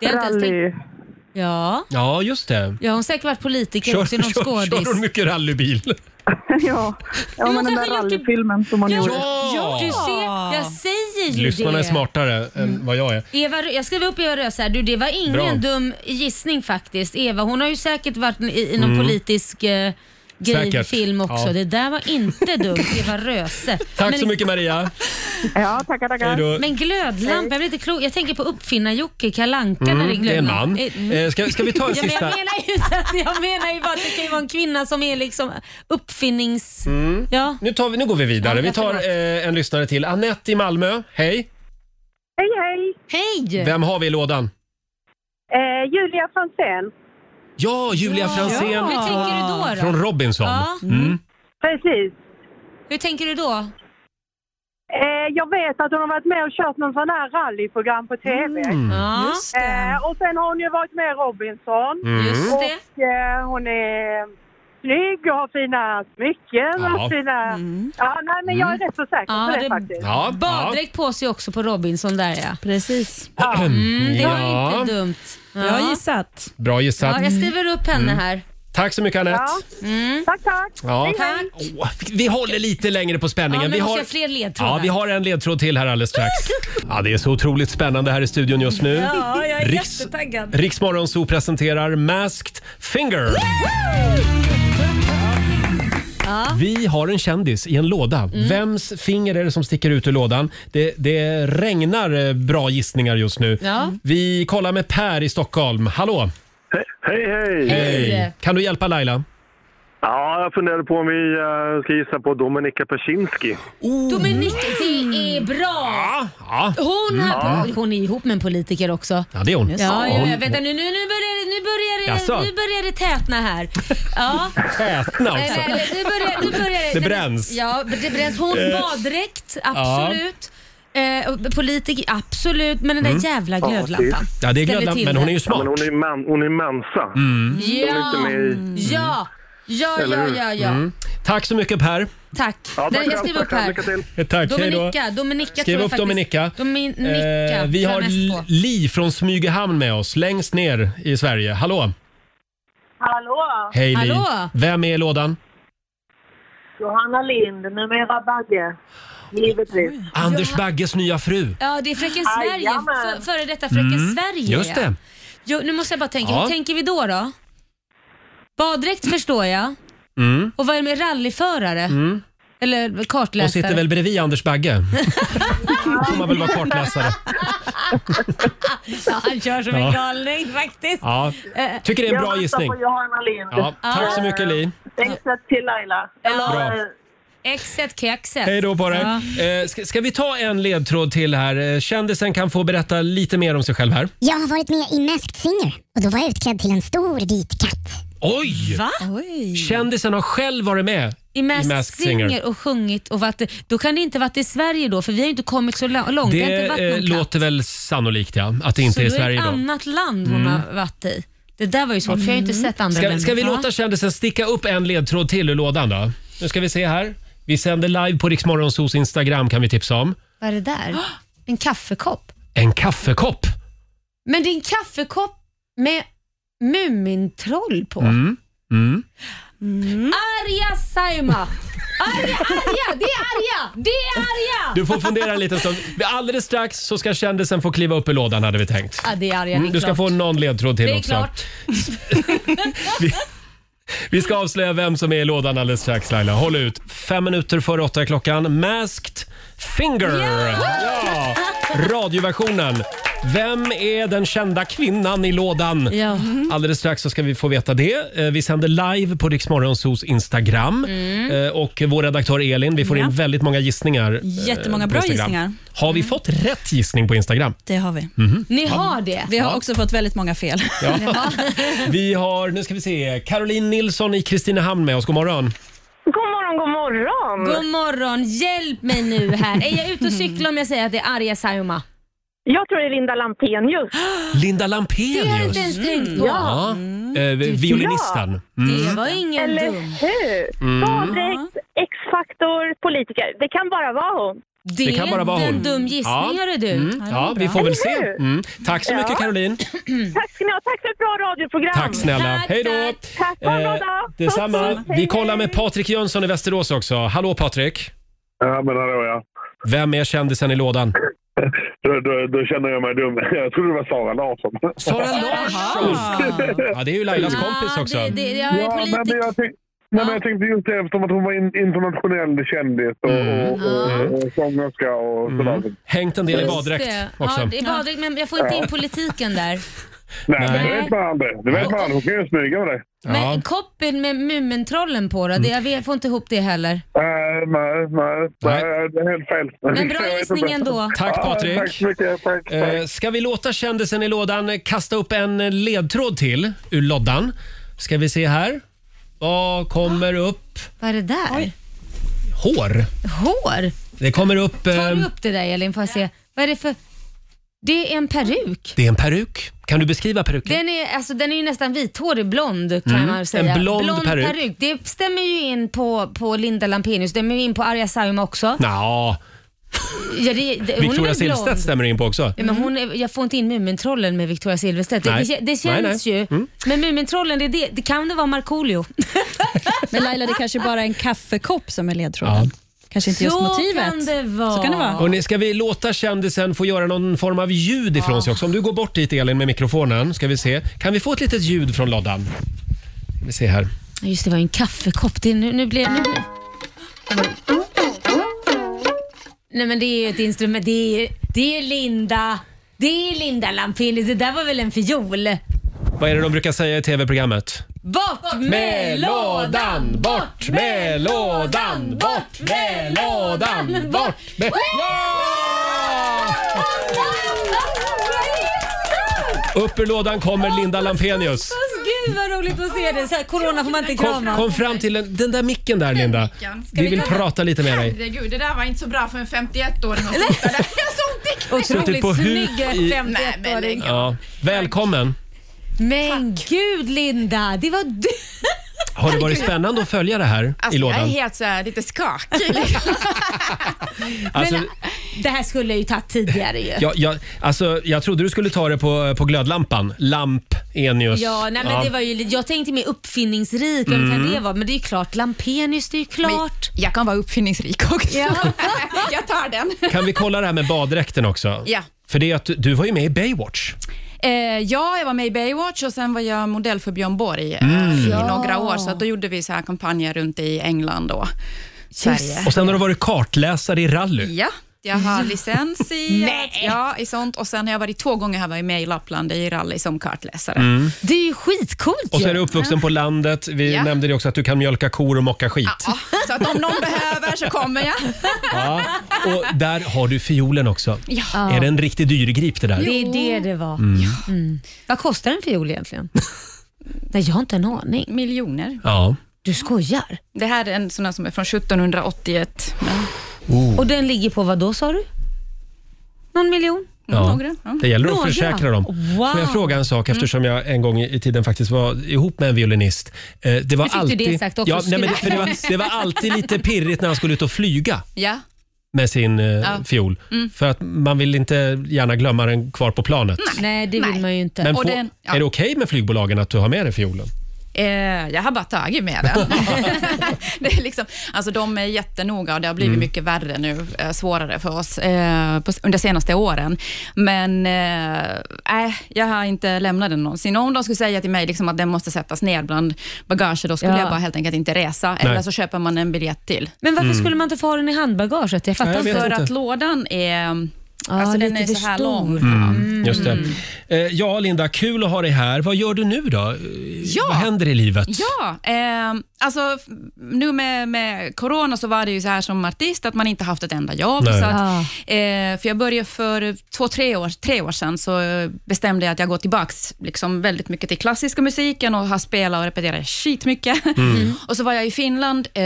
[SPEAKER 2] det har jag inte ens
[SPEAKER 6] Rally.
[SPEAKER 2] tänkt. Ja.
[SPEAKER 1] Ja, just det.
[SPEAKER 2] ja, hon har säkert varit politiker också i någon
[SPEAKER 1] kör,
[SPEAKER 2] skådis.
[SPEAKER 1] kör hon mycket rallybil?
[SPEAKER 6] ja, ja men den där rallyfilmen som hon
[SPEAKER 2] Ja,
[SPEAKER 6] gjorde.
[SPEAKER 2] ja, du ser. Jag säger ju
[SPEAKER 1] Lyssnarna
[SPEAKER 2] det.
[SPEAKER 1] är smartare än vad jag är.
[SPEAKER 2] Eva, jag skriver upp Eva Röse här. Du, det var ingen dum gissning faktiskt. Eva, hon har ju säkert varit i, i någon
[SPEAKER 1] Mm.
[SPEAKER 2] politisk eh, grej,
[SPEAKER 1] Säkert.
[SPEAKER 2] film också.
[SPEAKER 1] Ja.
[SPEAKER 2] Det där var inte dumt, Eva Röse.
[SPEAKER 1] Tack
[SPEAKER 2] Men-
[SPEAKER 1] så mycket Maria.
[SPEAKER 6] Ja, tackar, tackar.
[SPEAKER 1] Hej då.
[SPEAKER 2] Men glödlampa, jag blir lite klok. Jag tänker på uppfinnar-Jocke, Kalle Anka
[SPEAKER 1] Mm,
[SPEAKER 2] när det är
[SPEAKER 1] det är en man.
[SPEAKER 2] glödlampa.
[SPEAKER 1] Eh, ska- ska vi ta en
[SPEAKER 2] mm. ja, men
[SPEAKER 1] sista?
[SPEAKER 2] Jag menar, ju inte att, jag menar ju bara att det kan ju vara en kvinna som är liksom uppfinnings...
[SPEAKER 1] Mm.
[SPEAKER 2] Ja.
[SPEAKER 1] Nu, tar vi, nu går vi vidare.
[SPEAKER 2] Ja,
[SPEAKER 1] Vi tar eh, en lyssnare till. Annette i Malmö. Hej.
[SPEAKER 12] Hej, hej!
[SPEAKER 2] Hej!
[SPEAKER 1] Vem har vi i lådan?
[SPEAKER 12] Eh, Julia Franzén.
[SPEAKER 1] Ja, Julia Franzén.
[SPEAKER 2] Hur tänker du då? då?
[SPEAKER 1] Från Robinson.
[SPEAKER 2] Ja.
[SPEAKER 1] Mm.
[SPEAKER 12] Precis.
[SPEAKER 2] Hur tänker du då?
[SPEAKER 12] Eh, jag vet att hon har varit med och kört någon sån här rallyprogram på TV.
[SPEAKER 1] Mm.
[SPEAKER 2] Ja.
[SPEAKER 12] Just Eh, och sen har hon ju varit med i Robinson.
[SPEAKER 1] Mm. Just
[SPEAKER 12] och
[SPEAKER 1] det.
[SPEAKER 12] Eh, hon är snygg och har fina smycken.
[SPEAKER 1] Ja.
[SPEAKER 12] Och fina... Ja, nej, men jag är rätt så säker på det, faktiskt.
[SPEAKER 1] Mm. Ja, ja.
[SPEAKER 2] Baddräkt på sig också på Robinson där ja.
[SPEAKER 3] Precis.
[SPEAKER 2] Mm, det var
[SPEAKER 1] Ja.
[SPEAKER 2] ju inte dumt. Ja.
[SPEAKER 3] Bra gissat.
[SPEAKER 1] Bra gissat.
[SPEAKER 2] Ja, jag skriver upp henne
[SPEAKER 1] Mm.
[SPEAKER 2] här.
[SPEAKER 1] Tack så mycket Anette.
[SPEAKER 2] Mm.
[SPEAKER 12] Tack, tack.
[SPEAKER 1] Ja. Åh, vi håller lite längre på
[SPEAKER 2] Ja,
[SPEAKER 1] spänningen.
[SPEAKER 2] men
[SPEAKER 1] vi har
[SPEAKER 2] måste jag fler ledtrådar?
[SPEAKER 1] Ja, vi har en ledtråd till här alldeles strax. Ja, det är så otroligt spännande här i studion just nu.
[SPEAKER 2] Ja, jag är
[SPEAKER 1] Riks-
[SPEAKER 2] jättetaggad.
[SPEAKER 1] Riksmorgon Zoo presenterar Masked Finger.
[SPEAKER 2] Ja. Mm.
[SPEAKER 1] Vi har en kändis i en låda. Vems finger är det som sticker ut ur lådan? Det, det regnar eh, bra gissningar just nu.
[SPEAKER 2] Ja.
[SPEAKER 1] Vi kollar med Per i Stockholm. Hallå!
[SPEAKER 13] Hej, hej!
[SPEAKER 1] Kan du hjälpa Laila?
[SPEAKER 13] Ja, jag funderar på om vi eh, ska gissa på Dominika Persinski.
[SPEAKER 2] Dominika, det är bra!
[SPEAKER 1] Ja.
[SPEAKER 2] Hon,
[SPEAKER 1] Mm. Ja.
[SPEAKER 2] har, hon är ihop med en politiker också.
[SPEAKER 1] Ja, det är hon.
[SPEAKER 2] Ja,
[SPEAKER 1] Ja,
[SPEAKER 2] ja,
[SPEAKER 1] hon-
[SPEAKER 2] jag vet, nu, nu, nu, börjar, det- nu, börjar det,
[SPEAKER 1] Jaså?
[SPEAKER 2] nu börjar det tätna här. Ja.
[SPEAKER 1] Tätna
[SPEAKER 2] Nej,
[SPEAKER 1] också.
[SPEAKER 2] nej, nu börjar, nu börjar,
[SPEAKER 1] Det bränns.
[SPEAKER 2] Ja, det bränns. Hon
[SPEAKER 1] Eh.
[SPEAKER 2] baddräkt, absolut. Eh, och politiker, absolut. Men den där
[SPEAKER 1] Mm.
[SPEAKER 2] jävla
[SPEAKER 13] typ.
[SPEAKER 2] glödlampan.
[SPEAKER 1] Ja, det är
[SPEAKER 2] ställer
[SPEAKER 1] glödlampan,
[SPEAKER 2] till
[SPEAKER 1] men hon är ju
[SPEAKER 2] det.
[SPEAKER 1] smart.
[SPEAKER 13] Men hon är ju man, hon är Mansa.
[SPEAKER 1] Mm.
[SPEAKER 13] Hon Mm. är
[SPEAKER 2] Ja,
[SPEAKER 13] inte med i...
[SPEAKER 2] ja, ja, ja, ja, ja.
[SPEAKER 1] Mm. Tack så mycket Per.
[SPEAKER 2] Tack. Den, jag skriver upp här.
[SPEAKER 1] Eh, Tack, hej då.
[SPEAKER 2] Dominika, Dominika
[SPEAKER 1] Skriv
[SPEAKER 2] tror jag
[SPEAKER 1] upp
[SPEAKER 2] faktiskt.
[SPEAKER 1] Dominika.
[SPEAKER 2] Dominika
[SPEAKER 1] Eh, vi
[SPEAKER 2] tror jag
[SPEAKER 1] har
[SPEAKER 2] mest
[SPEAKER 1] L-
[SPEAKER 2] på.
[SPEAKER 1] Li från Smygehamn med oss, längst ner i Sverige. Hallå!
[SPEAKER 12] Hallå!
[SPEAKER 1] Hej Li! Vem är i lådan?
[SPEAKER 12] Johanna Lind, numera Bagge. Givetvis.
[SPEAKER 1] Anders Bagges nya fru.
[SPEAKER 2] Ja, det är Fröken Sverige.
[SPEAKER 12] Jajamän.
[SPEAKER 2] F- före detta Fröken
[SPEAKER 1] Mm,
[SPEAKER 2] Sverige.
[SPEAKER 1] just det.
[SPEAKER 2] Jo, nu måste jag bara tänka.
[SPEAKER 1] Ja.
[SPEAKER 2] Hur tänker vi då? då? Baddräkt förstår jag.
[SPEAKER 1] Mm.
[SPEAKER 2] Och vad är det med rallyförare?
[SPEAKER 1] Mm.
[SPEAKER 2] Eller
[SPEAKER 1] Hon
[SPEAKER 2] kartläsare?
[SPEAKER 1] sitter väl bredvid Anders Bagge. Då får man väl vara kartläsare.
[SPEAKER 14] Ja, han kör som
[SPEAKER 1] Ja.
[SPEAKER 14] en galning faktiskt.
[SPEAKER 1] Ja.
[SPEAKER 14] Eh,
[SPEAKER 1] Tycker det är en bra gissning. Ja, tack så mycket Li.
[SPEAKER 14] Exet till Laila.
[SPEAKER 1] Bra.
[SPEAKER 14] Exet kexet.
[SPEAKER 1] Hej då på dig.
[SPEAKER 14] Ja.
[SPEAKER 1] Eh, ska, ska vi ta en ledtråd till här? Eh, Kändisen kan få berätta lite mer om sig själv här.
[SPEAKER 11] Jag har varit med i Masked Singer och då var jag utklädd till en stor vit katt.
[SPEAKER 1] Oj!
[SPEAKER 14] Va?
[SPEAKER 1] Kändisen har själv varit med
[SPEAKER 2] I Masked Singer. och sjungit. Och varit, då kan det inte varit i Sverige då, för vi har inte kommit så la- långt. Det, har
[SPEAKER 1] Det
[SPEAKER 2] inte varit
[SPEAKER 1] eh,
[SPEAKER 2] någon plats.
[SPEAKER 1] låter väl sannolikt ja, att det inte
[SPEAKER 2] så
[SPEAKER 1] är i
[SPEAKER 2] då är det
[SPEAKER 1] Sverige
[SPEAKER 2] ett
[SPEAKER 1] då.
[SPEAKER 2] annat land hon
[SPEAKER 1] Mm.
[SPEAKER 2] har varit i. Det där var ju svårt, för jag har ju inte sett andra
[SPEAKER 1] Ska,
[SPEAKER 2] länder.
[SPEAKER 1] ska vi
[SPEAKER 2] Ja.
[SPEAKER 1] låta kändisen sticka upp en ledtråd till ur lådan då? Nu ska vi se här. Vi sänder live på Riksmorgonsos Instagram kan vi tipsa om.
[SPEAKER 2] Vad är det där? En kaffekopp?
[SPEAKER 1] En kaffekopp.
[SPEAKER 2] Men det är en kaffekopp med Mumintroll på. Mm.
[SPEAKER 1] Mm. Mm.
[SPEAKER 2] Arja Saima! Arja, arja! Det är arja! Det är arja!
[SPEAKER 1] Du får fundera en liten stund. Alldeles strax så ska kändisen få kliva upp ur lådan hade vi tänkt.
[SPEAKER 2] Ja, det är arja. det
[SPEAKER 1] Mm,
[SPEAKER 2] är
[SPEAKER 1] du ska
[SPEAKER 2] klart.
[SPEAKER 1] få någon ledtråd till
[SPEAKER 2] Det är
[SPEAKER 1] också.
[SPEAKER 2] klart.
[SPEAKER 1] Vi
[SPEAKER 2] Mm.
[SPEAKER 1] ska avslöja vem som är i lådan alldeles strax Laila. Håll ut. Fem minuter före åtta är klockan. Masked Finger! Ja! Radioversionen. Vem är den kända kvinnan i lådan?
[SPEAKER 2] Ja.
[SPEAKER 3] Mm.
[SPEAKER 1] Alldeles strax så ska vi få veta det. Eh, Vi sänder live på Riksmorgonsos Instagram.
[SPEAKER 3] Mm.
[SPEAKER 1] Eh, Och vår redaktör Elin, vi får
[SPEAKER 3] Ja.
[SPEAKER 1] in väldigt många gissningar. eh,
[SPEAKER 3] Jättemånga
[SPEAKER 1] på
[SPEAKER 3] bra
[SPEAKER 1] Instagram.
[SPEAKER 3] gissningar.
[SPEAKER 1] Har vi fått rätt gissning på Instagram?
[SPEAKER 3] Det har vi.
[SPEAKER 1] Mhm.
[SPEAKER 2] Ni har det?
[SPEAKER 3] Vi har också fått väldigt många fel.
[SPEAKER 1] Ja. Vi har, nu ska vi se, Caroline Nilsson i Kristinehamn med oss. God morgon.
[SPEAKER 2] God morgon, god morgon! God morgon! Hjälp mig nu här. Är jag ute och cyklar om jag säger att det är Arja Saijonmaa? Jag tror det är Linda Lampenius.
[SPEAKER 1] Linda Lampenius.
[SPEAKER 2] Det har jag inte ens tänkt på.
[SPEAKER 1] Ja. Eh, violinisten.
[SPEAKER 2] Det var ingen
[SPEAKER 12] Eller
[SPEAKER 2] dum.
[SPEAKER 12] hur?
[SPEAKER 1] Mm.
[SPEAKER 12] Skadräkt, X-faktor, politiker. Det kan bara vara hon.
[SPEAKER 1] Det, kan bara vara hon. Ja. Mm. Ja, vi får väl se. Mm. Tack så mycket Caroline.
[SPEAKER 12] Tack ska ni ha. Tack för ett bra radioprogram.
[SPEAKER 1] Tack snälla. Hej då.
[SPEAKER 12] Tack, ha en bra dag.
[SPEAKER 1] detsamma.
[SPEAKER 12] Puss, puss.
[SPEAKER 1] Vi kollar med Patrik Jönsson i Västerås också. Hallå Patrik.
[SPEAKER 13] Ja, men hallå ja.
[SPEAKER 1] Vem är kändisen i lådan?
[SPEAKER 13] Då, då, då känner jag mig dum. Jag trodde det var Sara Larsson.
[SPEAKER 1] Sara Larsson? Ja, det är ju Lailas kompis också.
[SPEAKER 2] Det, det, jag är
[SPEAKER 13] Ja, nej,
[SPEAKER 2] politi-
[SPEAKER 13] men jag tänkte, nej, men jag tänkte just det eftersom att hon var en internationell kändis och, och, och, och sångerska och sådär.
[SPEAKER 1] Hängt en del i
[SPEAKER 2] Just
[SPEAKER 1] baddräkt
[SPEAKER 2] det. Ja,
[SPEAKER 1] också.
[SPEAKER 2] det är baddräkt, men jag får inte in politiken där.
[SPEAKER 13] Nej, men det vet man aldrig. Det vet man aldrig. Hon kan ju smyga med det.
[SPEAKER 2] Men koppen med Mumintrollen på då? Det, jag
[SPEAKER 1] Mm.
[SPEAKER 2] vet- får inte ihop det heller.
[SPEAKER 13] Nej, nej, nej. nej. Det är helt fel.
[SPEAKER 2] Men bra
[SPEAKER 13] Jag vet
[SPEAKER 2] gissning
[SPEAKER 13] inte.
[SPEAKER 2] ändå.
[SPEAKER 1] Tack
[SPEAKER 13] Ja,
[SPEAKER 1] Patrik.
[SPEAKER 13] Tack så mycket. Tack, tack.
[SPEAKER 1] Eh, Ska vi låta kändisen i lådan kasta upp en ledtråd till ur loddan? Ska vi se här. Vad kommer upp?
[SPEAKER 2] Vad är det där?
[SPEAKER 1] Hår.
[SPEAKER 2] Hår?
[SPEAKER 1] Det kommer upp... eh,
[SPEAKER 2] Tar du upp det där Elin? Får jag se. Vad är det för... Det är en peruk.
[SPEAKER 1] Det är en peruk. Kan du beskriva peruken?
[SPEAKER 2] Den är, alltså, den är ju nästan vithårig, blond kan
[SPEAKER 1] Mm,
[SPEAKER 2] man säga.
[SPEAKER 1] en blond peruk.
[SPEAKER 2] Det stämmer ju in på, på Linda Lampenius, det stämmer ju in på Arja Saijonmaa också.
[SPEAKER 1] Nja,
[SPEAKER 2] Ja, det, det, hon är
[SPEAKER 1] Victoria
[SPEAKER 2] väl blond?
[SPEAKER 1] Silvstedt stämmer in på också.
[SPEAKER 2] Ja, men hon är, jag får inte in Mumintrollen med Victoria Silvstedt. Det,
[SPEAKER 1] Mm. Nej.
[SPEAKER 2] det, det
[SPEAKER 1] Nej,
[SPEAKER 2] känns
[SPEAKER 1] nej.
[SPEAKER 2] ju.
[SPEAKER 1] Mm.
[SPEAKER 2] Men Mumintrollen, det, är det, det kan det vara Markoolio?
[SPEAKER 3] Men Laila, det kanske bara är en kaffekopp som är ledtråden. Kanske inte just
[SPEAKER 2] Så
[SPEAKER 3] motivet.
[SPEAKER 2] kan det vara.
[SPEAKER 3] Så kan det vara.
[SPEAKER 1] Och ni, ska vi låta kändisen få göra någon form av ljud ifrån sig också? Om du går bort dit Elin med mikrofonen, ska vi se. Kan vi få ett litet ljud från loddan? Ska Vi ser här.
[SPEAKER 2] Ja, Just det, var ju en kaffekopp. Det, nu, nu blev... Nu, blev- Nej men det är ju ett instrument. Det är, ju- det är Linda. Det är Linda Lampenius. Det där var väl en fiol?
[SPEAKER 1] Vad är det de brukar säga i tv-programmet?
[SPEAKER 2] Bort med lådan!
[SPEAKER 1] bort med lådan, bort med lådan, bort med... Upp ur lådan kommer Linda Lampenius.
[SPEAKER 2] Gud vad roligt att se det. Så här, corona får man inte
[SPEAKER 1] Kom,
[SPEAKER 2] krama.
[SPEAKER 1] kom fram till den, den där micken där Linda. Vi vill prata lite med dig.
[SPEAKER 15] Herregud, det där var inte så bra för en 51-åring att sitta där. Jag såg
[SPEAKER 1] Suttit på huk i-
[SPEAKER 2] Nej, men,
[SPEAKER 15] lägg
[SPEAKER 1] Ja, välkommen.
[SPEAKER 2] men gud Linda, det var du.
[SPEAKER 1] Har det varit spännande att följa det här i
[SPEAKER 15] Alltså, jag är
[SPEAKER 1] lådan?
[SPEAKER 15] helt så här, lite skakig.
[SPEAKER 1] Alltså,
[SPEAKER 2] Det här skulle jag ju tagit tidigare ju.
[SPEAKER 1] jag, jag, alltså, jag trodde du skulle ta det på, på glödlampan. Lamp Enius.
[SPEAKER 2] Ja, nej, men
[SPEAKER 1] Ja.
[SPEAKER 2] Det var ju, lite- jag tänkte mer uppfinningsrik, vem
[SPEAKER 1] Mm.
[SPEAKER 2] kan det vara? Men det är ju klart, Lampenius, det är ju klart.
[SPEAKER 15] jag kan vara uppfinningsrik också. jag tar den.
[SPEAKER 1] Kan vi kolla det här med baddräkten också?
[SPEAKER 15] Ja.
[SPEAKER 1] För det är att du, du var ju med i Baywatch.
[SPEAKER 15] Eh, ja, jag var med i Baywatch och sen var jag modell för Björn Borg eh,
[SPEAKER 1] Mm.
[SPEAKER 15] i
[SPEAKER 1] Ja.
[SPEAKER 15] några år, så att då gjorde vi så här kampanjer runt i England och Sverige.
[SPEAKER 1] Och sen har du varit kartläsare i rally.
[SPEAKER 15] Ja, jag
[SPEAKER 1] Mm.
[SPEAKER 15] har licens i,
[SPEAKER 8] Nej.
[SPEAKER 15] ja, i sånt och sen har jag varit två gånger har jag varit med i Lappland i rally som kartläsare.
[SPEAKER 1] Mm.
[SPEAKER 8] Det är ju skitcoolt
[SPEAKER 1] Och så
[SPEAKER 15] ju.
[SPEAKER 1] är du uppvuxen på landet. Vi
[SPEAKER 15] Ja.
[SPEAKER 1] nämnde det också att du kan mjölka kor och mocka skit.
[SPEAKER 15] Ja, så att om någon behöver så kommer jag.
[SPEAKER 1] Ja. Och där har du fiolen också.
[SPEAKER 8] Ja.
[SPEAKER 1] Är det en riktig dyrgrip det där?
[SPEAKER 8] Det är det det var.
[SPEAKER 1] Mm.
[SPEAKER 8] Mm. Vad kostar en fiol egentligen? Nej, jag har inte en aning.
[SPEAKER 15] Miljoner.
[SPEAKER 1] Ja.
[SPEAKER 8] Du skojar?
[SPEAKER 15] Det här är en sån här som är från 1781.
[SPEAKER 8] Och den ligger på vad då sa du? Någon miljon?
[SPEAKER 1] Ja. Det gäller att försäkra dem.
[SPEAKER 8] Wow.
[SPEAKER 1] Får jag fråga en sak eftersom jag en gång i tiden faktiskt var ihop med en violinist. Eh, Det var
[SPEAKER 8] Nu fick du
[SPEAKER 1] alltid,
[SPEAKER 8] det sagt också.
[SPEAKER 1] Ja, nej, men det, för det, var, det var alltid lite pirrigt när han skulle ut och flyga
[SPEAKER 15] Ja.
[SPEAKER 1] med sin eh,
[SPEAKER 15] Ja.
[SPEAKER 1] fiol.
[SPEAKER 15] Mm.
[SPEAKER 1] För att man vill inte gärna glömma den kvar på planet.
[SPEAKER 8] Nej, det vill man ju inte.
[SPEAKER 1] Men får, är det okej med flygbolagen att du har med dig fiolen?
[SPEAKER 15] Eh, jag har bara tagit med den. det är liksom, alltså de är jättenoga och det har blivit
[SPEAKER 1] Mm.
[SPEAKER 15] mycket värre nu, eh, svårare för oss eh, på, under senaste åren. Men eh, äh, jag har inte lämnat den någonsin. Om de skulle säga till mig liksom att den måste sättas ner bland bagage, då skulle
[SPEAKER 8] Ja.
[SPEAKER 15] jag bara helt enkelt inte resa.
[SPEAKER 8] Nej.
[SPEAKER 15] Eller så köper man en biljett till.
[SPEAKER 8] Men varför skulle man inte få ha den i handbagaget? Jag fattar
[SPEAKER 15] för att
[SPEAKER 8] inte.
[SPEAKER 15] lådan är... alltså den
[SPEAKER 8] lite
[SPEAKER 15] är så här
[SPEAKER 8] för
[SPEAKER 15] lång.
[SPEAKER 1] Mm, just det. Eh, Ja, Linda, kul att ha dig här. Vad gör du nu då? Eh,
[SPEAKER 15] Ja.
[SPEAKER 1] Vad händer i livet?
[SPEAKER 15] Ja, eh, alltså f- nu med, med corona så var det ju så här som artist att man inte haft ett enda jobb.
[SPEAKER 1] Nej.
[SPEAKER 15] Så att,
[SPEAKER 1] Ah.
[SPEAKER 15] eh, för jag började för två, tre år, tre år sedan så eh, bestämde jag att jag går tillbaks liksom väldigt mycket till klassiska musiken och har spelat och repeterat skitmycket.
[SPEAKER 16] Mm.
[SPEAKER 15] och så var jag i Finland eh,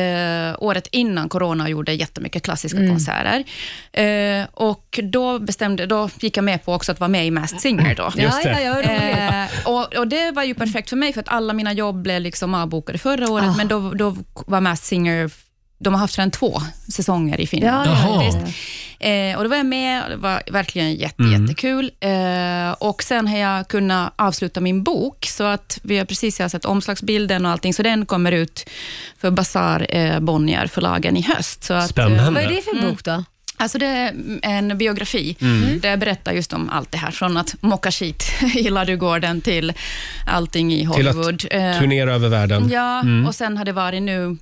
[SPEAKER 15] året innan corona och gjorde jättemycket klassiska
[SPEAKER 16] Mm.
[SPEAKER 15] konserter. Eh, och då, bestämde, då gick jag med på också att vara med i Masked Singer då.
[SPEAKER 16] Just det. Ja, ja, ja, roligt.
[SPEAKER 15] Eh, och, och det var ju perfekt för mig, för att alla mina jobb blev liksom avbokade förra året,
[SPEAKER 16] Ah.
[SPEAKER 15] men då, då var Masked Singer de har haft redan två säsonger i Finland.
[SPEAKER 16] Ja, ja, Jaha.
[SPEAKER 15] faktiskt. Eh, och då var jag med och det var verkligen jätte,
[SPEAKER 16] Mm.
[SPEAKER 15] jättekul. Eh, och sen har jag kunnat avsluta min bok, så att vi har precis jag har sett omslagsbilden och allting, så den kommer ut för Bazaar eh, Bonnier förlagen i höst. Så att,
[SPEAKER 1] Spännande. Vad är det
[SPEAKER 8] för bok då?
[SPEAKER 15] Alltså det är en biografi,
[SPEAKER 1] Mm.
[SPEAKER 15] där jag berättar just om allt det här, från att mocka skit i ladugården till allting i
[SPEAKER 1] Till att
[SPEAKER 15] Hollywood. Eh,
[SPEAKER 1] turnera över världen.
[SPEAKER 15] Ja,
[SPEAKER 1] Mm.
[SPEAKER 15] och sen har det varit nu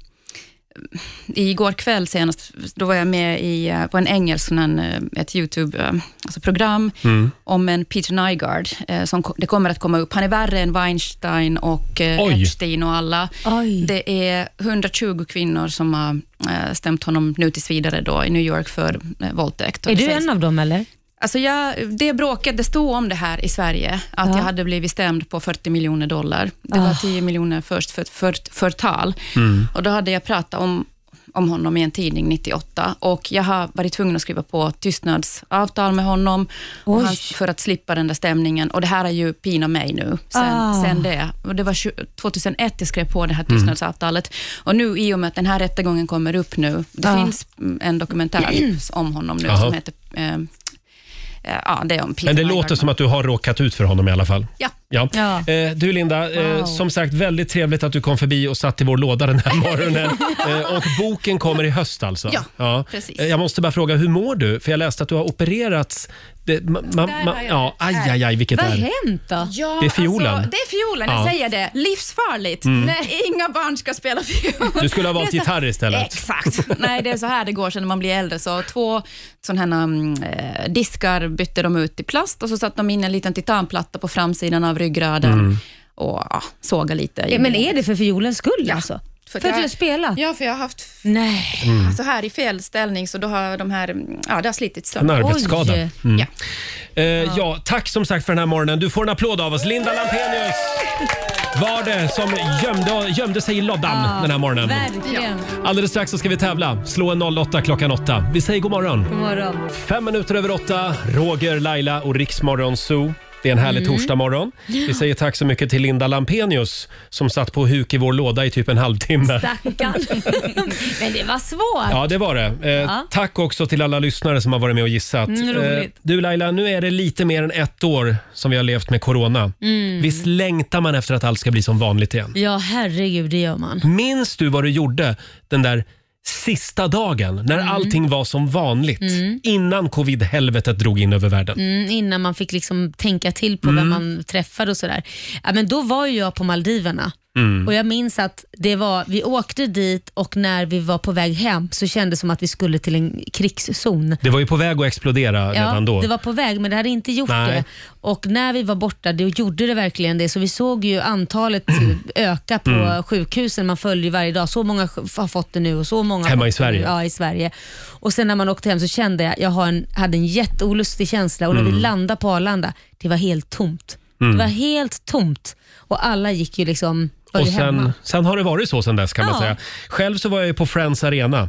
[SPEAKER 15] Igår kväll senast, då var jag med i, eh, på en engelsk, sån här, eh, ett YouTube-program alltså program
[SPEAKER 16] Mm.
[SPEAKER 15] om en Peter Nygaard, eh, som ko- det kommer att komma upp. Han är värre än Weinstein och eh,
[SPEAKER 16] Oj.
[SPEAKER 15] Epstein och alla. Det är 120 kvinnor som har eh, stämt honom nu tills vidare då, i New York för eh, våldtäkt. Och
[SPEAKER 8] Är
[SPEAKER 15] det
[SPEAKER 8] du
[SPEAKER 15] sägs-
[SPEAKER 8] en av dem eller?
[SPEAKER 15] Alltså jag, det bråket, det stod om det här i Sverige, att
[SPEAKER 8] Ja.
[SPEAKER 15] jag hade blivit stämd på 40 miljoner dollar. Det
[SPEAKER 8] Ah.
[SPEAKER 15] var 10 miljoner först för, för, förtal.
[SPEAKER 16] Mm.
[SPEAKER 15] Och då hade jag pratat om, om honom i en tidning 98 och jag har varit tvungen att skriva på tystnadsavtal med honom och
[SPEAKER 16] Oj.
[SPEAKER 15] han, för att slippa den där stämningen. Och det här har ju pinat mig nu sen,
[SPEAKER 16] Ah.
[SPEAKER 15] sen det. Och det var tju- 2001 jag skrev på det här
[SPEAKER 16] Mm.
[SPEAKER 15] tystnadsavtalet och nu i och med att den här rättegången kommer upp nu, det
[SPEAKER 16] Ah.
[SPEAKER 15] finns mm, en dokumentär om honom nu
[SPEAKER 1] Jaha.
[SPEAKER 15] som heter eh, Eh, Ja, det är om Peter
[SPEAKER 1] Men det
[SPEAKER 15] Nyberg.
[SPEAKER 1] låter som att du har råkat ut för honom i alla fall.
[SPEAKER 15] Ja.
[SPEAKER 1] Ja.
[SPEAKER 15] Ja.
[SPEAKER 1] Eh, du Linda, eh,
[SPEAKER 15] Wow.
[SPEAKER 1] som sagt väldigt trevligt att du kom förbi och satt i vår låda den här morgonen. eh, och boken kommer i höst alltså.
[SPEAKER 16] Ja, precis.
[SPEAKER 1] Eh, Jag måste bara fråga, hur mår du? För jag läste att du har opererats. Det, ma, ma,
[SPEAKER 15] Där
[SPEAKER 1] ma,
[SPEAKER 15] har jag
[SPEAKER 1] ja, aj, aj, aj, vilket
[SPEAKER 15] Vad
[SPEAKER 1] är.
[SPEAKER 15] hände?
[SPEAKER 8] Hänt då?
[SPEAKER 15] Ja,
[SPEAKER 1] Det är fiolen.
[SPEAKER 15] Alltså, det är fiolen, jag
[SPEAKER 1] Ja.
[SPEAKER 15] säger det. Livsfarligt.
[SPEAKER 1] Mm.
[SPEAKER 15] Nej, inga barn ska spela fiol.
[SPEAKER 1] Du skulle ha valt
[SPEAKER 15] Det är så-
[SPEAKER 1] gitarr istället.
[SPEAKER 15] Exakt. Nej, det är så här det går sen när man blir äldre. Så två sån här, mm, eh, diskar bytte de ut i plast och så satte de in en liten titanplatta på framsidan av ryggraden
[SPEAKER 16] Mm.
[SPEAKER 15] och ja, sågade lite.
[SPEAKER 8] Ja, men är det för fiolens skull alltså? För, att jag spelar?
[SPEAKER 15] Ja, för jag har haft...
[SPEAKER 8] Nej.
[SPEAKER 1] Mm.
[SPEAKER 15] Så här i fel ställning, så då har de här... mm, Ja, det har slitits
[SPEAKER 1] En arbetsskada.
[SPEAKER 15] Oj.
[SPEAKER 1] Mm. Eh, ja, tack som sagt för den här morgonen. Du får en applåd av oss. Linda Lampenius var det som gömde, gömde sig i loddan den här morgonen.
[SPEAKER 8] Verkligen.
[SPEAKER 1] Alldeles strax så ska vi tävla. Slå en 08 klockan 8. Vi säger god morgon.
[SPEAKER 8] God morgon.
[SPEAKER 1] Fem minuter över åtta, Roger, Laila och Riksmorgon Zoo. Det är en härlig
[SPEAKER 8] Mm.
[SPEAKER 1] torsdagmorgon. Vi säger tack så mycket till Linda Lampenius som satt på huk i vår låda i typ en halvtimme.
[SPEAKER 8] Stackarn. men det var svårt.
[SPEAKER 1] Ja, det var det. Eh,
[SPEAKER 8] Ja.
[SPEAKER 1] Tack också till alla lyssnare som har varit med och gissat. Eh,
[SPEAKER 8] Mm, roligt.
[SPEAKER 1] du Laila, nu är det lite mer än ett år som vi har levt med corona.
[SPEAKER 8] Mm.
[SPEAKER 1] Visst längtar man efter att allt ska bli som vanligt igen?
[SPEAKER 8] Ja, herregud, det gör man.
[SPEAKER 1] Minns du vad du gjorde den där sista dagen när
[SPEAKER 2] Mm.
[SPEAKER 1] allting var som vanligt
[SPEAKER 8] Mm.
[SPEAKER 1] innan covid-helvetet drog in över världen?
[SPEAKER 8] Mm, innan man fick liksom tänka till på vem man träffade och sådär. Ja, men då var ju jag på Maldiverna.
[SPEAKER 1] Mm.
[SPEAKER 2] Och jag minns att det var, vi åkte dit och när vi var på väg hem så kändes det som att vi skulle till en krigszon.
[SPEAKER 1] Det var ju på väg att explodera redan då.
[SPEAKER 2] det var på väg men det hade inte gjort
[SPEAKER 1] Nej.
[SPEAKER 2] det. Och när vi var borta då gjorde det verkligen det. Så vi såg ju antalet öka på
[SPEAKER 1] Mm.
[SPEAKER 2] sjukhusen. Man följer ju varje dag. Så många sj- har fått det nu och så många har
[SPEAKER 1] Hemma
[SPEAKER 2] fått
[SPEAKER 1] i
[SPEAKER 2] det nu.
[SPEAKER 1] Sverige.
[SPEAKER 2] Ja, i Sverige. Och sen när man åkte hem så kände jag, jag har en, hade en jätteolustig känsla och när vi
[SPEAKER 1] Mm.
[SPEAKER 2] landade på Arlanda, det var helt tomt.
[SPEAKER 1] Mm.
[SPEAKER 2] Det var helt tomt och alla gick ju liksom var
[SPEAKER 1] Och
[SPEAKER 2] ju hemma.
[SPEAKER 1] sen, sen har det varit så sen dess kan man
[SPEAKER 2] Ja. Ah.
[SPEAKER 1] säga. Själv så var jag ju på Friends Arena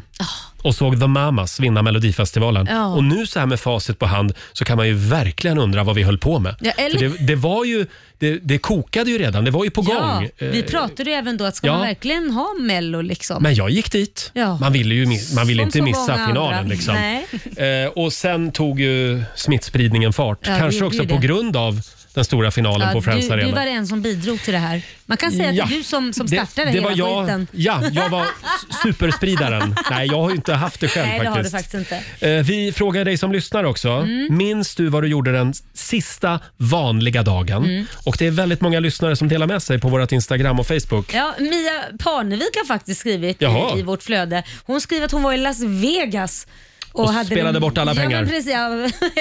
[SPEAKER 1] och såg The Mamas vinna Melodifestivalen.
[SPEAKER 2] Ja.
[SPEAKER 1] Och nu så här med facit på hand så kan man ju verkligen undra vad vi höll på med.
[SPEAKER 2] Ja, eller-
[SPEAKER 1] För det, det var ju, det, det kokade ju redan, det var ju på
[SPEAKER 2] Ja,
[SPEAKER 1] gång.
[SPEAKER 2] vi
[SPEAKER 1] Eh,
[SPEAKER 2] pratade ju även då att ska
[SPEAKER 1] ja.
[SPEAKER 2] man verkligen ha Mello liksom?
[SPEAKER 1] Men jag gick dit.
[SPEAKER 2] Ja.
[SPEAKER 1] Man ville ju mi- man ville
[SPEAKER 2] Som
[SPEAKER 1] inte
[SPEAKER 2] så
[SPEAKER 1] missa
[SPEAKER 2] många
[SPEAKER 1] finalen.
[SPEAKER 2] andra.
[SPEAKER 1] Liksom.
[SPEAKER 2] Nej.
[SPEAKER 1] Eh, och sen tog ju smittspridningen fart.
[SPEAKER 2] Ja, det
[SPEAKER 1] Kanske
[SPEAKER 2] gjorde
[SPEAKER 1] också
[SPEAKER 2] ju
[SPEAKER 1] på
[SPEAKER 2] det.
[SPEAKER 1] grund av den stora finalen
[SPEAKER 2] Ja,
[SPEAKER 1] på Friends
[SPEAKER 2] du,
[SPEAKER 1] Arena.
[SPEAKER 2] du var den som bidrog till det här. Man kan säga att
[SPEAKER 1] Ja.
[SPEAKER 2] det är du som, som
[SPEAKER 1] Det-
[SPEAKER 2] startade
[SPEAKER 1] det
[SPEAKER 2] hela
[SPEAKER 1] var jag,
[SPEAKER 2] skiten.
[SPEAKER 1] Ja, jag var superspridaren. Nej, jag har ju inte haft det själv
[SPEAKER 2] Nej, det har du
[SPEAKER 1] faktiskt.
[SPEAKER 2] faktiskt inte.
[SPEAKER 1] Eh, Vi frågar dig som lyssnar också.
[SPEAKER 2] Mm.
[SPEAKER 1] Minns du vad du gjorde den sista vanliga dagen?
[SPEAKER 2] Mm.
[SPEAKER 1] Och det är väldigt många lyssnare som delar med sig på vårt Instagram och Facebook.
[SPEAKER 2] Ja, Mia Parnevik har faktiskt skrivit i-
[SPEAKER 1] Jaha.
[SPEAKER 2] i vårt flöde. Hon skriver att hon var i Las Vegas.
[SPEAKER 1] Och spelade bort alla pengar.
[SPEAKER 2] Ja, men precis, ja,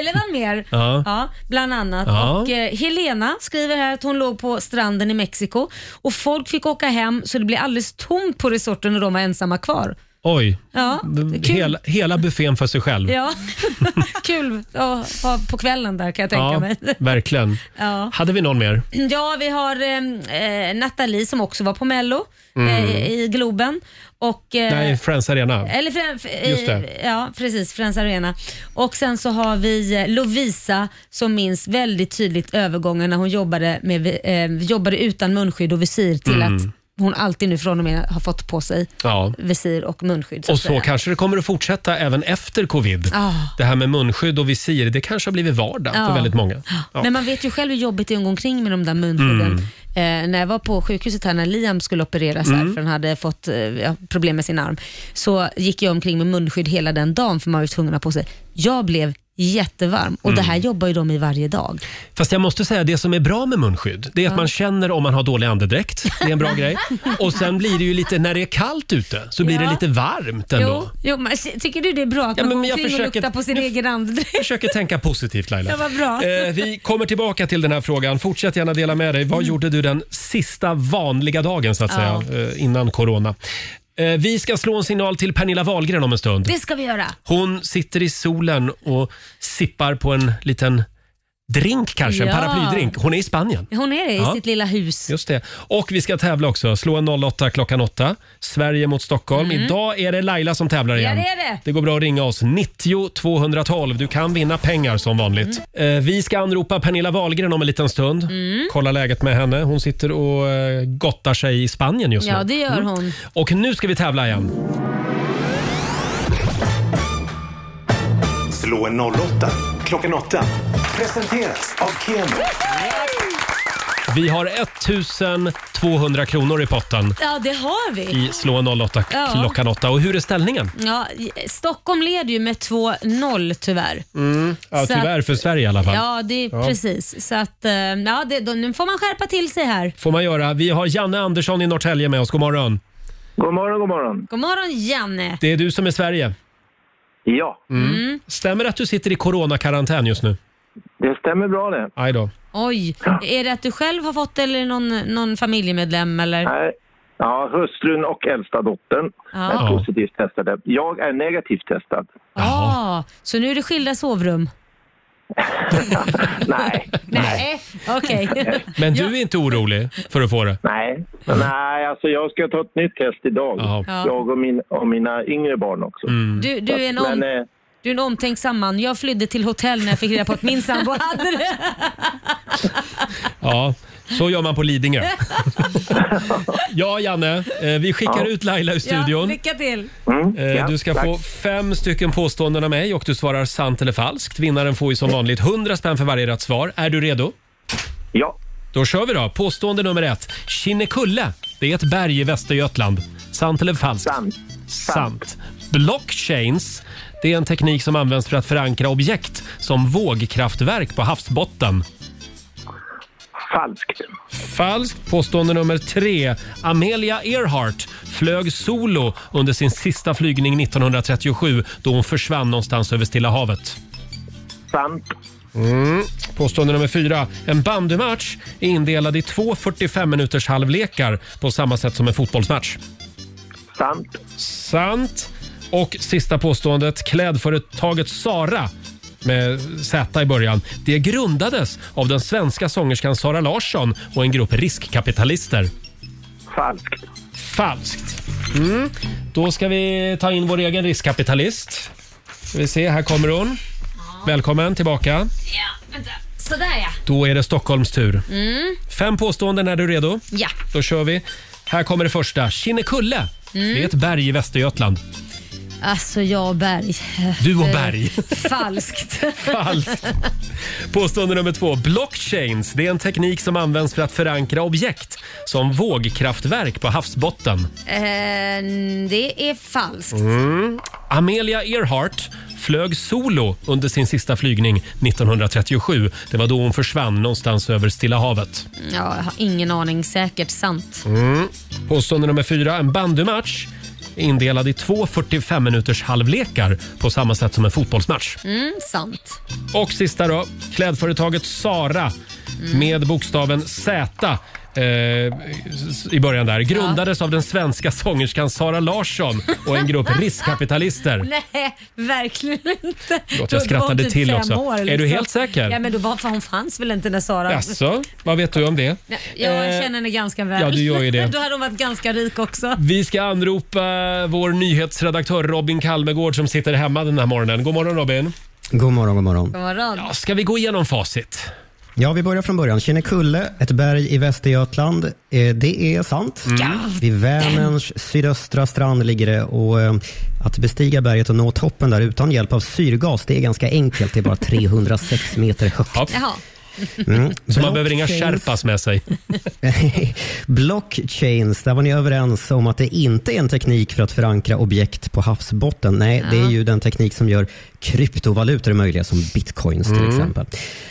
[SPEAKER 2] eller var mer.
[SPEAKER 1] Ja.
[SPEAKER 2] bland annat.
[SPEAKER 1] Ja.
[SPEAKER 2] Och, eh, Helena skriver här att hon låg på stranden i Mexiko och folk fick åka hem så det blev alldeles tomt på resorten och de var ensamma kvar.
[SPEAKER 1] Oj,
[SPEAKER 2] Ja,
[SPEAKER 1] d-
[SPEAKER 2] kul.
[SPEAKER 1] hela, hela buffén för sig själv.
[SPEAKER 2] Ja, kul att ha på kvällen där kan jag tänka
[SPEAKER 1] Ja,
[SPEAKER 2] mig.
[SPEAKER 1] verkligen.
[SPEAKER 2] Ja.
[SPEAKER 1] Hade vi någon mer?
[SPEAKER 2] Ja, vi har eh, eh, Nathalie som också var på Mello
[SPEAKER 1] Mm.
[SPEAKER 2] eh, i Globen. Och, eh,
[SPEAKER 1] Nej, Friends Arena.
[SPEAKER 2] Eller Fren- f- eh,
[SPEAKER 1] Just det.
[SPEAKER 2] Ja, precis. Friends Arena. Och sen så har vi eh, Lovisa som minns väldigt tydligt övergången när hon jobbade, med, eh, jobbade utan munskydd och visir till
[SPEAKER 1] Mm.
[SPEAKER 2] att hon alltid nu från och med har fått på sig
[SPEAKER 1] Ja.
[SPEAKER 2] visir och munskydd.
[SPEAKER 1] Och
[SPEAKER 2] att
[SPEAKER 1] så
[SPEAKER 2] säga.
[SPEAKER 1] kanske det kommer att fortsätta även efter covid.
[SPEAKER 2] Ah.
[SPEAKER 1] Det här med munskydd och visir, det kanske har blivit vardag för
[SPEAKER 2] Ja.
[SPEAKER 1] väldigt många. Ja.
[SPEAKER 2] Men man vet ju själv hur jobbigt det är att gå omkring med de där munskydden.
[SPEAKER 1] Mm.
[SPEAKER 2] Eh, när jag var på sjukhuset här när Liam skulle opereras här,
[SPEAKER 1] Mm.
[SPEAKER 2] för han hade fått eh, ja, problem med sin arm, så gick jag omkring med munskydd hela den dagen för man var ju tvungen att ha på sig. Jag blev jättevarm och
[SPEAKER 1] Mm.
[SPEAKER 2] det här jobbar ju de i varje dag.
[SPEAKER 1] Fast jag måste säga, det som är bra med munskydd, det är att
[SPEAKER 2] Ja.
[SPEAKER 1] man känner om man har dålig andedräkt. Det är en bra grej. Och sen blir det ju lite, när det är kallt ute, så blir det
[SPEAKER 2] Ja.
[SPEAKER 1] lite varmt ändå.
[SPEAKER 2] Jo, jo, men tycker du det är bra att
[SPEAKER 1] Ja,
[SPEAKER 2] man
[SPEAKER 1] men
[SPEAKER 2] går
[SPEAKER 1] jag
[SPEAKER 2] omkring och
[SPEAKER 1] försöker-
[SPEAKER 2] luktar på sin
[SPEAKER 1] jag-
[SPEAKER 2] egen andedräkt?
[SPEAKER 1] Försöker tänka positivt Laila.
[SPEAKER 2] Ja, vad bra.
[SPEAKER 1] Eh, vi kommer tillbaka till den här frågan. Fortsätt gärna dela med dig. Vad gjorde du den sista vanliga dagen så att
[SPEAKER 2] Mm. Ja.
[SPEAKER 1] säga, eh, innan corona? Eh, vi ska slå en signal till Pernilla Wahlgren om en stund.
[SPEAKER 2] Det ska vi göra.
[SPEAKER 1] Hon sitter i solen och sippar på en liten drink kanske, en
[SPEAKER 2] Ja.
[SPEAKER 1] paraplydrink. Hon är i Spanien.
[SPEAKER 2] Hon är det i
[SPEAKER 1] Ja.
[SPEAKER 2] sitt lilla hus.
[SPEAKER 1] Just det. Och vi ska tävla också. Slå en 08 klockan 8. Sverige mot Stockholm.
[SPEAKER 2] Mm.
[SPEAKER 1] Idag är det Laila som tävlar
[SPEAKER 2] Ja,
[SPEAKER 1] igen.
[SPEAKER 2] det är det.
[SPEAKER 1] går bra att ringa oss. 90 212. Du kan vinna pengar som vanligt. Eh, vi ska anropa Pernilla Wahlgren om en liten stund.
[SPEAKER 2] Mm.
[SPEAKER 1] Kolla läget med henne. Hon sitter och eh, gottar sig i Spanien just nu.
[SPEAKER 2] Ja, det gör
[SPEAKER 1] Mm.
[SPEAKER 2] hon.
[SPEAKER 1] Och nu ska vi tävla igen.
[SPEAKER 16] Slå en 08 klockan 8. Presenteras av Keno.
[SPEAKER 1] Vi har 1200 kronor i potten
[SPEAKER 2] Ja, det har vi.
[SPEAKER 1] i Slå 08
[SPEAKER 2] Ja. Mm.
[SPEAKER 1] klockan 8. Och hur är ställningen?
[SPEAKER 2] Ja, Stockholm leder ju med 2-0 tyvärr.
[SPEAKER 1] Mm. Ja,
[SPEAKER 2] Så att-
[SPEAKER 1] tyvärr för Sverige i alla fall.
[SPEAKER 2] Ja, det är
[SPEAKER 1] Ja.
[SPEAKER 2] precis. Så att, eh, ja, det, då, nu får man skärpa till sig här.
[SPEAKER 1] får man göra. Vi har Janne Andersson i Norrtälje med oss. God morgon.
[SPEAKER 17] God morgon, god morgon.
[SPEAKER 2] God morgon Janne.
[SPEAKER 1] Det är du som är Sverige.
[SPEAKER 17] Ja.
[SPEAKER 1] Mm. Stämmer det att du sitter i coronakarantän just nu?
[SPEAKER 17] Det stämmer bra det.
[SPEAKER 1] Aj då.
[SPEAKER 2] Oj, är det att du själv har fått det eller är det någon, någon familjemedlem? Eller?
[SPEAKER 17] Nej. Ja, hustrun och äldsta dottern
[SPEAKER 2] Ja.
[SPEAKER 17] är positivt testade. Jag är negativt testad.
[SPEAKER 2] Ah, så nu är det skilda sovrum?
[SPEAKER 17] Nej.
[SPEAKER 2] Nej. Okej.
[SPEAKER 1] Men du är inte orolig för att få det?
[SPEAKER 17] Nej. Nej, alltså jag ska ta ett nytt test idag.
[SPEAKER 2] Ja.
[SPEAKER 17] Jag och, min, och mina yngre barn också.
[SPEAKER 1] Mm.
[SPEAKER 2] Du, du, är en
[SPEAKER 17] Mm. Men,
[SPEAKER 2] om,
[SPEAKER 17] eh,
[SPEAKER 2] du är en omtänksam man. Jag flydde till hotell när jag fick reda på att min sambo hade det.
[SPEAKER 1] Ja, så gör man på Lidingö. ja, Janne. eh, Vi skickar
[SPEAKER 2] Ja.
[SPEAKER 1] ut Laila ur
[SPEAKER 2] Ja,
[SPEAKER 1] studion.
[SPEAKER 2] lycka till.
[SPEAKER 1] Eh,
[SPEAKER 2] ja,
[SPEAKER 1] du ska
[SPEAKER 2] tack.
[SPEAKER 1] få fem stycken påståenden av mig och du svarar sant eller falskt. Vinnaren får ju som vanligt 100 spänn för varje rätt svar. Är du redo?
[SPEAKER 17] Ja.
[SPEAKER 1] Då kör vi då. Påstående nummer ett. Kinnekulle, det är ett berg i Västergötland. Sant eller falskt? Sant. Sant. Blockchains, det är en teknik som används för att förankra objekt som vågkraftverk på havsbotten.
[SPEAKER 17] Falskt.
[SPEAKER 1] Falskt. Påstående nummer tre. Amelia Earhart flög solo under sin sista flygning 1937 då hon försvann någonstans över Stilla havet.
[SPEAKER 17] Sant.
[SPEAKER 1] Mm. Påstående nummer fyra. En bandymatch är indelad i två 45 minuters halvlekar på samma sätt som en fotbollsmatch.
[SPEAKER 17] Sant.
[SPEAKER 1] Sant. Och sista påståendet. Klädföretaget Sara med Z i början. Det grundades av den svenska sångerskan Sara Larsson och en grupp riskkapitalister.
[SPEAKER 17] Falskt.
[SPEAKER 1] Falskt. Mm. Då ska vi ta in vår egen riskkapitalist. Ska vi se, här kommer hon. Välkommen tillbaka.
[SPEAKER 8] Ja, vänta. Sådär ja.
[SPEAKER 1] Då är det Stockholms tur.
[SPEAKER 8] Mm.
[SPEAKER 1] Fem påståenden, är du redo?
[SPEAKER 8] Ja.
[SPEAKER 1] Då kör vi. Här kommer det första. Kinnekulle.
[SPEAKER 8] Mm.
[SPEAKER 1] Det är ett berg i Västergötland.
[SPEAKER 8] Alltså jag och berg.
[SPEAKER 1] Du och berg.
[SPEAKER 8] Falskt.
[SPEAKER 1] Falskt. Påstående nummer två. Blockchains. Det är en teknik som används för att förankra objekt som vågkraftverk på havsbotten.
[SPEAKER 8] Eh, det är falskt.
[SPEAKER 1] Mm. Amelia Earhart flög solo under sin sista flygning 1937. Det var då hon försvann någonstans över Stilla havet.
[SPEAKER 8] Ja, jag har ingen aning. Säkert sant.
[SPEAKER 1] Mm. Påstående nummer fyra. En bandymatch är indelad i två 45 minuters halvlekar på samma sätt som en fotbollsmatch.
[SPEAKER 8] Mm, sant.
[SPEAKER 1] Och sista då. Klädföretaget Sara med bokstaven Z eh, i början där. Grundades av den svenska sångerskan Sara Larsson och en grupp riskkapitalister.
[SPEAKER 8] Nej, verkligen inte.
[SPEAKER 1] jag
[SPEAKER 8] Då var
[SPEAKER 1] skrattade
[SPEAKER 8] hon typ
[SPEAKER 1] till
[SPEAKER 8] fem
[SPEAKER 1] också.
[SPEAKER 8] År, liksom.
[SPEAKER 1] Är du helt säker?
[SPEAKER 8] Ja, men då var, för hon fanns väl inte när Sara...
[SPEAKER 1] Jaså, vad vet du om det?
[SPEAKER 8] Nej, Jag
[SPEAKER 1] Eh,
[SPEAKER 8] känner henne ganska väl.
[SPEAKER 1] ja, du gör ju det.
[SPEAKER 8] Då hade hon varit ganska rik också.
[SPEAKER 1] Vi ska anropa vår nyhetsredaktör Robin Kalmegård som sitter hemma den här morgonen. God morgon Robin!
[SPEAKER 10] God morgon, god morgon.
[SPEAKER 8] God morgon.
[SPEAKER 1] Ja, ska vi gå igenom facit?
[SPEAKER 10] Ja, vi börjar från början. Kinnekulle, ett berg i Västergötland. Eh, Det är sant.
[SPEAKER 1] Mm.
[SPEAKER 10] Vid Vänerns sydöstra strand ligger det och eh, att bestiga berget och nå toppen där utan hjälp av syrgas, det är ganska enkelt. Det är bara 306 meter högt.
[SPEAKER 8] Jaha.
[SPEAKER 10] Mm.
[SPEAKER 1] Så man behöver inga
[SPEAKER 10] Blockchains.
[SPEAKER 1] sherpas med sig.
[SPEAKER 10] Blockchains, där var ni överens om att det inte är en teknik för att förankra objekt på havsbotten. Nej, det är ju den teknik som gör kryptovalutor möjliga, som bitcoins till
[SPEAKER 18] Mm.
[SPEAKER 10] exempel.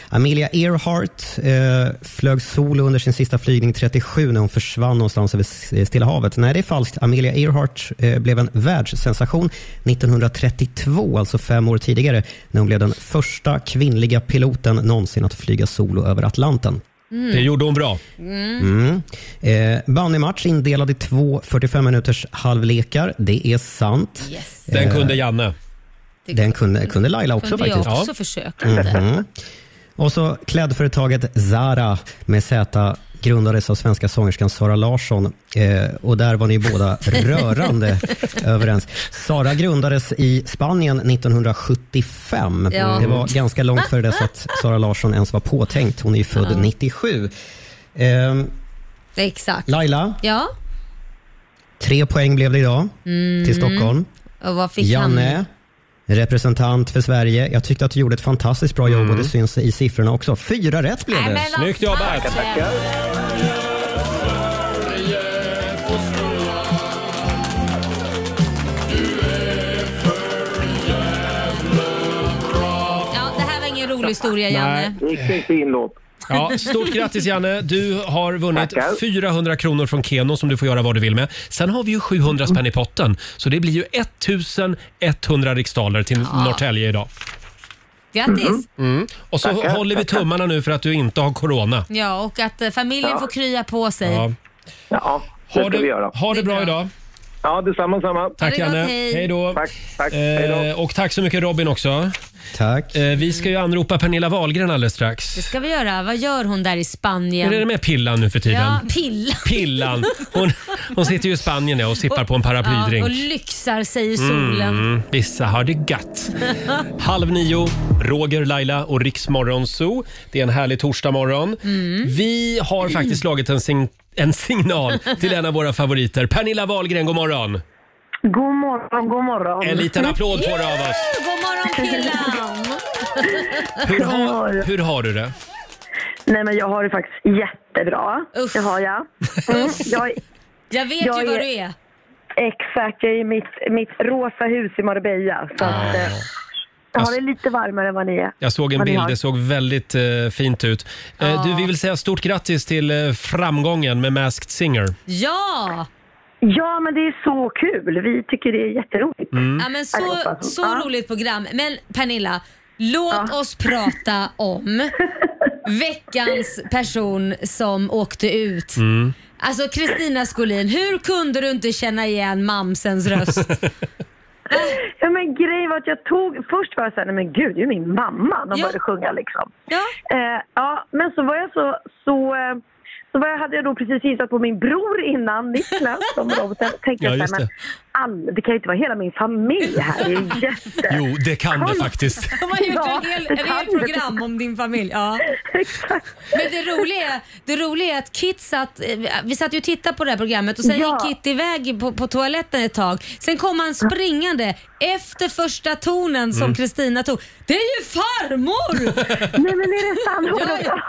[SPEAKER 10] Amelia Earhart eh, flög solo under sin sista flygning 37 när hon försvann någonstans över S- eh, Stilla havet. Nej, det är falskt. Amelia Earhart eh, blev en världssensation 1932, alltså fem år tidigare, när hon blev den första kvinnliga piloten någonsin att flyga solo över Atlanten.
[SPEAKER 8] Mm.
[SPEAKER 1] Det gjorde hon bra.
[SPEAKER 10] Mm. Eh, Bandymatch indelad i två 45 minuters halvlekar. Det är sant.
[SPEAKER 8] Yes.
[SPEAKER 1] Den kunde Janne.
[SPEAKER 10] Den kunde, kunde Laila också
[SPEAKER 8] Kunde
[SPEAKER 10] faktiskt.
[SPEAKER 8] jag också försöka lite.
[SPEAKER 10] Mhm. Och så klädföretaget Zara med Z grundades av svenska sångerskan Sara Larsson eh, och där var ni båda rörande överens. Sara grundades i Spanien 1975.
[SPEAKER 18] Ja.
[SPEAKER 10] Det var ganska långt före dess att Sara Larsson ens var påtänkt. Hon är ju född
[SPEAKER 8] Ja.
[SPEAKER 10] 97. Ehm,
[SPEAKER 8] Exakt.
[SPEAKER 10] Laila,
[SPEAKER 8] Ja.
[SPEAKER 10] tre poäng blev det idag
[SPEAKER 8] Mm.
[SPEAKER 10] till Stockholm.
[SPEAKER 8] Och vad fick
[SPEAKER 10] Janne,
[SPEAKER 8] han?
[SPEAKER 10] representant för Sverige. Jag tyckte att du gjorde ett fantastiskt bra jobb och det syns i siffrorna också. Fyra rätt blev det.
[SPEAKER 1] Snyggt jobbat!
[SPEAKER 8] Ja, det här var ingen rolig historia, Janne.
[SPEAKER 17] Nej, gick inte in låt.
[SPEAKER 1] Ja, stort grattis Janne! Du har vunnit
[SPEAKER 17] Tackar.
[SPEAKER 1] 400 kronor från Keno som du får göra vad du vill med. Sen har vi ju 700 spänn i potten, så det blir ju 1100 riksdaler till Norrtälje idag.
[SPEAKER 8] Grattis!
[SPEAKER 1] Mm. Och så
[SPEAKER 8] Tackar,
[SPEAKER 1] håller vi
[SPEAKER 8] tackar.
[SPEAKER 1] tummarna nu för att du inte har corona.
[SPEAKER 8] Ja, och att eh, familjen
[SPEAKER 1] Ja.
[SPEAKER 8] får krya på sig.
[SPEAKER 1] Mm. Ja.
[SPEAKER 17] det
[SPEAKER 1] Ha
[SPEAKER 17] ska vi göra.
[SPEAKER 1] Ha det, bra, idag.
[SPEAKER 17] Ja, detsamma, samma.
[SPEAKER 1] Tack Janne. Hej då.
[SPEAKER 17] Tack, tack. Hej då.
[SPEAKER 1] Eh, och tack så mycket Robin också.
[SPEAKER 10] Tack.
[SPEAKER 1] Eh, vi ska ju anropa Pernilla Wahlgren alldeles strax.
[SPEAKER 8] Det ska vi göra. Vad gör hon där i Spanien?
[SPEAKER 1] Hur är det med pillan nu för tiden?
[SPEAKER 8] Ja, pilla.
[SPEAKER 1] Pillan. Hon, hon sitter ju i Spanien ja, och sippar på en
[SPEAKER 8] Ja, och
[SPEAKER 1] paraplydrink.
[SPEAKER 8] lyxar sig i solen.
[SPEAKER 1] Mm, vissa har det gött. Halv nio, Roger, Laila och Riks Morgonzoo. Det är en härlig torsdagmorgon.
[SPEAKER 8] Mm.
[SPEAKER 1] Vi har faktiskt slagit en, sing- en signal till en av våra favoriter. Pernilla Wahlgren, god morgon!
[SPEAKER 12] God morgon, god morgon.
[SPEAKER 1] En liten applåd får du av oss.
[SPEAKER 8] God morgon Pillan!
[SPEAKER 1] Hur har, hur har du det?
[SPEAKER 12] Nej men jag har det faktiskt jättebra. Det har jag. Mm, jag,
[SPEAKER 8] Jag vet ju vad du är.
[SPEAKER 1] Ah,
[SPEAKER 12] Exakt, jag är i mitt, mitt rosa hus i Marbella. Så att, eh, Ja,
[SPEAKER 1] alltså-
[SPEAKER 12] det är lite varmare än vad ni är.
[SPEAKER 1] Jag såg en
[SPEAKER 12] vad ni
[SPEAKER 1] bild,
[SPEAKER 12] har.
[SPEAKER 1] det såg väldigt eh, fint ut. Eh,
[SPEAKER 12] Ja.
[SPEAKER 1] Du, vi vill säga stort grattis till eh, framgången med Masked Singer.
[SPEAKER 2] Ja!
[SPEAKER 12] Ja, men det är så kul. Vi tycker det är jätteroligt.
[SPEAKER 1] Mm.
[SPEAKER 2] Ja, men så
[SPEAKER 12] Allihopa.
[SPEAKER 2] så
[SPEAKER 12] Ja.
[SPEAKER 2] roligt program. Men Pernilla, låt oss prata om veckans person som åkte ut.
[SPEAKER 1] Mm.
[SPEAKER 2] Alltså Kristina Skolin, hur kunde du inte känna igen mamsens röst?
[SPEAKER 12] Ja, men grejen var att jag tog... Först var jag såhär, nej men gud, det är ju min mamma. De började sjunga liksom.
[SPEAKER 2] Ja.
[SPEAKER 12] Eh, ja, men så var jag så... så eh, så var jag, hade jag då precis gissat på min bror innan, Niklas, som roboten. Tänkte
[SPEAKER 1] Ja,
[SPEAKER 12] jag
[SPEAKER 1] just
[SPEAKER 12] såhär, men all, det kan ju inte vara hela min familj här. Det är jätte...
[SPEAKER 1] Jo, det kan det faktiskt.
[SPEAKER 2] De har gjort en hel, en hel program om din familj. Ja. Men det roliga, är, det roliga är att Kit satt, eh, vi satt ju och tittade på det här programmet och sen
[SPEAKER 12] Ja.
[SPEAKER 2] gick Kit iväg på, på toaletten ett tag. Sen kom han springande efter första tonen som
[SPEAKER 12] Mm.
[SPEAKER 2] Kristina tog. Det är ju farmor!
[SPEAKER 12] Nej men är det sant? Hon
[SPEAKER 2] Ja, ja.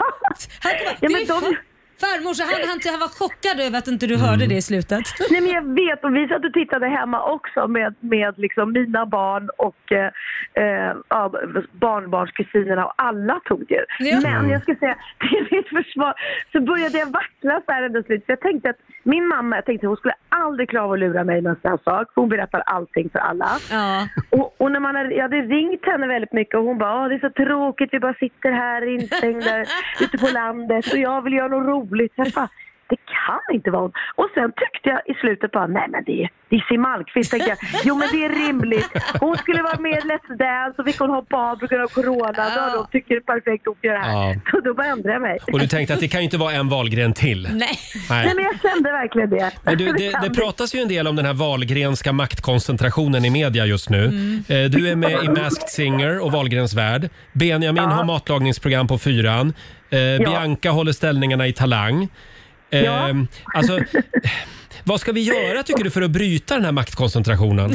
[SPEAKER 2] Han kom,
[SPEAKER 12] Ja,
[SPEAKER 2] det
[SPEAKER 12] men
[SPEAKER 2] är
[SPEAKER 12] de-
[SPEAKER 2] fa- farmor, så han, han, han var chockad över att inte du
[SPEAKER 12] Mm.
[SPEAKER 2] hörde det i slutet.
[SPEAKER 12] Nej men jag vet och vi satt och tittade hemma också med, med liksom mina barn och eh, eh, ja, barnbarnskusinerna och alla tog det.
[SPEAKER 2] Ja.
[SPEAKER 12] Men jag ska säga, till mitt försvar så började jag vackla så här ändå slut. Så jag tänkte att min mamma, jag tänkte hon skulle aldrig klara av att lura mig med en sån här sak. Hon berättar allting för alla. Och, och när man hade, jag hade ringt henne väldigt mycket och hon bara, "Åh, det är så tråkigt, vi bara sitter här instängda ute på landet och jag vill göra något roligt. Så jag bara, det kan inte vara hon. Och sen tyckte jag i slutet bara, nej men det är, det är Siw Malmkvist. Tänkte jag, jo men det är rimligt. Hon skulle vara med i Let's Dance och fick hon hoppa av på grund av corona. Då hade hon tycker det är perfekt att göra det här.
[SPEAKER 1] Ja.
[SPEAKER 12] Så då bara ändrade jag mig.
[SPEAKER 1] Och du tänkte att det kan ju inte vara en valgren till.
[SPEAKER 2] Nej.
[SPEAKER 1] Nej.
[SPEAKER 12] Nej. men jag kände verkligen det.
[SPEAKER 1] Men du, det,
[SPEAKER 12] kan
[SPEAKER 1] det
[SPEAKER 12] vi.
[SPEAKER 1] pratas ju en del om den här valgrenska maktkoncentrationen i media just nu.
[SPEAKER 12] Mm.
[SPEAKER 1] Eh, Du är med i Masked Singer och Wahlgrens värld. Benjamin har matlagningsprogram på fyran. Eh, Bianca håller ställningarna i Talang. Eh,
[SPEAKER 12] Ja.
[SPEAKER 1] Alltså, vad ska vi göra tycker du för att bryta den här maktkoncentrationen?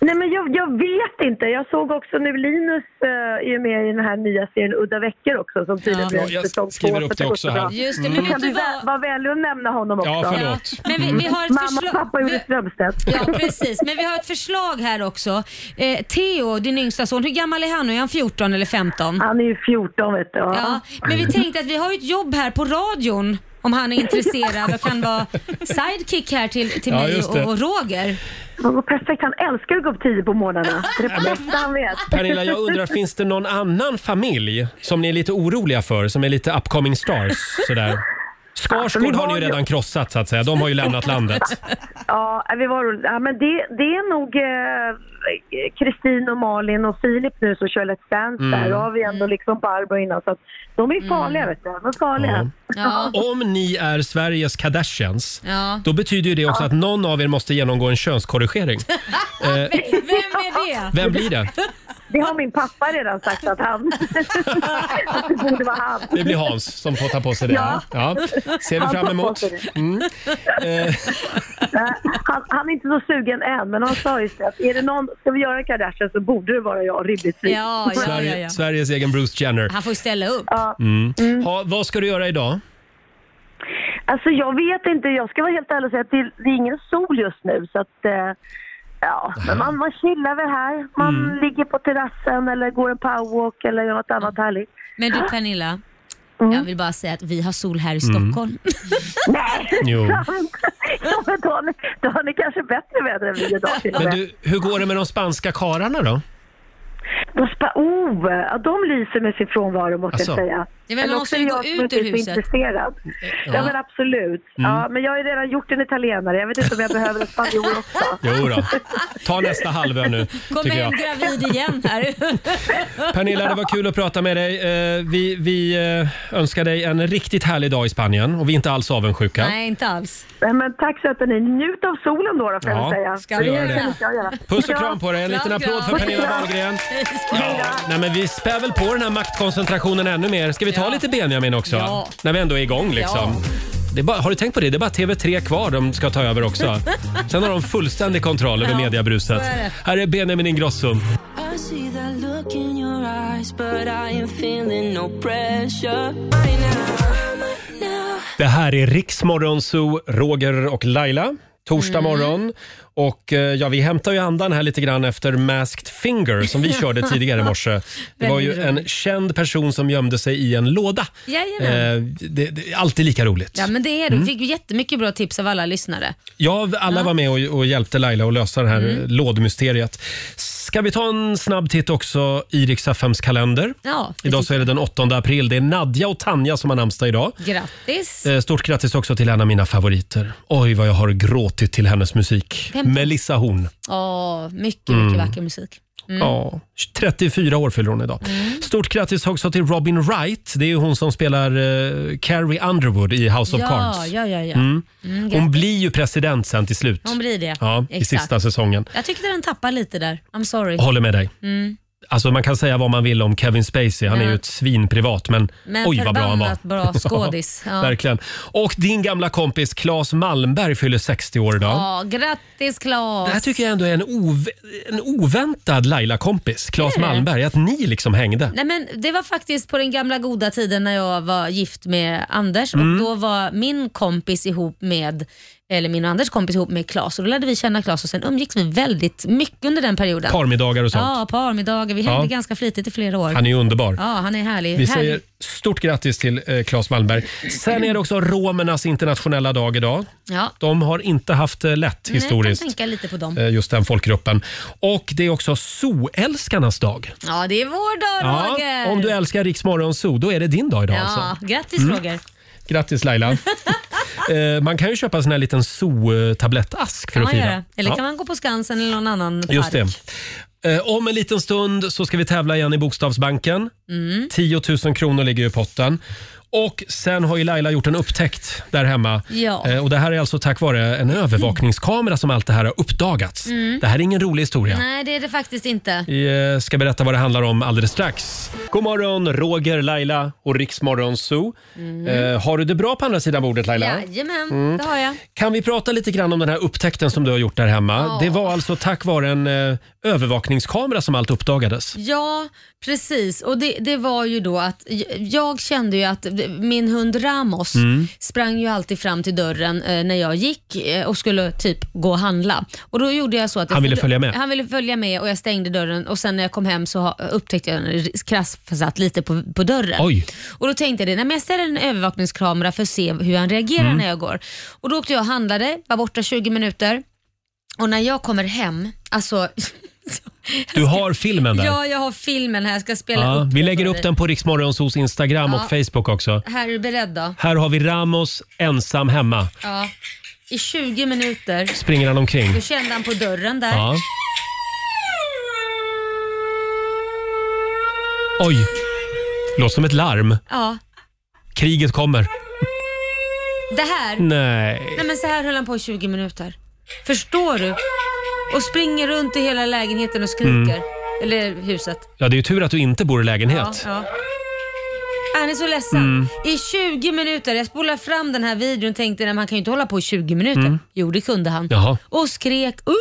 [SPEAKER 12] Nej men jag, jag vet inte. Jag såg också nu Linus uh, är ju med i den här nya serien Udda veckor också som tydligen
[SPEAKER 1] Ja,
[SPEAKER 12] blir
[SPEAKER 1] jag
[SPEAKER 12] säsong
[SPEAKER 1] skriver
[SPEAKER 12] två,
[SPEAKER 1] upp
[SPEAKER 12] så
[SPEAKER 1] det
[SPEAKER 12] går
[SPEAKER 1] också
[SPEAKER 12] så bra.
[SPEAKER 1] här. Just det, men
[SPEAKER 12] Så
[SPEAKER 1] vet
[SPEAKER 12] kan
[SPEAKER 1] du
[SPEAKER 12] du
[SPEAKER 2] vad-
[SPEAKER 12] vara vänlig och nämna honom också.
[SPEAKER 1] Ja, förlåt.
[SPEAKER 2] Ja, men vi- vi har ett
[SPEAKER 12] Mamma
[SPEAKER 2] förslag-
[SPEAKER 12] och pappa gjorde Strömstedt.
[SPEAKER 2] Ja, precis. Men vi har ett förslag här också. Eh, Theo, din yngsta son, hur gammal är han nu? Är han 14 eller 15?
[SPEAKER 12] Han är ju 14 vet du.
[SPEAKER 2] Ja, men vi tänkte att vi har ju ett jobb här på radion om han är intresserad och kan vara sidekick här till, till
[SPEAKER 12] Ja,
[SPEAKER 2] mig
[SPEAKER 12] just det.
[SPEAKER 2] och, och Roger.
[SPEAKER 12] Han var perfekt. Han älskar att gå upp tidigt på morgnarna. Det är det bästa han vet.
[SPEAKER 1] Pernilla, jag undrar, finns det någon annan familj som ni är lite oroliga för, som är lite upcoming stars? Sådär? Skarsgård har ni ju redan krossat så att säga. De har ju lämnat landet.
[SPEAKER 12] Ja, äh, vi var roligt. Ja, men det, det är nog eh, Kristin och Malin och Filip nu som kör Let's Dance
[SPEAKER 1] Mm.
[SPEAKER 12] där. Då har vi ändå liksom Barbro innan. Så att de är farliga vet du. De är farliga.
[SPEAKER 1] Om ni är Sveriges Kardashians,
[SPEAKER 12] Ja.
[SPEAKER 1] då betyder ju det också att någon av er måste genomgå en könskorrigering. Eh,
[SPEAKER 2] Vem är det?
[SPEAKER 1] Vem blir det?
[SPEAKER 12] Det har min pappa redan sagt att han... att det borde vara han.
[SPEAKER 1] Det blir Hans som får ta på sig det.
[SPEAKER 12] Ja.
[SPEAKER 1] Ja. Ser vi
[SPEAKER 12] Han
[SPEAKER 1] fram
[SPEAKER 12] tar på
[SPEAKER 1] emot.
[SPEAKER 12] sig det.
[SPEAKER 1] Mm. Eh,
[SPEAKER 12] Han, han är inte så sugen än, men han sa just det att är det någon, ska vi göra en Kardashian så borde det vara jag rimligtvis.
[SPEAKER 2] Ja, ja, ja,
[SPEAKER 1] Sverige,
[SPEAKER 2] ja.
[SPEAKER 1] Sveriges egen Bruce Jenner.
[SPEAKER 2] Han får ju ställa upp.
[SPEAKER 1] Mm. Ha, vad ska du göra idag?
[SPEAKER 12] Alltså jag vet inte, jag ska vara helt ärlig och säga att det, det är ingen sol just nu så att eh, ja, men man, man chillar väl här. Man
[SPEAKER 2] Mm.
[SPEAKER 12] ligger på terrassen eller går en powerwalk eller gör något annat
[SPEAKER 1] Mm.
[SPEAKER 12] härligt.
[SPEAKER 2] Men du Pernilla, jag vill bara säga att vi har sol här i
[SPEAKER 12] Mm.
[SPEAKER 2] Stockholm.
[SPEAKER 12] Nej,
[SPEAKER 1] Jo.
[SPEAKER 12] ja, men då, har ni- då har ni kanske bättre väder än vi idag till och
[SPEAKER 1] Men
[SPEAKER 12] med.
[SPEAKER 1] du, hur går det med de spanska kararna då?
[SPEAKER 12] De, spa, oh, ja, de lyser med sin frånvaro måste
[SPEAKER 1] Alltså.
[SPEAKER 12] jag säga.
[SPEAKER 2] Ja, men man
[SPEAKER 12] Eller
[SPEAKER 2] måste
[SPEAKER 12] också
[SPEAKER 2] ju
[SPEAKER 12] är
[SPEAKER 2] gå
[SPEAKER 12] jag som
[SPEAKER 2] ut
[SPEAKER 12] inte
[SPEAKER 2] ur
[SPEAKER 12] är så
[SPEAKER 2] huset.
[SPEAKER 12] Intresserad. Ja.
[SPEAKER 1] Ja.
[SPEAKER 12] men absolut.
[SPEAKER 1] Mm.
[SPEAKER 12] Ja, men jag har ju redan gjort en italienare. Jag vet inte om jag behöver en spanjor också.
[SPEAKER 1] Jo då. Ta nästa halvö nu,
[SPEAKER 2] Kommer
[SPEAKER 1] tycker
[SPEAKER 2] hem
[SPEAKER 1] jag.
[SPEAKER 2] gravid igen här.
[SPEAKER 1] Pernilla, det var kul att prata med dig. Eh, Vi, vi eh, önskar dig en riktigt härlig dag i Spanien och vi är inte alls avundsjuka.
[SPEAKER 2] Nej, inte alls.
[SPEAKER 12] Nej, men tack så att ni njut av solen då, då får
[SPEAKER 1] Ja,
[SPEAKER 12] jag säga.
[SPEAKER 1] ska vi göra det. Puss och kram på dig. En liten
[SPEAKER 12] Kram,
[SPEAKER 1] applåd för
[SPEAKER 12] kram.
[SPEAKER 1] Pernilla
[SPEAKER 12] Puss och kram.
[SPEAKER 1] Wahlgren. Ja, nej, men vi spär väl på den här maktkoncentrationen ännu mer. Ska vi ta lite Benjamin också?
[SPEAKER 3] Ja.
[SPEAKER 1] När vi ändå är igång liksom. Det är bara, har du tänkt på det? Det är bara TV3 kvar de ska ta över också. Sen har de fullständig kontroll över
[SPEAKER 3] Ja,
[SPEAKER 1] mediabruset.
[SPEAKER 3] så är det.
[SPEAKER 1] Här är Benjamin Ingrosso.
[SPEAKER 3] I see that look in your eyes but I am feeling no pressure right now
[SPEAKER 2] Mm.
[SPEAKER 1] Det här är Riksmorgon Zoo, Roger och Laila. Torsdag morgon. Och eh, ja, vi hämtar ju andan här lite grann efter Masked Finger som vi körde tidigare i morse. Det var ju
[SPEAKER 2] Väldigt
[SPEAKER 1] en känd person som gömde sig i en låda.
[SPEAKER 2] Jajamän.
[SPEAKER 1] Eh, det, det är alltid lika roligt.
[SPEAKER 2] Ja, men det är det. Vi
[SPEAKER 1] Mm.
[SPEAKER 2] fick jättemycket bra tips av alla lyssnare.
[SPEAKER 1] Ja, alla var med och, och hjälpte Laila att lösa det här
[SPEAKER 2] Mm.
[SPEAKER 1] lådmysteriet. Ska vi ta en snabb titt också i Rix FMs kalender?
[SPEAKER 2] Ja, det
[SPEAKER 1] Idag så är det den 8 april. Det är Nadja och Tanja som har namnsdag idag.
[SPEAKER 2] Grattis.
[SPEAKER 1] Eh, Stort grattis också till en av mina favoriter. Oj, vad jag har gråtit till hennes musik.
[SPEAKER 2] Vem då?
[SPEAKER 1] Melissa Horn.
[SPEAKER 2] Ja, mycket, mycket
[SPEAKER 1] Mm.
[SPEAKER 2] vacker musik. Mm.
[SPEAKER 1] Ja, 34 år fyller hon idag. Stort grattis också till Robin Wright. Det är ju hon som spelar eh, Carrie Underwood i House of
[SPEAKER 2] ja,
[SPEAKER 1] Cards.
[SPEAKER 2] Ja, ja, ja.
[SPEAKER 1] Mm.
[SPEAKER 2] Mm,
[SPEAKER 1] Hon
[SPEAKER 2] grattis.
[SPEAKER 1] blir ju president sen till slut.
[SPEAKER 2] Hon blir det.
[SPEAKER 1] Ja, i
[SPEAKER 2] Exakt.
[SPEAKER 1] sista säsongen.
[SPEAKER 2] Jag tyckte den tappar lite där. I'm sorry.
[SPEAKER 1] Håller med dig.
[SPEAKER 2] Mm.
[SPEAKER 1] Alltså man kan säga vad man vill om Kevin Spacey, han är
[SPEAKER 2] Ja.
[SPEAKER 1] ju ett svin privat men,
[SPEAKER 2] Men
[SPEAKER 1] oj vad bra han var.
[SPEAKER 2] förbannat bra skådis. Ja.
[SPEAKER 1] Verkligen. Och din gamla kompis Claes Malmberg fyller 60 år idag.
[SPEAKER 2] Ja, grattis Claes.
[SPEAKER 1] Det här tycker jag ändå är en, ov- en oväntad Laila-kompis, Claes
[SPEAKER 2] Är det?
[SPEAKER 1] Malmberg, att ni liksom hängde.
[SPEAKER 2] Nej, men det var faktiskt på den gamla goda tiden när jag var gift med Anders
[SPEAKER 1] Mm.
[SPEAKER 2] och då var min kompis ihop med, eller min och Anders kompis ihop med Claes och då lärde vi känna Claes och sen umgicks vi väldigt mycket under den perioden.
[SPEAKER 1] Parmiddagar och sånt.
[SPEAKER 2] Ja, parmiddagar. Vi hängde
[SPEAKER 1] Ja.
[SPEAKER 2] ganska flitigt i flera år.
[SPEAKER 1] Han är ju underbar.
[SPEAKER 2] Ja, han är härlig.
[SPEAKER 1] Vi
[SPEAKER 2] härlig.
[SPEAKER 1] säger stort grattis till eh, Claes Malmberg. Sen är det också romernas internationella dag idag.
[SPEAKER 2] Ja.
[SPEAKER 1] De har inte haft det lätt
[SPEAKER 2] Nej,
[SPEAKER 1] historiskt.
[SPEAKER 2] Jag kan tänka lite på dem.
[SPEAKER 1] eh, just den folkgruppen. Och det är också zooälskarnas dag.
[SPEAKER 2] Ja, det är vår dag Roger.
[SPEAKER 1] om du älskar Riks Zoo, då är det din dag idag
[SPEAKER 2] ja,
[SPEAKER 1] alltså.
[SPEAKER 2] Grattis
[SPEAKER 1] Mm.
[SPEAKER 2] Roger.
[SPEAKER 1] Grattis Laila. eh, man kan ju köpa en sån här liten zootablettask för
[SPEAKER 2] Kan
[SPEAKER 1] att
[SPEAKER 2] man
[SPEAKER 1] fira.
[SPEAKER 2] göra. Eller
[SPEAKER 1] Ja.
[SPEAKER 2] kan man gå på Skansen eller någon annan park.
[SPEAKER 1] Just det. Eh, Om en liten stund så ska vi tävla igen i Bokstavsbanken.
[SPEAKER 2] Mm.
[SPEAKER 1] 10 000 kronor ligger i potten. Och sen har ju Laila gjort en upptäckt där hemma.
[SPEAKER 2] Ja.
[SPEAKER 1] Eh, Och det här är alltså tack vare en övervakningskamera som allt det här har uppdagats.
[SPEAKER 2] Mm.
[SPEAKER 1] Det här är ingen rolig historia.
[SPEAKER 2] Nej, det är det faktiskt inte.
[SPEAKER 1] Vi eh, ska berätta vad det handlar om alldeles strax. God morgon, Roger, Laila och Riksmorgon Zoo.
[SPEAKER 2] Mm.
[SPEAKER 1] Eh, har du det bra på andra sidan bordet Laila?
[SPEAKER 2] Jajamän,
[SPEAKER 1] Mm.
[SPEAKER 2] det har jag.
[SPEAKER 1] Kan vi prata lite grann om den här upptäckten som du har gjort där hemma?
[SPEAKER 2] Ja.
[SPEAKER 1] Det var alltså tack vare en eh, övervakningskamera som allt uppdagades.
[SPEAKER 2] Ja, precis. Och det, det var ju då att j- jag kände ju att min hund Ramos
[SPEAKER 1] Mm.
[SPEAKER 2] sprang ju alltid fram till dörren eh, när jag gick eh, och skulle typ gå och handla. Och då gjorde jag så att jag
[SPEAKER 1] Han ville
[SPEAKER 2] följde-
[SPEAKER 1] följa med.
[SPEAKER 2] Han ville följa med och jag stängde dörren och sen när jag kom hem så ha- upptäckte jag den krassat lite på, på dörren.
[SPEAKER 1] Oj.
[SPEAKER 2] Och då tänkte jag det, nej, men jag ställer en övervakningskamera för att se hur han reagerar
[SPEAKER 1] Mm.
[SPEAKER 2] när jag går. Och då åkte jag och handlade, var borta 20 minuter och när jag kommer hem, alltså
[SPEAKER 1] Du har filmen där.
[SPEAKER 2] Ja, jag har filmen här. Jag ska spela
[SPEAKER 1] Ja,
[SPEAKER 2] upp
[SPEAKER 1] vi
[SPEAKER 2] den
[SPEAKER 1] lägger
[SPEAKER 2] för
[SPEAKER 1] upp
[SPEAKER 2] dig.
[SPEAKER 1] den på Riksmorgonsos Instagram
[SPEAKER 2] Ja.
[SPEAKER 1] och Facebook också.
[SPEAKER 2] Här, är du beredd då?
[SPEAKER 1] Här har vi Ramos ensam hemma.
[SPEAKER 2] Ja. I 20 minuter.
[SPEAKER 1] Springer han omkring?
[SPEAKER 2] Då kände han på dörren där.
[SPEAKER 1] Ja. Oj! Låter som ett larm.
[SPEAKER 2] Ja.
[SPEAKER 1] Kriget kommer.
[SPEAKER 2] Det här.
[SPEAKER 1] Nej.
[SPEAKER 2] Nej men så här höll han på i 20 minuter. Förstår du? Och springer runt i hela lägenheten och skriker.
[SPEAKER 1] Mm.
[SPEAKER 2] Eller huset.
[SPEAKER 1] Ja, det är ju tur att du inte bor i lägenhet.
[SPEAKER 2] Ja, ja. Han är så ledsen.
[SPEAKER 1] Mm.
[SPEAKER 2] I 20 minuter. Jag spolar fram den här videon och tänkte att man kan ju inte hålla på i 20 minuter.
[SPEAKER 1] Mm.
[SPEAKER 2] Jo, det kunde han.
[SPEAKER 1] Jaha.
[SPEAKER 2] Och skrek. Uh!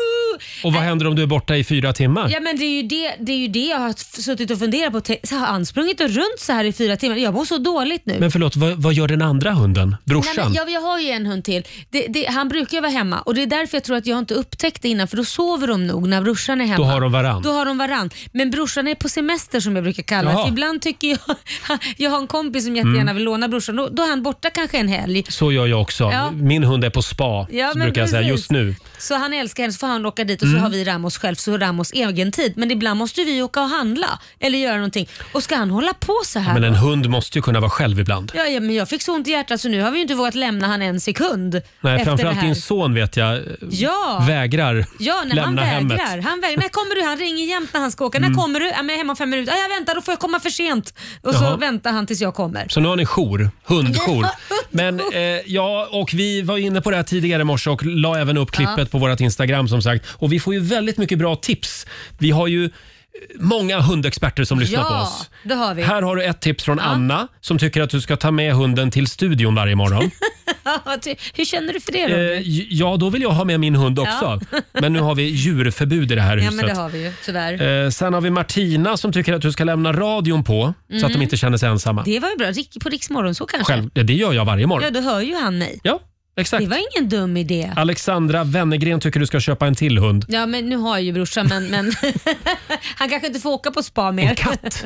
[SPEAKER 1] Och vad händer om du är borta i fyra timmar?
[SPEAKER 2] Ja men det är ju det, det, är ju det jag har f- suttit och funderat på. Te- Så har han sprungit och runt så här i fyra timmar? Jag mår så dåligt nu.
[SPEAKER 1] Men förlåt, vad, vad gör den andra hunden?
[SPEAKER 2] Nej,
[SPEAKER 1] Brorsan?
[SPEAKER 2] men jag, jag har ju en hund till. Det, det, han brukar ju vara hemma och det är därför jag tror att jag inte upptäckt det innan för då sover de nog när brorsan är hemma.
[SPEAKER 1] Då har de varann.
[SPEAKER 2] Då har de varann. Men brorsan är på semester som jag brukar kalla det.
[SPEAKER 1] Jaha.
[SPEAKER 2] För Ibland tycker jag, jag har en kompis som jättegärna
[SPEAKER 1] Mm.
[SPEAKER 2] vill låna brorsan, då, då är han borta kanske en helg.
[SPEAKER 1] Så gör jag också.
[SPEAKER 2] Ja.
[SPEAKER 1] Min hund är på spa,
[SPEAKER 2] Ja,
[SPEAKER 1] så
[SPEAKER 2] men
[SPEAKER 1] brukar jag säga
[SPEAKER 2] precis.
[SPEAKER 1] just nu.
[SPEAKER 2] Så han älskar henne så får han åka dit och
[SPEAKER 1] Mm.
[SPEAKER 2] så har vi Ramos själv så har Ramos egen tid. Men ibland måste vi åka och handla eller göra någonting. Och ska han hålla på så här?
[SPEAKER 1] Men en
[SPEAKER 2] då?
[SPEAKER 1] hund måste ju kunna vara själv ibland.
[SPEAKER 2] Ja, ja, men jag fick så ont i hjärtat så nu har vi ju inte vågat lämna han en sekund.
[SPEAKER 1] Nej,
[SPEAKER 2] efter
[SPEAKER 1] framförallt
[SPEAKER 2] det här.
[SPEAKER 1] din son vet jag eh,
[SPEAKER 2] Ja.
[SPEAKER 1] vägrar
[SPEAKER 2] Ja, när
[SPEAKER 1] lämna
[SPEAKER 2] han vägrar.
[SPEAKER 1] hemmet.
[SPEAKER 2] Han vägrar. När kommer du? Han ringer jämt när han ska åka.
[SPEAKER 1] Mm.
[SPEAKER 2] När kommer du? Ja, men jag är hemma om fem minuter. Ja, jag väntar, då får jag komma för sent. Och
[SPEAKER 1] Jaha.
[SPEAKER 2] så väntar han tills jag kommer.
[SPEAKER 1] Så nu har ni jour, hundjour. Men eh, ja, och vi var inne på det här tidigare i morse och la även upp klippet
[SPEAKER 2] Ja.
[SPEAKER 1] på vårt Instagram som sagt. Och vi får ju väldigt mycket bra tips. Vi har ju eh, många hundexperter som lyssnar
[SPEAKER 2] ja,
[SPEAKER 1] på oss.
[SPEAKER 2] det har vi.
[SPEAKER 1] Här har du ett tips från Anna som tycker att du ska ta med hunden till studion varje morgon.
[SPEAKER 2] Hur känner du för det
[SPEAKER 1] Eh,
[SPEAKER 2] då?
[SPEAKER 1] j- ja, då vill jag ha med min hund också.
[SPEAKER 2] Ja.
[SPEAKER 1] Men nu har vi djurförbud i det här
[SPEAKER 2] ja,
[SPEAKER 1] huset.
[SPEAKER 2] men det har vi ju tyvärr.
[SPEAKER 1] Eh, sen har vi Martina som tycker att du ska lämna radion på så att de
[SPEAKER 2] Mm.
[SPEAKER 1] inte känner sig ensamma.
[SPEAKER 2] Det var ju bra. Rick- På Riksmorgon så kanske?
[SPEAKER 1] Själv, det gör jag varje morgon.
[SPEAKER 2] Ja, då hör ju han mig.
[SPEAKER 1] Ja. Exakt.
[SPEAKER 2] Det var ingen dum idé.
[SPEAKER 1] Alexandra Wennergren tycker du ska köpa en till hund.
[SPEAKER 2] Ja, men nu har jag ju brorsan, men, men han kanske inte får åka på spa mer. En
[SPEAKER 1] katt?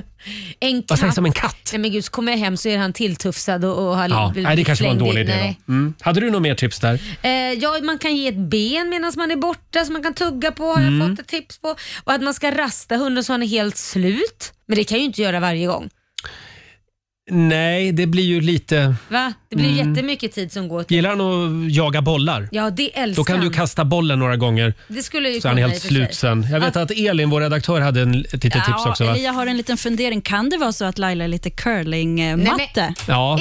[SPEAKER 2] en katt.
[SPEAKER 1] Vad sägs om en katt?
[SPEAKER 2] Nej men gud, så kommer jag hem så är han tilltufsad och, och har
[SPEAKER 1] Ja,
[SPEAKER 2] blivit
[SPEAKER 1] nej, det kanske var en
[SPEAKER 2] slängd
[SPEAKER 1] dålig
[SPEAKER 2] in.
[SPEAKER 1] idé.
[SPEAKER 2] Nej.
[SPEAKER 1] Då. Mm. Hade du något mer tips där?
[SPEAKER 2] Eh, ja, man kan ge ett ben medan man är borta som man kan tugga på har
[SPEAKER 1] Mm.
[SPEAKER 2] jag fått ett tips på. Och att man ska rasta hunden så han är helt slut. Men det kan jag ju inte göra varje gång.
[SPEAKER 1] Nej, det blir ju lite...
[SPEAKER 2] Va? Det blir ju
[SPEAKER 1] Mm.
[SPEAKER 2] jättemycket tid som går.
[SPEAKER 1] Gillar han att jaga bollar?
[SPEAKER 2] Ja, det älskar
[SPEAKER 1] Då kan du
[SPEAKER 2] han.
[SPEAKER 1] kasta bollen några gånger.
[SPEAKER 2] Det skulle
[SPEAKER 1] Så han är helt slut sen. Jag vet att Elin, vår redaktör, hade en, ett litet tips också va?
[SPEAKER 3] eller jag har en liten fundering. Kan det vara så att Laila är lite curlingmatte?
[SPEAKER 1] Ja,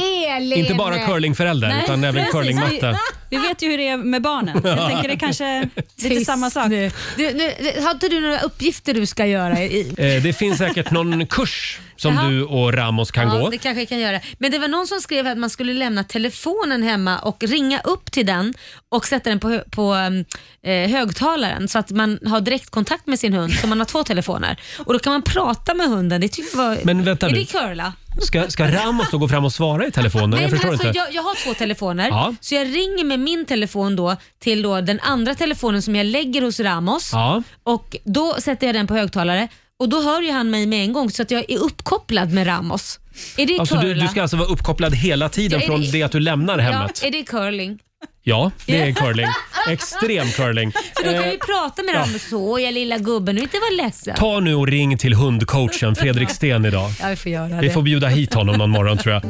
[SPEAKER 1] inte bara curlingförälder
[SPEAKER 3] Nej,
[SPEAKER 1] utan även
[SPEAKER 3] precis.
[SPEAKER 1] curlingmatte.
[SPEAKER 3] Vi vet ju hur det är med barnen.
[SPEAKER 1] Ja.
[SPEAKER 3] Jag tänker det kanske är lite
[SPEAKER 2] Tyst
[SPEAKER 3] samma sak.
[SPEAKER 2] Du, nu, har inte du några uppgifter du ska göra? I?
[SPEAKER 1] Eh, Det finns säkert någon kurs som
[SPEAKER 2] Jaha.
[SPEAKER 1] du och Ramos kan
[SPEAKER 2] ja,
[SPEAKER 1] gå.
[SPEAKER 2] det kanske jag kan göra. Men det var någon som skrev att man skulle lämna telefonen hemma och ringa upp till den och sätta den på, hö- på ehm, eh, högtalaren så att man har direktkontakt med sin hund så man har två telefoner. Och då kan man prata med hunden. Det tycker jag var...
[SPEAKER 1] Men vänta
[SPEAKER 2] är
[SPEAKER 1] nu.
[SPEAKER 2] det curla?
[SPEAKER 1] Ska, ska Ramos då gå fram och svara i telefonen? Jag
[SPEAKER 2] men
[SPEAKER 1] förstår
[SPEAKER 2] alltså,
[SPEAKER 1] inte.
[SPEAKER 2] Jag, jag har två telefoner,
[SPEAKER 1] Ja.
[SPEAKER 2] så jag ringer med min telefon då till då den andra telefonen som jag lägger hos Ramos.
[SPEAKER 1] Ja.
[SPEAKER 2] Och Då sätter jag den på högtalare och då hör ju han mig med en gång så att jag är uppkopplad med Ramos. Är det
[SPEAKER 1] Alltså, du,
[SPEAKER 2] curla?
[SPEAKER 1] du ska alltså vara uppkopplad hela tiden
[SPEAKER 2] Ja, är
[SPEAKER 1] från
[SPEAKER 2] det-
[SPEAKER 1] det att du lämnar hemmet?
[SPEAKER 2] Ja, är det curling?
[SPEAKER 1] Ja, det är curling. Extrem curling.
[SPEAKER 2] För då kan
[SPEAKER 1] Eh,
[SPEAKER 2] vi prata med
[SPEAKER 1] ja.
[SPEAKER 2] Ramos så, jag lilla gubben, och inte vara ledsen.
[SPEAKER 1] Ta nu och ring till hundcoachen Fredrik Sten idag.
[SPEAKER 2] Ja, vi får göra
[SPEAKER 1] Vi
[SPEAKER 2] det.
[SPEAKER 1] får bjuda hit honom någon morgon tror jag.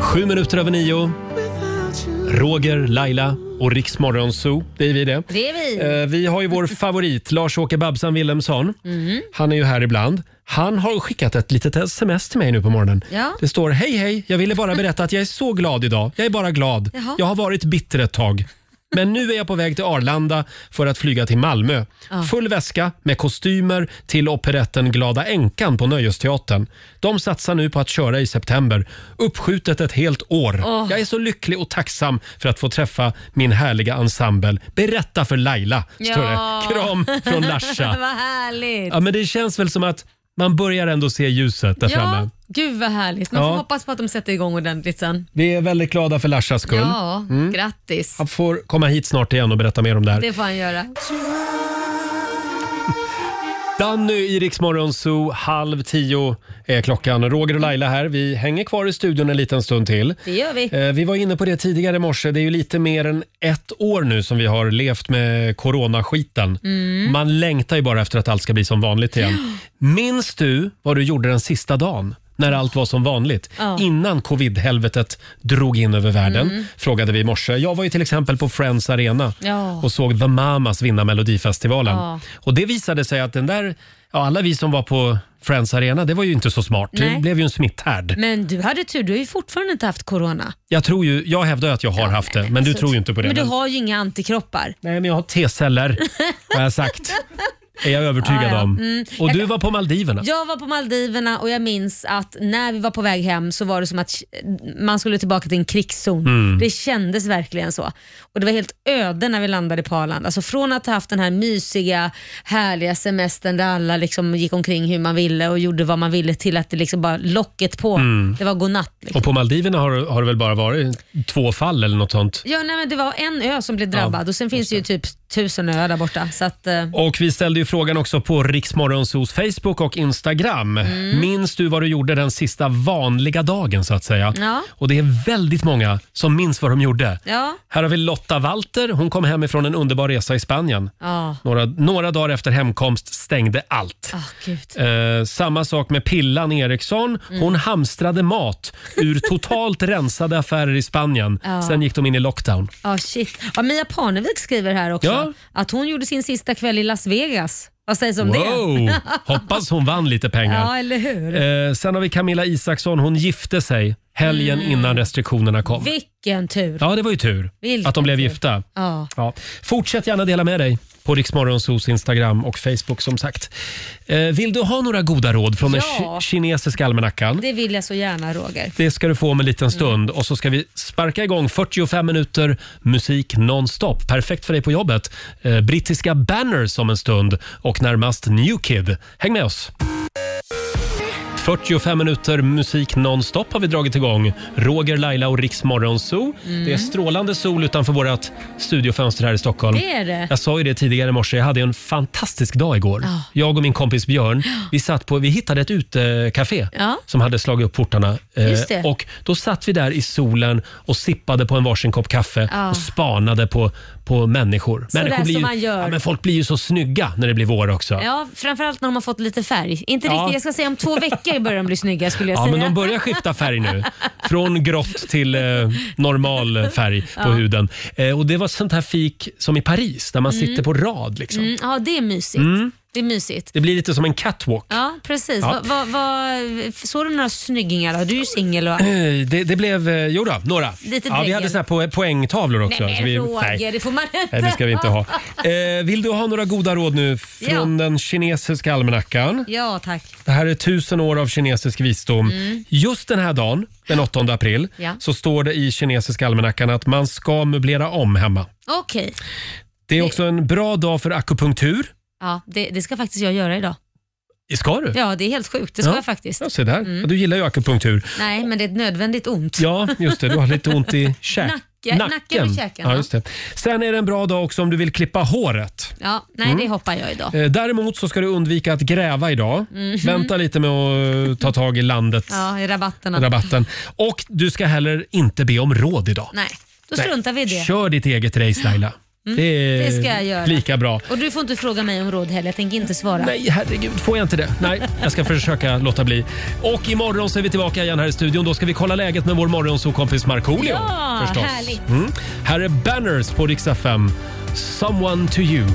[SPEAKER 1] Sju minuter över nio. Roger, Laila och Riksmorgon Zoo. Det är vi det.
[SPEAKER 2] Det är vi.
[SPEAKER 1] Eh, Vi har ju vår favorit Lars-Åke Babsan Willemsson.
[SPEAKER 2] Mm.
[SPEAKER 1] Han är ju här ibland. Han har skickat ett litet sms till mig nu på morgonen.
[SPEAKER 2] Ja.
[SPEAKER 1] Det står “Hej hej, jag ville bara berätta att jag är så glad idag. Jag är bara glad.
[SPEAKER 2] Jaha.
[SPEAKER 1] Jag har varit bitter ett tag. Men nu är jag på väg till Arlanda för att flyga till Malmö.
[SPEAKER 2] Ja.
[SPEAKER 1] Full väska med kostymer till operetten Glada änkan på Nöjesteatern. De satsar nu på att köra i september. Uppskjutet ett helt år. Jag är så lycklig och tacksam för att få träffa min härliga ensemble. Berätta för Laila, står det. Kram från Larsa.
[SPEAKER 2] vad härligt.
[SPEAKER 1] Ja, men det känns väl som att man börjar ändå se ljuset där framme.
[SPEAKER 2] gud vad härligt. Man
[SPEAKER 1] Ja.
[SPEAKER 2] får hoppas på att de sätter igång ordentligt sen.
[SPEAKER 1] Vi är väldigt glada för Larsas skull.
[SPEAKER 2] Ja,
[SPEAKER 1] Mm.
[SPEAKER 2] grattis.
[SPEAKER 1] Han får komma hit snart igen och berätta mer om det här.
[SPEAKER 2] Det får han göra.
[SPEAKER 1] Danny i Rix Morgon Zoo, halv tio är klockan. Roger och Laila här. Vi hänger kvar i studion en liten stund till.
[SPEAKER 2] Det gör vi.
[SPEAKER 1] Eh, Vi var inne på det tidigare i morse. Det är ju lite mer än ett år nu som vi har levt med coronaskiten.
[SPEAKER 2] Mm.
[SPEAKER 1] Man längtar ju bara efter att allt ska bli som vanligt igen. Minns du vad du gjorde den sista dagen? När allt var som vanligt.
[SPEAKER 2] Ja.
[SPEAKER 1] Innan covid-helvetet drog in över världen.
[SPEAKER 2] Mm.
[SPEAKER 1] Frågade vi i morse. Jag var ju till exempel på Friends Arena
[SPEAKER 2] Ja.
[SPEAKER 1] och såg The Mamas vinna Melodifestivalen.
[SPEAKER 2] Ja.
[SPEAKER 1] Och det visade sig att den där, ja, alla vi som var på Friends Arena, det var ju inte så smart. Det
[SPEAKER 2] Nej.
[SPEAKER 1] blev ju en smitthärd.
[SPEAKER 2] Men du hade tur, du har ju fortfarande inte haft corona.
[SPEAKER 1] Jag tror ju, jag hävdar ju att jag har haft det, men du tror ju inte på det.
[SPEAKER 2] alltså, Men du har ju inga antikroppar.
[SPEAKER 1] Nej, men jag har T-celler, har jag sagt. Är jag övertygad
[SPEAKER 2] Ja, ja.
[SPEAKER 1] om.
[SPEAKER 2] Mm.
[SPEAKER 1] Och
[SPEAKER 2] Jag
[SPEAKER 1] du var på Maldiverna.
[SPEAKER 2] Jag var på Maldiverna och jag minns att när vi var på väg hem så var det som att man skulle tillbaka till en krigszon.
[SPEAKER 1] Mm.
[SPEAKER 2] Det kändes verkligen så. Och Det var helt öde när vi landade på Arlanda. Alltså från att ha haft den här mysiga, härliga semestern där alla liksom gick omkring hur man ville och gjorde vad man ville till att det liksom bara locket på.
[SPEAKER 1] Mm.
[SPEAKER 2] Det var godnatt. Liksom.
[SPEAKER 1] Och på Maldiverna har, har det väl bara varit två fall eller något sånt.
[SPEAKER 2] Ja, nej, men det var en ö som blev drabbad och sen finns det ju typ tusen öar där borta. Så att, eh,
[SPEAKER 1] Och vi ställde ju frågan också på Riksmorgonsos Facebook och Instagram.
[SPEAKER 2] Mm.
[SPEAKER 1] Minns du vad du gjorde den sista vanliga dagen så att säga?
[SPEAKER 2] Ja.
[SPEAKER 1] Och det är väldigt många som minns vad de gjorde.
[SPEAKER 2] ja.
[SPEAKER 1] Här har vi Lotta Walter. Hon kom hem ifrån en underbar resa i Spanien.
[SPEAKER 2] Ja.
[SPEAKER 1] Några, några dagar efter hemkomst stängde allt.
[SPEAKER 2] Ah, gud.
[SPEAKER 1] Eh, samma sak med Pillan Eriksson. Hon
[SPEAKER 2] Mm.
[SPEAKER 1] hamstrade mat ur totalt rensade affärer i Spanien.
[SPEAKER 2] Ja.
[SPEAKER 1] Sen gick de in i lockdown.
[SPEAKER 2] Ja, Ah, shit. Ja, Mia Parnevik skriver här också
[SPEAKER 1] Ja.
[SPEAKER 2] att hon gjorde sin sista kväll i Las Vegas. Vad sägs om
[SPEAKER 1] wow!
[SPEAKER 2] det?
[SPEAKER 1] Hoppas hon vann lite pengar.
[SPEAKER 2] ja, eller hur?
[SPEAKER 1] Eh, sen har vi Camilla Isaksson. Hon gifte sig helgen
[SPEAKER 2] Mm.
[SPEAKER 1] innan restriktionerna kom.
[SPEAKER 2] Vilken tur.
[SPEAKER 1] Ja, det var ju tur
[SPEAKER 2] Vilken
[SPEAKER 1] att de blev
[SPEAKER 2] tur.
[SPEAKER 1] gifta.
[SPEAKER 2] Ja.
[SPEAKER 1] Ja. Fortsätt gärna dela med dig på Riksmorgonsos Instagram och Facebook som sagt. Eh, vill du ha några goda råd från den
[SPEAKER 2] Ja.
[SPEAKER 1] ki- kinesiska almanackan?
[SPEAKER 2] Det vill jag så gärna Roger.
[SPEAKER 1] Det ska du få om en liten stund. Och så ska vi sparka igång 45 minuter musik nonstop. Perfekt för dig på jobbet. Eh, brittiska Banners om en stund och närmast New Kid. Häng med oss! 45 minuter musik nonstop har vi dragit igång. Roger, Laila och Riks Morgonzoo.
[SPEAKER 2] Mm.
[SPEAKER 1] Det är strålande sol utanför vårt studiofönster här i Stockholm.
[SPEAKER 2] Det är det.
[SPEAKER 1] Jag sa ju det tidigare i morse, jag hade en fantastisk dag igår.
[SPEAKER 2] Ja.
[SPEAKER 1] Jag och min kompis Björn, vi satt på, vi hittade ett utekafé
[SPEAKER 2] Ja.
[SPEAKER 1] som hade slagit upp portarna. Eh,
[SPEAKER 2] Just det.
[SPEAKER 1] Och då satt vi där i solen och sippade på en varsin kopp kaffe
[SPEAKER 2] Ja.
[SPEAKER 1] och spanade på, på människor.
[SPEAKER 2] Sådär
[SPEAKER 1] människor blir
[SPEAKER 2] som
[SPEAKER 1] ju,
[SPEAKER 2] man gör.
[SPEAKER 1] Ja, men folk blir ju så snygga när det blir vår också.
[SPEAKER 2] Ja, framförallt när de har fått lite färg. Inte
[SPEAKER 1] Ja.
[SPEAKER 2] riktigt, jag ska säga om två veckor börjar de bli snygga skulle jag
[SPEAKER 1] Ja,
[SPEAKER 2] säga.
[SPEAKER 1] men de börjar skifta färg nu. Från grått till eh, normal färg på
[SPEAKER 2] Ja.
[SPEAKER 1] huden. Eh, och Det var sånt här fik som i Paris, där man
[SPEAKER 2] Mm.
[SPEAKER 1] sitter på rad. Liksom.
[SPEAKER 2] Mm, ja, det är mysigt.
[SPEAKER 1] Mm.
[SPEAKER 2] Det är mysigt.
[SPEAKER 1] Det blir lite som en catwalk.
[SPEAKER 2] Ja, precis.
[SPEAKER 1] Ja.
[SPEAKER 2] Va, va, va, såg du några snyggingar? då? Du är ju singel. och-
[SPEAKER 1] Eh, Det, det blev, eh, jo då, några.
[SPEAKER 2] Lite
[SPEAKER 1] ja, vi
[SPEAKER 2] dregel.
[SPEAKER 1] hade såna här po- poängtavlor också.
[SPEAKER 2] Nej,
[SPEAKER 1] så
[SPEAKER 2] men
[SPEAKER 1] vi,
[SPEAKER 2] Roger, det får man inte
[SPEAKER 1] Nej, det ska vi inte ha. Eh, vill du ha några goda råd nu från den kinesiska almanackan?
[SPEAKER 2] Ja, tack.
[SPEAKER 1] Det här är tusen år av kinesisk visdom.
[SPEAKER 2] Mm.
[SPEAKER 1] Just den här dagen, den 8 april,
[SPEAKER 2] Ja.
[SPEAKER 1] så står det i kinesiska almanackan att man ska möblera om hemma.
[SPEAKER 2] Okej.
[SPEAKER 1] Det är också en bra dag för akupunktur.
[SPEAKER 2] Ja, det, det ska faktiskt jag göra idag.
[SPEAKER 1] Ska du?
[SPEAKER 2] Ja, det är helt sjukt. Det ska
[SPEAKER 1] Ja.
[SPEAKER 2] jag faktiskt.
[SPEAKER 1] Ja, se där.
[SPEAKER 2] Mm.
[SPEAKER 1] Ja, Du gillar ju akupunktur.
[SPEAKER 2] Nej, men det är ett nödvändigt ont.
[SPEAKER 1] Ja, just det. Du har lite ont i käk.
[SPEAKER 2] Nacke- nacken och käken,
[SPEAKER 1] Ja,
[SPEAKER 2] ja.
[SPEAKER 1] just det. Sen är det en bra dag också om du vill klippa håret.
[SPEAKER 2] Ja, nej,
[SPEAKER 1] Mm.
[SPEAKER 2] det hoppar jag idag.
[SPEAKER 1] Eh, Däremot så ska du undvika att gräva idag.
[SPEAKER 2] Mhm.
[SPEAKER 1] Vänta lite med att eh, ta tag i landet,
[SPEAKER 2] Ja, i rabatterna.
[SPEAKER 1] rabatten. Och du ska heller inte be om råd idag.
[SPEAKER 2] Nej, då
[SPEAKER 1] Nej.
[SPEAKER 2] struntar vi i det.
[SPEAKER 1] Kör ditt eget race Laila.
[SPEAKER 2] Mm,
[SPEAKER 1] Det är
[SPEAKER 2] det ska jag göra.
[SPEAKER 1] lika bra.
[SPEAKER 2] Och du får inte fråga mig om råd heller. Jag tänker inte svara.
[SPEAKER 1] Nej, herregud. Får jag inte det? Nej, jag ska försöka låta bli. Och imorgon så är vi tillbaka igen här i studion. Då ska vi kolla läget med vår morgonsåkompis Markoolio.
[SPEAKER 2] Ja,
[SPEAKER 1] förstås.
[SPEAKER 2] härligt.
[SPEAKER 1] Mm. Här är Banners på riksdag 5. Someone to you.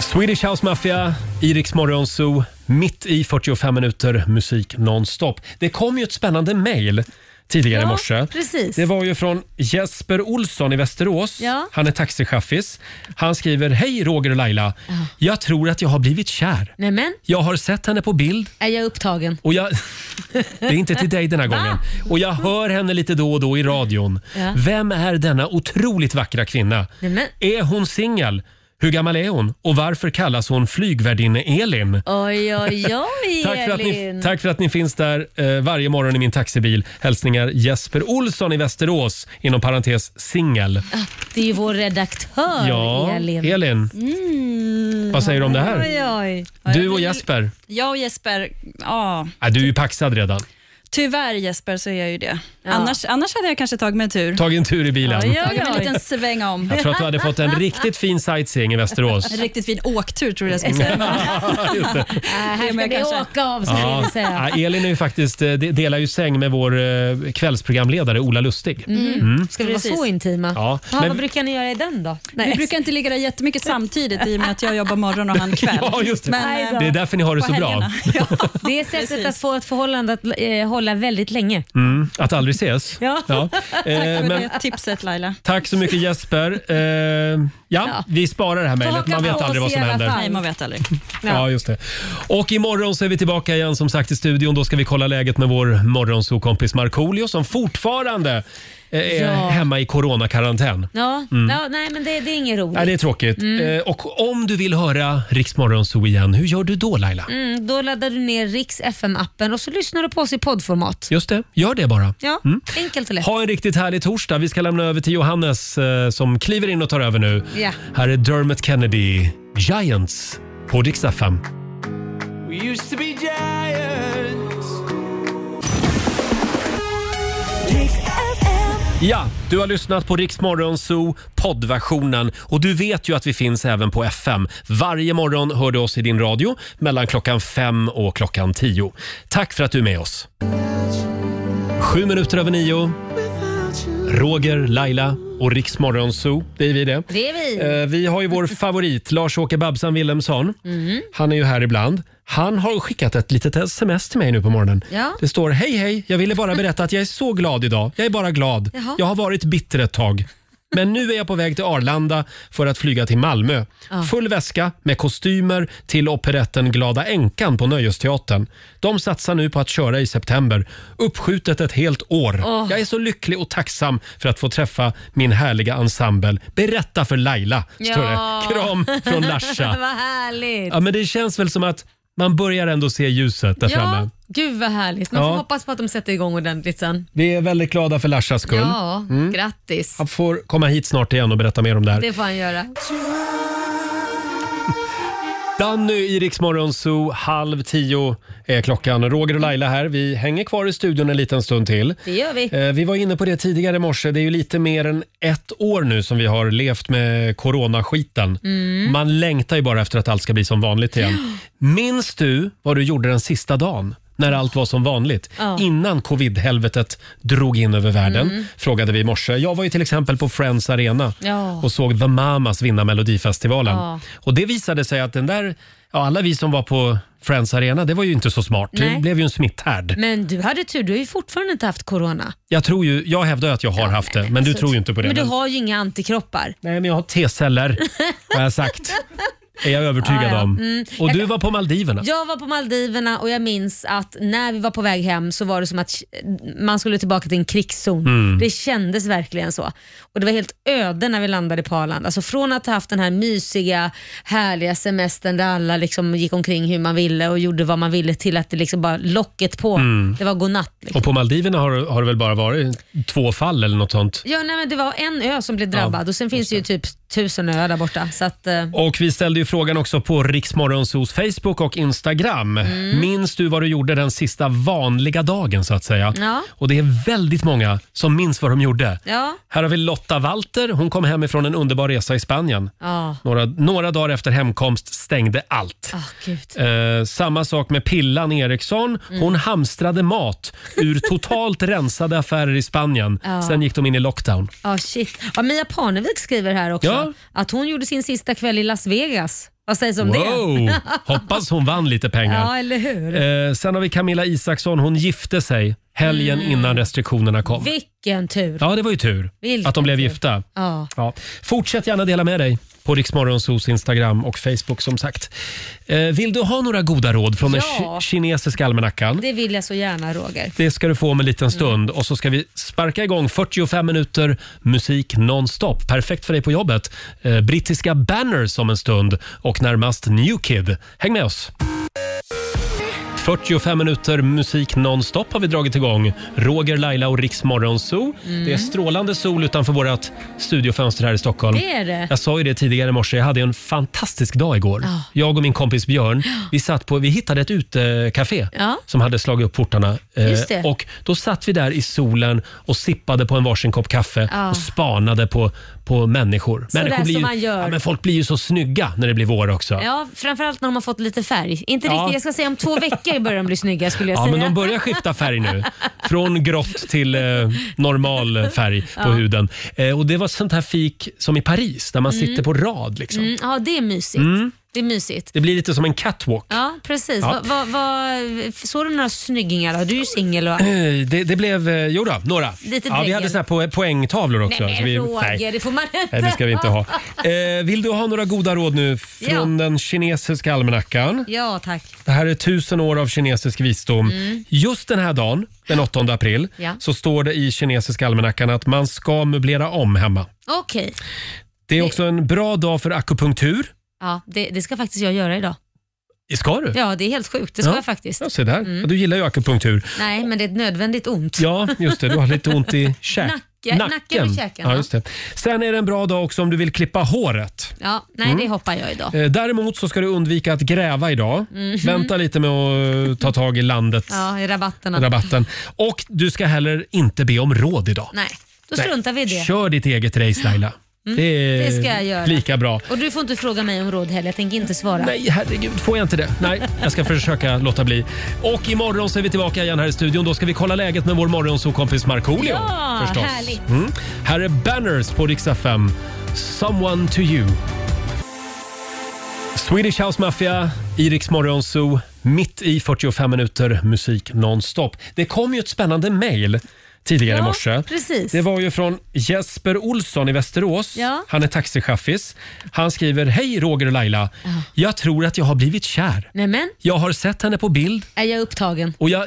[SPEAKER 1] Swedish House Mafia, Iriks morgonzoo, mitt i 45 minuter musik nonstop. Det kom ju ett spännande mejl tidigare i morse.
[SPEAKER 2] precis.
[SPEAKER 1] Det var ju från Jesper Olsson i Västerås.
[SPEAKER 2] Ja.
[SPEAKER 1] Han är taxichaffis. Han skriver, hej Roger och Laila. Jag tror att jag har blivit kär.
[SPEAKER 2] Nej, men
[SPEAKER 1] Jag har sett henne på bild
[SPEAKER 2] är jag upptagen?
[SPEAKER 1] och jag... Det är inte till dig den här
[SPEAKER 2] Va?
[SPEAKER 1] gången. Och jag hör henne lite då och då i radion.
[SPEAKER 2] Ja.
[SPEAKER 1] Vem är denna otroligt vackra kvinna?
[SPEAKER 2] Nej, men.
[SPEAKER 1] Är hon singel? Hur gammal är hon? Och varför kallas hon flygvärdinne-Elin?
[SPEAKER 2] Oj, oj, oj,
[SPEAKER 1] Tack för, att ni,
[SPEAKER 2] Elin.
[SPEAKER 1] tack för att ni finns där eh, varje morgon i min taxibil. Hälsningar Jesper Olsson i Västerås, inom parentes singel.
[SPEAKER 2] Det är ju vår redaktör,
[SPEAKER 1] Ja,
[SPEAKER 2] Elin.
[SPEAKER 1] Elin.
[SPEAKER 2] Mm.
[SPEAKER 1] Vad säger du om det här?
[SPEAKER 2] Oj, oj.
[SPEAKER 1] Du och Jesper,
[SPEAKER 3] Jag och Jesper, ja.
[SPEAKER 1] äh, du är ju paxad redan.
[SPEAKER 3] Tyvärr Jesper så är jag ju det. Annars, annars hade jag kanske tagit mig en tur.
[SPEAKER 1] Tagit en tur i bilen.
[SPEAKER 3] Tagit mig en liten sväng om.
[SPEAKER 1] Jag tror att du hade fått en riktigt fin sightseeing i Västerås.
[SPEAKER 3] En riktigt fin åktur tror jag
[SPEAKER 1] Mm.
[SPEAKER 3] jag skulle säga.
[SPEAKER 1] Just det.
[SPEAKER 2] här ska det åka av, skulle jag
[SPEAKER 1] Ja.
[SPEAKER 2] vilja säga.
[SPEAKER 1] Ja, Elin är ju faktiskt, eh, de- delar ju säng med vår eh, kvällsprogramledare Ola Lustig.
[SPEAKER 2] Mm.
[SPEAKER 1] Mm.
[SPEAKER 2] Ska vi vara så intima?
[SPEAKER 1] Ja,
[SPEAKER 2] Jaha,
[SPEAKER 1] men-
[SPEAKER 2] Vad brukar ni göra i den då?
[SPEAKER 3] Vi brukar inte ligga där jättemycket samtidigt i och med att jag jobbar morgon och han kväll.
[SPEAKER 1] Ja, just det.
[SPEAKER 3] Men, eh,
[SPEAKER 1] det är därför ni har det
[SPEAKER 3] på
[SPEAKER 1] så bra.
[SPEAKER 3] helgerna.
[SPEAKER 2] Det är sättet att få ett förhållande att eh, hålla väldigt länge.
[SPEAKER 1] Mm. Att aldrig ses.
[SPEAKER 2] Ja.
[SPEAKER 1] Eh,
[SPEAKER 3] Tack för
[SPEAKER 1] men-
[SPEAKER 3] det tipset Laila.
[SPEAKER 1] Tack så mycket Jesper. Eh, ja, vi sparar det här mejlet. Man vet aldrig vad som händer.
[SPEAKER 3] Nej, man vet aldrig.
[SPEAKER 1] Ja. just det. Och imorgon så är vi tillbaka igen som sagt i studion. Då ska vi kolla läget med vår morgonsokompis Markoolio som fortfarande eh, är
[SPEAKER 2] Ja.
[SPEAKER 1] hemma i coronakarantän.
[SPEAKER 2] Ja,
[SPEAKER 1] Mm.
[SPEAKER 2] ja nej men det, det är inget roligt.
[SPEAKER 1] Nej, det är tråkigt.
[SPEAKER 2] Mm.
[SPEAKER 1] Eh, och om du vill höra Riksmorgonzoo igen, hur gör du då Laila?
[SPEAKER 2] Mm, då laddar du ner Riks FM-appen och så lyssnar du på oss i poddformat.
[SPEAKER 1] Just det, gör det bara.
[SPEAKER 2] Ja, enkelt och lätt.
[SPEAKER 1] Mm. Ha en riktigt härlig torsdag. Vi ska lämna över till Johannes eh, som kliver in och tar över nu.
[SPEAKER 2] Ja.
[SPEAKER 1] Här är Dermot Kennedy, Giants, på Dix FM.
[SPEAKER 19] We used to be giants.
[SPEAKER 1] Ja, du har lyssnat på Riksmorgonzoo poddversionen och du vet ju att vi finns även på FM. Varje morgon hör du oss i din radio mellan klockan fem och klockan tio. Tack för att du är med oss. Sju minuter över nio. Roger, Laila och Riksmorgonzoo. Det är vi det.
[SPEAKER 2] Det är vi.
[SPEAKER 1] Eh, Vi har ju vår favorit Lars-Åke Babsan Willemsson.
[SPEAKER 2] Mm.
[SPEAKER 1] Han är ju här ibland. Han har skickat ett litet sms till mig nu på morgonen.
[SPEAKER 2] Ja.
[SPEAKER 1] Det står “Hej hej, jag ville bara berätta att jag är så glad idag. Jag är bara glad.
[SPEAKER 2] Jaha.
[SPEAKER 1] Jag har varit bitter ett tag. Men nu är jag på väg till Arlanda för att flyga till Malmö.
[SPEAKER 2] Ja.
[SPEAKER 1] Full väska med kostymer till operetten Glada änkan på Nöjesteatern. De satsar nu på att köra i september. Uppskjutet ett helt år.
[SPEAKER 2] Åh.
[SPEAKER 1] Jag är så lycklig och tacksam för att få träffa min härliga ensemble. Berätta för Laila, står det. Kram från Larsa.
[SPEAKER 2] Vad härligt.
[SPEAKER 1] Ja, men det känns väl som att man börjar ändå se ljuset där
[SPEAKER 2] ja,
[SPEAKER 1] framme.
[SPEAKER 2] gud vad härligt. Man
[SPEAKER 1] Ja.
[SPEAKER 2] får hoppas på att de sätter igång ordentligt sen.
[SPEAKER 1] Vi är väldigt glada för Lashas skull.
[SPEAKER 2] Ja,
[SPEAKER 1] Mm.
[SPEAKER 2] grattis.
[SPEAKER 1] Han får komma hit snart igen och berätta mer om det här.
[SPEAKER 2] Det får han göra.
[SPEAKER 1] Danny i Rix Morgon Zoo, halv tio är klockan. Roger och Laila här. Vi hänger kvar i studion en liten stund till.
[SPEAKER 2] Det gör vi.
[SPEAKER 1] Eh, Vi var inne på det tidigare i morse. Det är ju lite mer än ett år nu som vi har levt med coronaskiten.
[SPEAKER 2] Mm.
[SPEAKER 1] Man längtar ju bara efter att allt ska bli som vanligt igen. Minns du vad du gjorde den sista dagen? När allt var som vanligt.
[SPEAKER 2] Ja.
[SPEAKER 1] Innan covid-helvetet drog in över världen.
[SPEAKER 2] Mm.
[SPEAKER 1] Frågade vi i morse. Jag var ju till exempel på Friends Arena
[SPEAKER 2] Ja.
[SPEAKER 1] och såg The Mamas vinna Melodifestivalen.
[SPEAKER 2] Ja.
[SPEAKER 1] Och det visade sig att den där, ja, alla vi som var på Friends Arena, det var ju inte så smart. Det
[SPEAKER 2] Nej.
[SPEAKER 1] blev ju en smitthärd.
[SPEAKER 2] Men du hade tur, du har ju fortfarande inte haft corona.
[SPEAKER 1] Jag, tror ju, jag hävdar ju att jag har haft det, men du
[SPEAKER 2] Alltså,
[SPEAKER 1] tror ju inte på det.
[SPEAKER 2] Men du har ju inga antikroppar.
[SPEAKER 1] Nej, men jag har T-celler, har jag sagt. Är jag övertygad
[SPEAKER 2] Ja, ja.
[SPEAKER 1] om.
[SPEAKER 2] Mm.
[SPEAKER 1] Och
[SPEAKER 2] Jag
[SPEAKER 1] du
[SPEAKER 2] kan-
[SPEAKER 1] var på Maldiverna.
[SPEAKER 2] Jag var på Maldiverna och jag minns att när vi var på väg hem så var det som att man skulle tillbaka till en krigszon.
[SPEAKER 1] Mm.
[SPEAKER 2] Det kändes verkligen så. Och Det var helt öde när vi landade på Arlanda. Alltså från att ha haft den här mysiga, härliga semestern där alla liksom gick omkring hur man ville och gjorde vad man ville till att det liksom bara locket på.
[SPEAKER 1] Mm.
[SPEAKER 2] Det var godnatt. Liksom.
[SPEAKER 1] Och på Maldiverna har, har det väl bara varit två fall eller något sånt.
[SPEAKER 2] Ja, nej, men det var en ö som blev drabbad och sen finns det ju typ tusen öar där borta. Så att, eh,
[SPEAKER 1] Och vi ställde ju frågan också på Riksmorgonsos Facebook och Instagram.
[SPEAKER 2] Mm.
[SPEAKER 1] Minns du vad du gjorde den sista vanliga dagen så att säga?
[SPEAKER 2] Ja.
[SPEAKER 1] Och det är väldigt många som minns vad de gjorde.
[SPEAKER 2] ja.
[SPEAKER 1] Här har vi Lotta Walter. Hon kom hem ifrån en underbar resa i Spanien.
[SPEAKER 2] Ja.
[SPEAKER 1] Några, några dagar efter hemkomst stängde allt.
[SPEAKER 2] Ah, gud.
[SPEAKER 1] Eh, samma sak med Pillan Eriksson. Hon
[SPEAKER 2] Mm.
[SPEAKER 1] hamstrade mat ur totalt rensade affärer i Spanien.
[SPEAKER 2] Ja.
[SPEAKER 1] Sen gick de in i lockdown.
[SPEAKER 2] Ja, Ah, shit. Ja, Mia Parnevik skriver här också
[SPEAKER 1] Ja.
[SPEAKER 2] att hon gjorde sin sista kväll i Las Vegas. Vad sägs om
[SPEAKER 1] Wow!
[SPEAKER 2] det?
[SPEAKER 1] Hoppas hon vann lite pengar.
[SPEAKER 2] ja, eller hur?
[SPEAKER 1] Eh, sen har vi Camilla Isaksson. Hon gifte sig helgen
[SPEAKER 2] Mm.
[SPEAKER 1] innan restriktionerna kom.
[SPEAKER 2] Vilken tur.
[SPEAKER 1] Ja, det var ju tur
[SPEAKER 2] Vilken
[SPEAKER 1] att de blev
[SPEAKER 2] tur.
[SPEAKER 1] gifta.
[SPEAKER 2] Ja.
[SPEAKER 1] Ja. Fortsätt gärna dela med dig på Riksmorgonsos Instagram och Facebook som sagt. Eh, vill du ha några goda råd från den
[SPEAKER 2] Ja.
[SPEAKER 1] ki- kinesiska almanackan?
[SPEAKER 2] Det vill jag så gärna Roger.
[SPEAKER 1] Det ska du få om en liten
[SPEAKER 2] Mm.
[SPEAKER 1] stund och så ska vi sparka igång 45 minuter musik nonstop. Perfekt för dig på jobbet. Eh, brittiska Banners om en stund och närmast New Kid. Häng med oss! 45 minuter musik nonstop har vi dragit igång. Roger, Laila och Riks Morgonzoo.
[SPEAKER 2] Mm.
[SPEAKER 1] Det är strålande sol utanför vårt studiofönster här i Stockholm.
[SPEAKER 2] Det är det.
[SPEAKER 1] Jag sa ju det tidigare i morse, jag hade en fantastisk dag igår.
[SPEAKER 2] Ja.
[SPEAKER 1] Jag och min kompis Björn, vi, satt på, vi hittade ett utekafé
[SPEAKER 2] Ja.
[SPEAKER 1] som hade slagit upp portarna. eh,
[SPEAKER 2] Just det.
[SPEAKER 1] och då satt vi där i solen och sippade på en varsin kopp kaffe
[SPEAKER 2] Ja.
[SPEAKER 1] och spanade på, på människor.
[SPEAKER 2] Så där
[SPEAKER 1] blir
[SPEAKER 2] som
[SPEAKER 1] ju,
[SPEAKER 2] man gör.
[SPEAKER 1] Ja, men folk blir ju så snygga när det blir vår också.
[SPEAKER 2] Ja, framförallt när de har fått lite färg. Inte
[SPEAKER 1] Ja.
[SPEAKER 2] riktigt, jag ska säga om två veckor börjar de bli snygga skulle jag
[SPEAKER 1] Ja,
[SPEAKER 2] säga.
[SPEAKER 1] men de börjar skifta färg nu. Från grått till eh, normal färg på
[SPEAKER 2] Ja.
[SPEAKER 1] huden. Eh, och Det var sånt här fik som i Paris, där man
[SPEAKER 2] Mm.
[SPEAKER 1] sitter på rad. Liksom.
[SPEAKER 2] Mm, ja, det är mysigt.
[SPEAKER 1] Mm.
[SPEAKER 2] Det är mysigt.
[SPEAKER 1] Det blir lite som en catwalk.
[SPEAKER 2] Ja, precis.
[SPEAKER 1] Ja.
[SPEAKER 2] Va, va, va, såg du några snyggingar då? Du är ju singel och...
[SPEAKER 1] Eh, Det, det blev, eh, jo då, några.
[SPEAKER 2] Lite
[SPEAKER 1] ja, vi
[SPEAKER 2] dregel.
[SPEAKER 1] hade såna här po- poängtavlor också.
[SPEAKER 2] nej,
[SPEAKER 1] så
[SPEAKER 2] men
[SPEAKER 1] vi,
[SPEAKER 2] Roger,
[SPEAKER 1] nej.
[SPEAKER 2] det får man inte
[SPEAKER 1] Nej, det ska vi inte ha. Eh, vill du ha några goda råd nu från den kinesiska almanackan?
[SPEAKER 2] Ja, tack.
[SPEAKER 1] Det här är tusen år av kinesisk visdom.
[SPEAKER 2] Mm.
[SPEAKER 1] Just den här dagen, den 8 april,
[SPEAKER 2] Ja.
[SPEAKER 1] så står det i kinesiska almanackan att man ska möblera om hemma.
[SPEAKER 2] Okej.
[SPEAKER 1] Det är också en bra dag för akupunktur.
[SPEAKER 2] Ja, det, det ska faktiskt jag göra idag.
[SPEAKER 1] Ska du?
[SPEAKER 2] Ja, det är helt sjukt. Det ska
[SPEAKER 1] Ja.
[SPEAKER 2] jag faktiskt.
[SPEAKER 1] Ja, se där.
[SPEAKER 2] Mm.
[SPEAKER 1] Ja, du gillar ju akupunktur.
[SPEAKER 2] Nej, men det är ett nödvändigt ont.
[SPEAKER 1] Ja, just det. Du har lite ont i käk.
[SPEAKER 2] Nacke- nacken och käken,
[SPEAKER 1] Ja,
[SPEAKER 2] ja.
[SPEAKER 1] just det. Sen är det en bra dag också om du vill klippa håret.
[SPEAKER 2] Ja, nej,
[SPEAKER 1] Mm.
[SPEAKER 2] det hoppar jag idag.
[SPEAKER 1] Eh, Däremot så ska du undvika att gräva idag.
[SPEAKER 2] Mhm.
[SPEAKER 1] Vänta lite med att eh, ta tag i landet,
[SPEAKER 2] Ja, i rabatterna.
[SPEAKER 1] rabatten. Och du ska heller inte be om råd idag.
[SPEAKER 2] Nej, då struntar vi i det.
[SPEAKER 1] Kör ditt eget race Laila.
[SPEAKER 2] Mm,
[SPEAKER 1] Det är
[SPEAKER 2] det ska jag göra.
[SPEAKER 1] lika bra.
[SPEAKER 2] Och du får inte fråga mig om råd heller. Jag tänker inte svara.
[SPEAKER 1] Nej, herregud. Får jag inte det? Nej, jag ska försöka låta bli. Och imorgon så är vi tillbaka igen här i studion. Då ska vi kolla läget med vår morgonsokompis Markoolio.
[SPEAKER 2] Ja,
[SPEAKER 1] förstås.
[SPEAKER 2] härligt.
[SPEAKER 1] Mm. Här är Banners på Rix FM. Someone to you. Swedish House Mafia, Iriks morgonzoo, mitt i 45 minuter musik nonstop. Det kom ju ett spännande mejl tidigare i
[SPEAKER 2] Ja,
[SPEAKER 1] morse.
[SPEAKER 2] precis.
[SPEAKER 1] Det var ju från Jesper Olsson i Västerås.
[SPEAKER 2] Ja.
[SPEAKER 1] Han är taxichaffis. Han skriver, hej Roger och Laila. Jag tror att jag har blivit kär.
[SPEAKER 2] Nej, men
[SPEAKER 1] Jag har sett henne på bild
[SPEAKER 2] är jag upptagen?
[SPEAKER 1] och jag...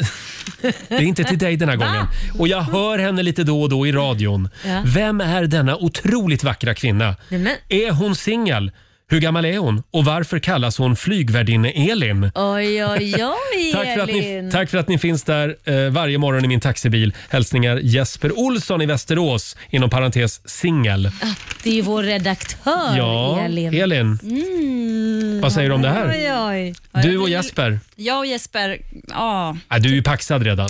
[SPEAKER 1] Det är inte till dig den här
[SPEAKER 2] Va?
[SPEAKER 1] gången. Och jag hör henne lite då och då i radion.
[SPEAKER 2] Ja.
[SPEAKER 1] Vem är denna otroligt vackra kvinna?
[SPEAKER 2] Nej, men.
[SPEAKER 1] Är hon singel? Hur gammal är hon och varför kallas hon flygvärdinne-Elin?
[SPEAKER 2] Oj, oj, oj,
[SPEAKER 1] Tack för, att ni,
[SPEAKER 2] Elin.
[SPEAKER 1] tack för att ni finns där eh, varje morgon i min taxibil. Hälsningar Jesper Olsson i Västerås, inom parentes singel.
[SPEAKER 2] Det är ju vår redaktör
[SPEAKER 1] Ja,
[SPEAKER 2] Elin.
[SPEAKER 1] Elin.
[SPEAKER 2] Mm.
[SPEAKER 1] Vad säger du om det här?
[SPEAKER 2] Oj, oj.
[SPEAKER 1] Du och Jesper,
[SPEAKER 3] Jag och Jesper, ja.
[SPEAKER 1] ja, du är ju paxad redan.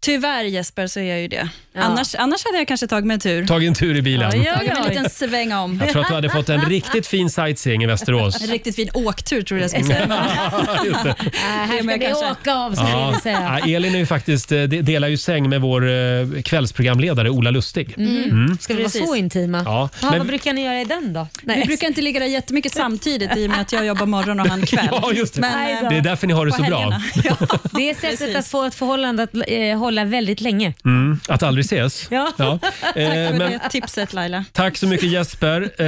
[SPEAKER 3] Tyvärr Jesper så är jag ju det. Annars, annars hade jag kanske tagit mig en tur.
[SPEAKER 1] Tagit en tur i bilen.
[SPEAKER 3] Tagit mig en liten sväng om.
[SPEAKER 1] Jag tror att du hade fått en riktigt fin sightseeing i Västerås.
[SPEAKER 3] En riktigt fin åktur tror jag jag skulle
[SPEAKER 1] Mm.
[SPEAKER 3] säga.
[SPEAKER 1] Just det.
[SPEAKER 2] Äh, här ska vi åka av skulle jag
[SPEAKER 1] Ja.
[SPEAKER 2] vilja säga.
[SPEAKER 1] Ja, Elin är ju faktiskt, eh, de- delar ju säng med vår eh, kvällsprogramledare Ola Lustig.
[SPEAKER 2] Mm.
[SPEAKER 1] Mm.
[SPEAKER 2] Ska vi vara så intima?
[SPEAKER 1] Ja,
[SPEAKER 2] Ja,
[SPEAKER 1] men-
[SPEAKER 2] Vad brukar ni göra i den då?
[SPEAKER 3] Vi brukar inte ligga där jättemycket samtidigt i och med att jag jobbar morgon och han kväll.
[SPEAKER 1] Ja, just det.
[SPEAKER 3] Men, eh,
[SPEAKER 1] det är därför ni har det
[SPEAKER 3] på
[SPEAKER 1] så bra.
[SPEAKER 3] helgerna.
[SPEAKER 2] Det är sättet att få ett förhållande att eh, hålla väldigt länge.
[SPEAKER 1] Mm. Att aldrig ses. Ja.
[SPEAKER 3] Tack
[SPEAKER 1] Eh,
[SPEAKER 3] för
[SPEAKER 1] men-
[SPEAKER 3] det tipset Laila.
[SPEAKER 1] Tack så mycket Jesper. Eh,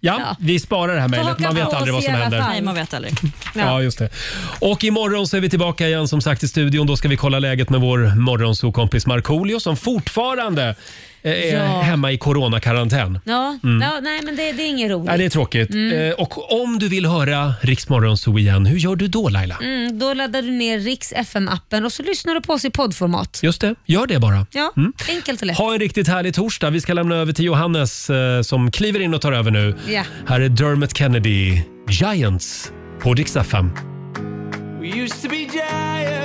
[SPEAKER 1] ja, vi sparar det här mejlet. Man vet aldrig vad som händer.
[SPEAKER 3] Nej, man vet aldrig.
[SPEAKER 1] Ja, just det. Och imorgon så är vi tillbaka igen som sagt i studion. Då ska vi kolla läget med vår morgonsokompis Markoolio som fortfarande eh, är
[SPEAKER 2] Ja.
[SPEAKER 1] hemma i coronakarantän.
[SPEAKER 2] Ja,
[SPEAKER 1] Mm.
[SPEAKER 2] ja nej men det, det är inget roligt.
[SPEAKER 1] Nej, det är tråkigt.
[SPEAKER 2] Mm.
[SPEAKER 1] Eh, och om du vill höra Rix Morgonzoo igen, hur gör du då Laila?
[SPEAKER 2] Mm, då laddar du ner Riks FM-appen och så lyssnar du på oss i poddformat.
[SPEAKER 1] Just det, gör det bara.
[SPEAKER 2] Ja, enkelt och lätt.
[SPEAKER 1] Ha en riktigt härlig torsdag. Vi ska lämna över till Johannes eh, som kliver in och tar över nu.
[SPEAKER 2] Ja.
[SPEAKER 1] Här är Dermot Kennedy, Giants, på Dix FM.
[SPEAKER 19] We used to be giants.